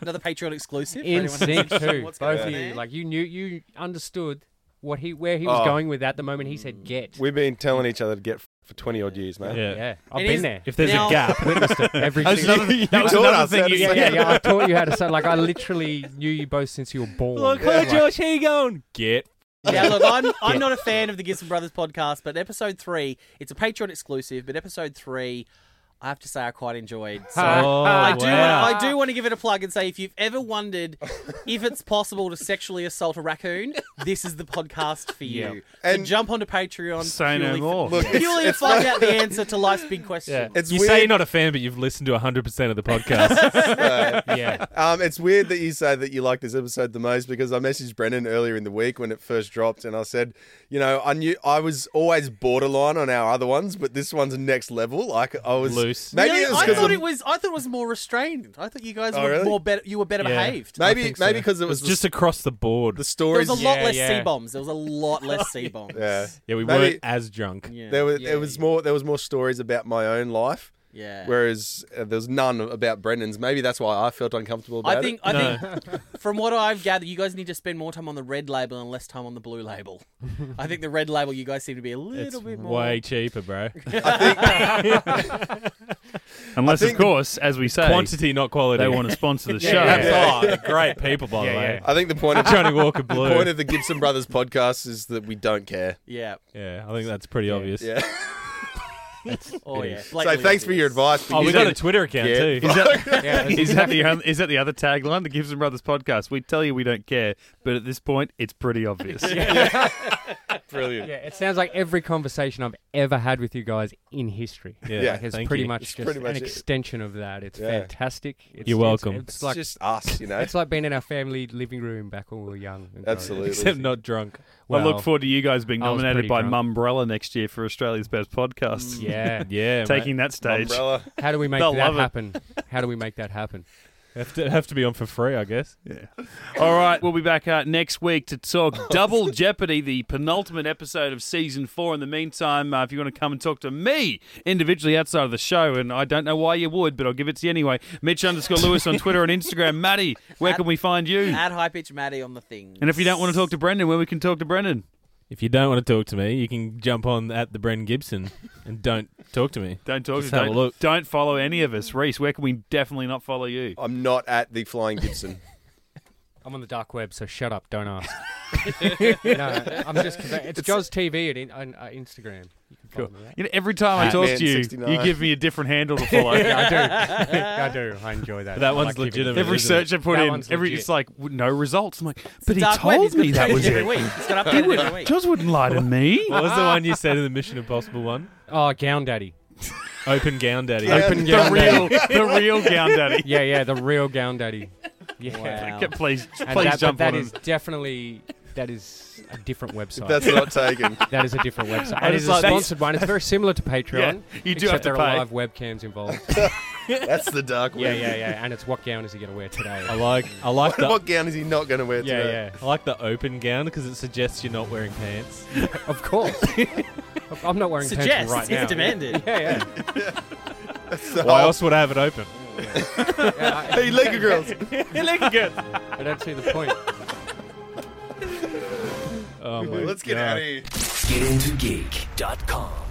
[SPEAKER 2] Another Patreon exclusive. for
[SPEAKER 5] in
[SPEAKER 2] anyone who
[SPEAKER 5] sync
[SPEAKER 2] doesn't know
[SPEAKER 5] too.
[SPEAKER 2] what's
[SPEAKER 5] Both
[SPEAKER 2] going
[SPEAKER 5] of
[SPEAKER 2] on
[SPEAKER 5] you,
[SPEAKER 2] there.
[SPEAKER 5] like you knew, you understood what he, where he was
[SPEAKER 1] Oh.
[SPEAKER 5] going with that the moment he said get.
[SPEAKER 1] We've been telling each other to get f- for 20 odd years, mate.
[SPEAKER 3] Yeah.
[SPEAKER 5] yeah, I've
[SPEAKER 2] It
[SPEAKER 5] been
[SPEAKER 2] is-
[SPEAKER 5] there.
[SPEAKER 3] If there's
[SPEAKER 2] Now-
[SPEAKER 3] a gap,
[SPEAKER 5] Witnessed it every
[SPEAKER 4] That was
[SPEAKER 5] single-
[SPEAKER 4] another, that was
[SPEAKER 1] taught
[SPEAKER 4] another
[SPEAKER 1] us
[SPEAKER 4] thing
[SPEAKER 1] how to
[SPEAKER 4] you-
[SPEAKER 1] say
[SPEAKER 5] yeah, yeah, yeah. I taught you
[SPEAKER 2] (laughs)
[SPEAKER 5] how to say. Like I literally knew you both since you were born.
[SPEAKER 3] Look, where
[SPEAKER 5] (laughs)
[SPEAKER 3] Josh he going? Get.
[SPEAKER 2] Now, look, I'm, I'm not a fan of the Gibson Brothers podcast, but episode three, it's a Patreon exclusive, but episode three, I have to say I quite enjoyed. So
[SPEAKER 5] Ah,
[SPEAKER 3] Oh,
[SPEAKER 2] I, do
[SPEAKER 3] wow.
[SPEAKER 2] want, I do want to give it a plug and say if you've ever wondered if it's possible to sexually assault a raccoon, this is the podcast for you.
[SPEAKER 5] Yeah.
[SPEAKER 2] So
[SPEAKER 1] And-
[SPEAKER 2] jump onto Patreon.
[SPEAKER 4] Say no
[SPEAKER 2] purely for-
[SPEAKER 4] more.
[SPEAKER 1] Look, it's,
[SPEAKER 2] Purely to
[SPEAKER 1] it's
[SPEAKER 2] find
[SPEAKER 1] not-
[SPEAKER 2] out the answer to life's big question.
[SPEAKER 1] It's
[SPEAKER 3] you
[SPEAKER 1] weird.
[SPEAKER 3] say you're not a fan, but you've listened to 100% of the podcast.
[SPEAKER 5] yeah,
[SPEAKER 1] Um, it's weird that you say that you like this episode the most because I messaged Brendan earlier in the week when it first dropped, and I said, you know, I knew I was always borderline on our other ones, but this one's next level. Like I was
[SPEAKER 3] Loose.
[SPEAKER 1] Maybe
[SPEAKER 2] Really?
[SPEAKER 1] it was
[SPEAKER 2] I
[SPEAKER 1] because
[SPEAKER 2] thought it was. I thought it was more restrained. I thought you guys
[SPEAKER 1] Oh,
[SPEAKER 2] were
[SPEAKER 1] really?
[SPEAKER 2] more better. You were better
[SPEAKER 3] Yeah.
[SPEAKER 2] behaved.
[SPEAKER 1] maybe maybe because it was
[SPEAKER 3] it's
[SPEAKER 1] the,
[SPEAKER 3] just across the board.
[SPEAKER 1] the
[SPEAKER 2] There
[SPEAKER 1] stories.
[SPEAKER 2] was a lot
[SPEAKER 5] Yeah,
[SPEAKER 2] less
[SPEAKER 5] yeah.
[SPEAKER 2] C bombs. There was a lot less C bombs.
[SPEAKER 1] yeah.
[SPEAKER 3] yeah, we
[SPEAKER 1] Maybe-
[SPEAKER 3] weren't as drunk.
[SPEAKER 2] Yeah.
[SPEAKER 1] There was
[SPEAKER 5] Yeah,
[SPEAKER 1] there was
[SPEAKER 5] yeah.
[SPEAKER 1] more there was more stories about my own life,
[SPEAKER 2] Yeah.
[SPEAKER 1] whereas uh, there was none about Brendan's. Maybe that's why I felt uncomfortable. About
[SPEAKER 2] I think
[SPEAKER 1] it.
[SPEAKER 2] I think from what I've gathered, you guys need to spend more time on the red label and less time on the blue label. I think the red label you guys seem to be a little
[SPEAKER 3] It's
[SPEAKER 2] bit more.
[SPEAKER 3] way cheaper, bro.
[SPEAKER 4] unless
[SPEAKER 1] I
[SPEAKER 4] of
[SPEAKER 1] think-
[SPEAKER 4] course as we say
[SPEAKER 3] Quantity, not quality.
[SPEAKER 4] they
[SPEAKER 3] (laughs)
[SPEAKER 4] want to eh? sponsor the
[SPEAKER 5] Yeah,
[SPEAKER 4] show.
[SPEAKER 5] yeah.
[SPEAKER 3] Oh, they're great people, by
[SPEAKER 5] Yeah,
[SPEAKER 3] the way.
[SPEAKER 1] I think the point of
[SPEAKER 3] (laughs) Johnny Walker
[SPEAKER 1] the
[SPEAKER 3] Blue.
[SPEAKER 1] (laughs) point of the Gibson Brothers podcast is that we don't care.
[SPEAKER 2] Yeah.
[SPEAKER 3] yeah, I think that's pretty obvious.
[SPEAKER 1] Yeah.
[SPEAKER 2] Oh
[SPEAKER 3] It
[SPEAKER 2] yeah.
[SPEAKER 3] is.
[SPEAKER 1] So
[SPEAKER 2] Blatantly
[SPEAKER 1] thanks for your
[SPEAKER 2] obvious.
[SPEAKER 1] advice.
[SPEAKER 3] Oh, we
[SPEAKER 1] because-
[SPEAKER 3] got a Twitter account
[SPEAKER 1] Yeah.
[SPEAKER 3] too.
[SPEAKER 4] Is that,
[SPEAKER 5] yeah. that's
[SPEAKER 4] is,
[SPEAKER 5] (laughs)
[SPEAKER 4] that the, un- is that the other tagline, the Gibson Brothers podcast? We tell you we don't care, but at this point, it's pretty obvious.
[SPEAKER 1] brilliant.
[SPEAKER 5] Yeah, it sounds like every conversation I've ever had with you guys in history.
[SPEAKER 1] Yeah,
[SPEAKER 5] like it's
[SPEAKER 3] thank
[SPEAKER 5] pretty
[SPEAKER 3] you.
[SPEAKER 5] much
[SPEAKER 1] It's
[SPEAKER 5] just
[SPEAKER 1] pretty much
[SPEAKER 5] an
[SPEAKER 1] it.
[SPEAKER 5] extension of that. It's
[SPEAKER 1] Yeah.
[SPEAKER 5] fantastic. It's,
[SPEAKER 3] You're
[SPEAKER 5] it's-
[SPEAKER 3] welcome.
[SPEAKER 5] It's,
[SPEAKER 1] It's
[SPEAKER 5] like
[SPEAKER 1] just us, you know.
[SPEAKER 5] it's like being in our family living room back when we were young. and growing up.
[SPEAKER 1] Absolutely.
[SPEAKER 3] Except not drunk.
[SPEAKER 4] I look forward to you guys being
[SPEAKER 5] I was
[SPEAKER 4] nominated
[SPEAKER 5] pretty
[SPEAKER 4] by
[SPEAKER 5] drunk. Mm,
[SPEAKER 4] Mumbrella next year for Australia's Best Podcast. (laughs)
[SPEAKER 5] Yeah.
[SPEAKER 3] Yeah,
[SPEAKER 4] Taking that stage.
[SPEAKER 1] Umbrella.
[SPEAKER 5] How do we make
[SPEAKER 4] They'll
[SPEAKER 5] that
[SPEAKER 4] love it.
[SPEAKER 5] happen? How do we make that happen?
[SPEAKER 3] mate. have to have to be on for free, I guess.
[SPEAKER 4] All right, we'll be back uh, next week to talk (laughs) Double Jeopardy, the penultimate episode of season four. In the meantime, uh, if you want to come and talk to me individually outside of the show, and I don't know why you would, but I'll give it to you anyway. Mitch underscore Lewis on Twitter and Instagram. Maddie, where can we find you?
[SPEAKER 2] Add high pitch Maddie on the thing.
[SPEAKER 4] And if you don't want to talk to Brendan, where we can talk to Brendan?
[SPEAKER 3] If you don't want to talk to me, you can jump on at the Bren Gibson and don't talk to me.
[SPEAKER 4] Don't talk
[SPEAKER 3] Just
[SPEAKER 4] to
[SPEAKER 3] have a
[SPEAKER 4] don't,
[SPEAKER 3] look.
[SPEAKER 4] don't
[SPEAKER 5] Oh.
[SPEAKER 4] follow any of us. Reese, where can we definitely not follow you?
[SPEAKER 1] I'm not at the Flying Gibson.
[SPEAKER 5] I'm on the dark web, so shut up.
[SPEAKER 1] (laughs)
[SPEAKER 5] Don't ask. no, I'm just. conve- It's,
[SPEAKER 4] It's-
[SPEAKER 5] John's TV and, in, and uh, Instagram. You can follow
[SPEAKER 4] Cool.
[SPEAKER 5] me there.
[SPEAKER 4] You know, every time I talk to you, you give me a different handle to
[SPEAKER 5] (laughs)
[SPEAKER 4] follow. (laughs)
[SPEAKER 5] yeah, I do. I do. I enjoy that.
[SPEAKER 4] But that
[SPEAKER 5] I
[SPEAKER 4] one's
[SPEAKER 5] giving-
[SPEAKER 4] legitimate, Every isn't search it? I put
[SPEAKER 5] That
[SPEAKER 4] in,
[SPEAKER 5] one's
[SPEAKER 4] every-
[SPEAKER 5] legit.
[SPEAKER 4] it's like, w- no results. I'm like, but he
[SPEAKER 5] dark web,
[SPEAKER 4] told
[SPEAKER 5] he's got
[SPEAKER 4] me that
[SPEAKER 5] updated
[SPEAKER 4] was
[SPEAKER 5] every
[SPEAKER 4] it.
[SPEAKER 5] week. He's got
[SPEAKER 4] He
[SPEAKER 5] updated
[SPEAKER 4] would-
[SPEAKER 5] every week.
[SPEAKER 4] Jaws wouldn't lie to me.
[SPEAKER 3] What was the one you said in the Mission Impossible one?
[SPEAKER 5] Oh, Gown Daddy.
[SPEAKER 3] Open Gown Daddy.
[SPEAKER 5] Open
[SPEAKER 3] the
[SPEAKER 5] Gown
[SPEAKER 3] real-
[SPEAKER 5] Daddy.
[SPEAKER 3] the
[SPEAKER 5] (laughs)
[SPEAKER 3] real Gown Daddy.
[SPEAKER 5] Yeah, yeah, the real Gown Daddy. Yeah.
[SPEAKER 4] (laughs) Wow. Okay, please-
[SPEAKER 5] And
[SPEAKER 4] please
[SPEAKER 5] that, but
[SPEAKER 4] jump
[SPEAKER 5] That
[SPEAKER 4] on
[SPEAKER 5] is
[SPEAKER 4] him.
[SPEAKER 5] definitely that is a different website.
[SPEAKER 4] That's not taken.
[SPEAKER 5] That is a different
[SPEAKER 4] (laughs)
[SPEAKER 5] website.
[SPEAKER 4] I
[SPEAKER 5] It
[SPEAKER 4] just
[SPEAKER 5] is a
[SPEAKER 4] like-
[SPEAKER 5] sponsored one. It's very similar to Patreon.
[SPEAKER 4] Yeah, you do
[SPEAKER 5] except
[SPEAKER 4] have to
[SPEAKER 5] there
[SPEAKER 4] pay.
[SPEAKER 5] are live
[SPEAKER 4] (laughs)
[SPEAKER 5] webcams involved.
[SPEAKER 1] That's the dark
[SPEAKER 5] Yeah,
[SPEAKER 1] web.
[SPEAKER 5] yeah, yeah. And it's what gown is he going to wear today?
[SPEAKER 3] I like. I
[SPEAKER 1] What,
[SPEAKER 3] like the.
[SPEAKER 1] (laughs) what gown is he not going to wear
[SPEAKER 3] yeah,
[SPEAKER 1] today?
[SPEAKER 3] yeah. I like the open gown because it suggests you're not wearing pants.
[SPEAKER 4] (laughs)
[SPEAKER 5] of course. I'm not wearing pants
[SPEAKER 3] Suggests,
[SPEAKER 5] right
[SPEAKER 3] it's
[SPEAKER 5] now.
[SPEAKER 3] demanded.
[SPEAKER 4] (laughs)
[SPEAKER 5] Yeah,
[SPEAKER 1] (laughs) (laughs) the
[SPEAKER 5] yeah.
[SPEAKER 3] Why else would I have it open?
[SPEAKER 1] (laughs) Hey, Laker girls.
[SPEAKER 5] hey, Laker girls. I don't see the point.
[SPEAKER 3] Oh my
[SPEAKER 1] Let's get (laughs)
[SPEAKER 3] God.
[SPEAKER 1] out of here.
[SPEAKER 12] GetIntoGeek.com.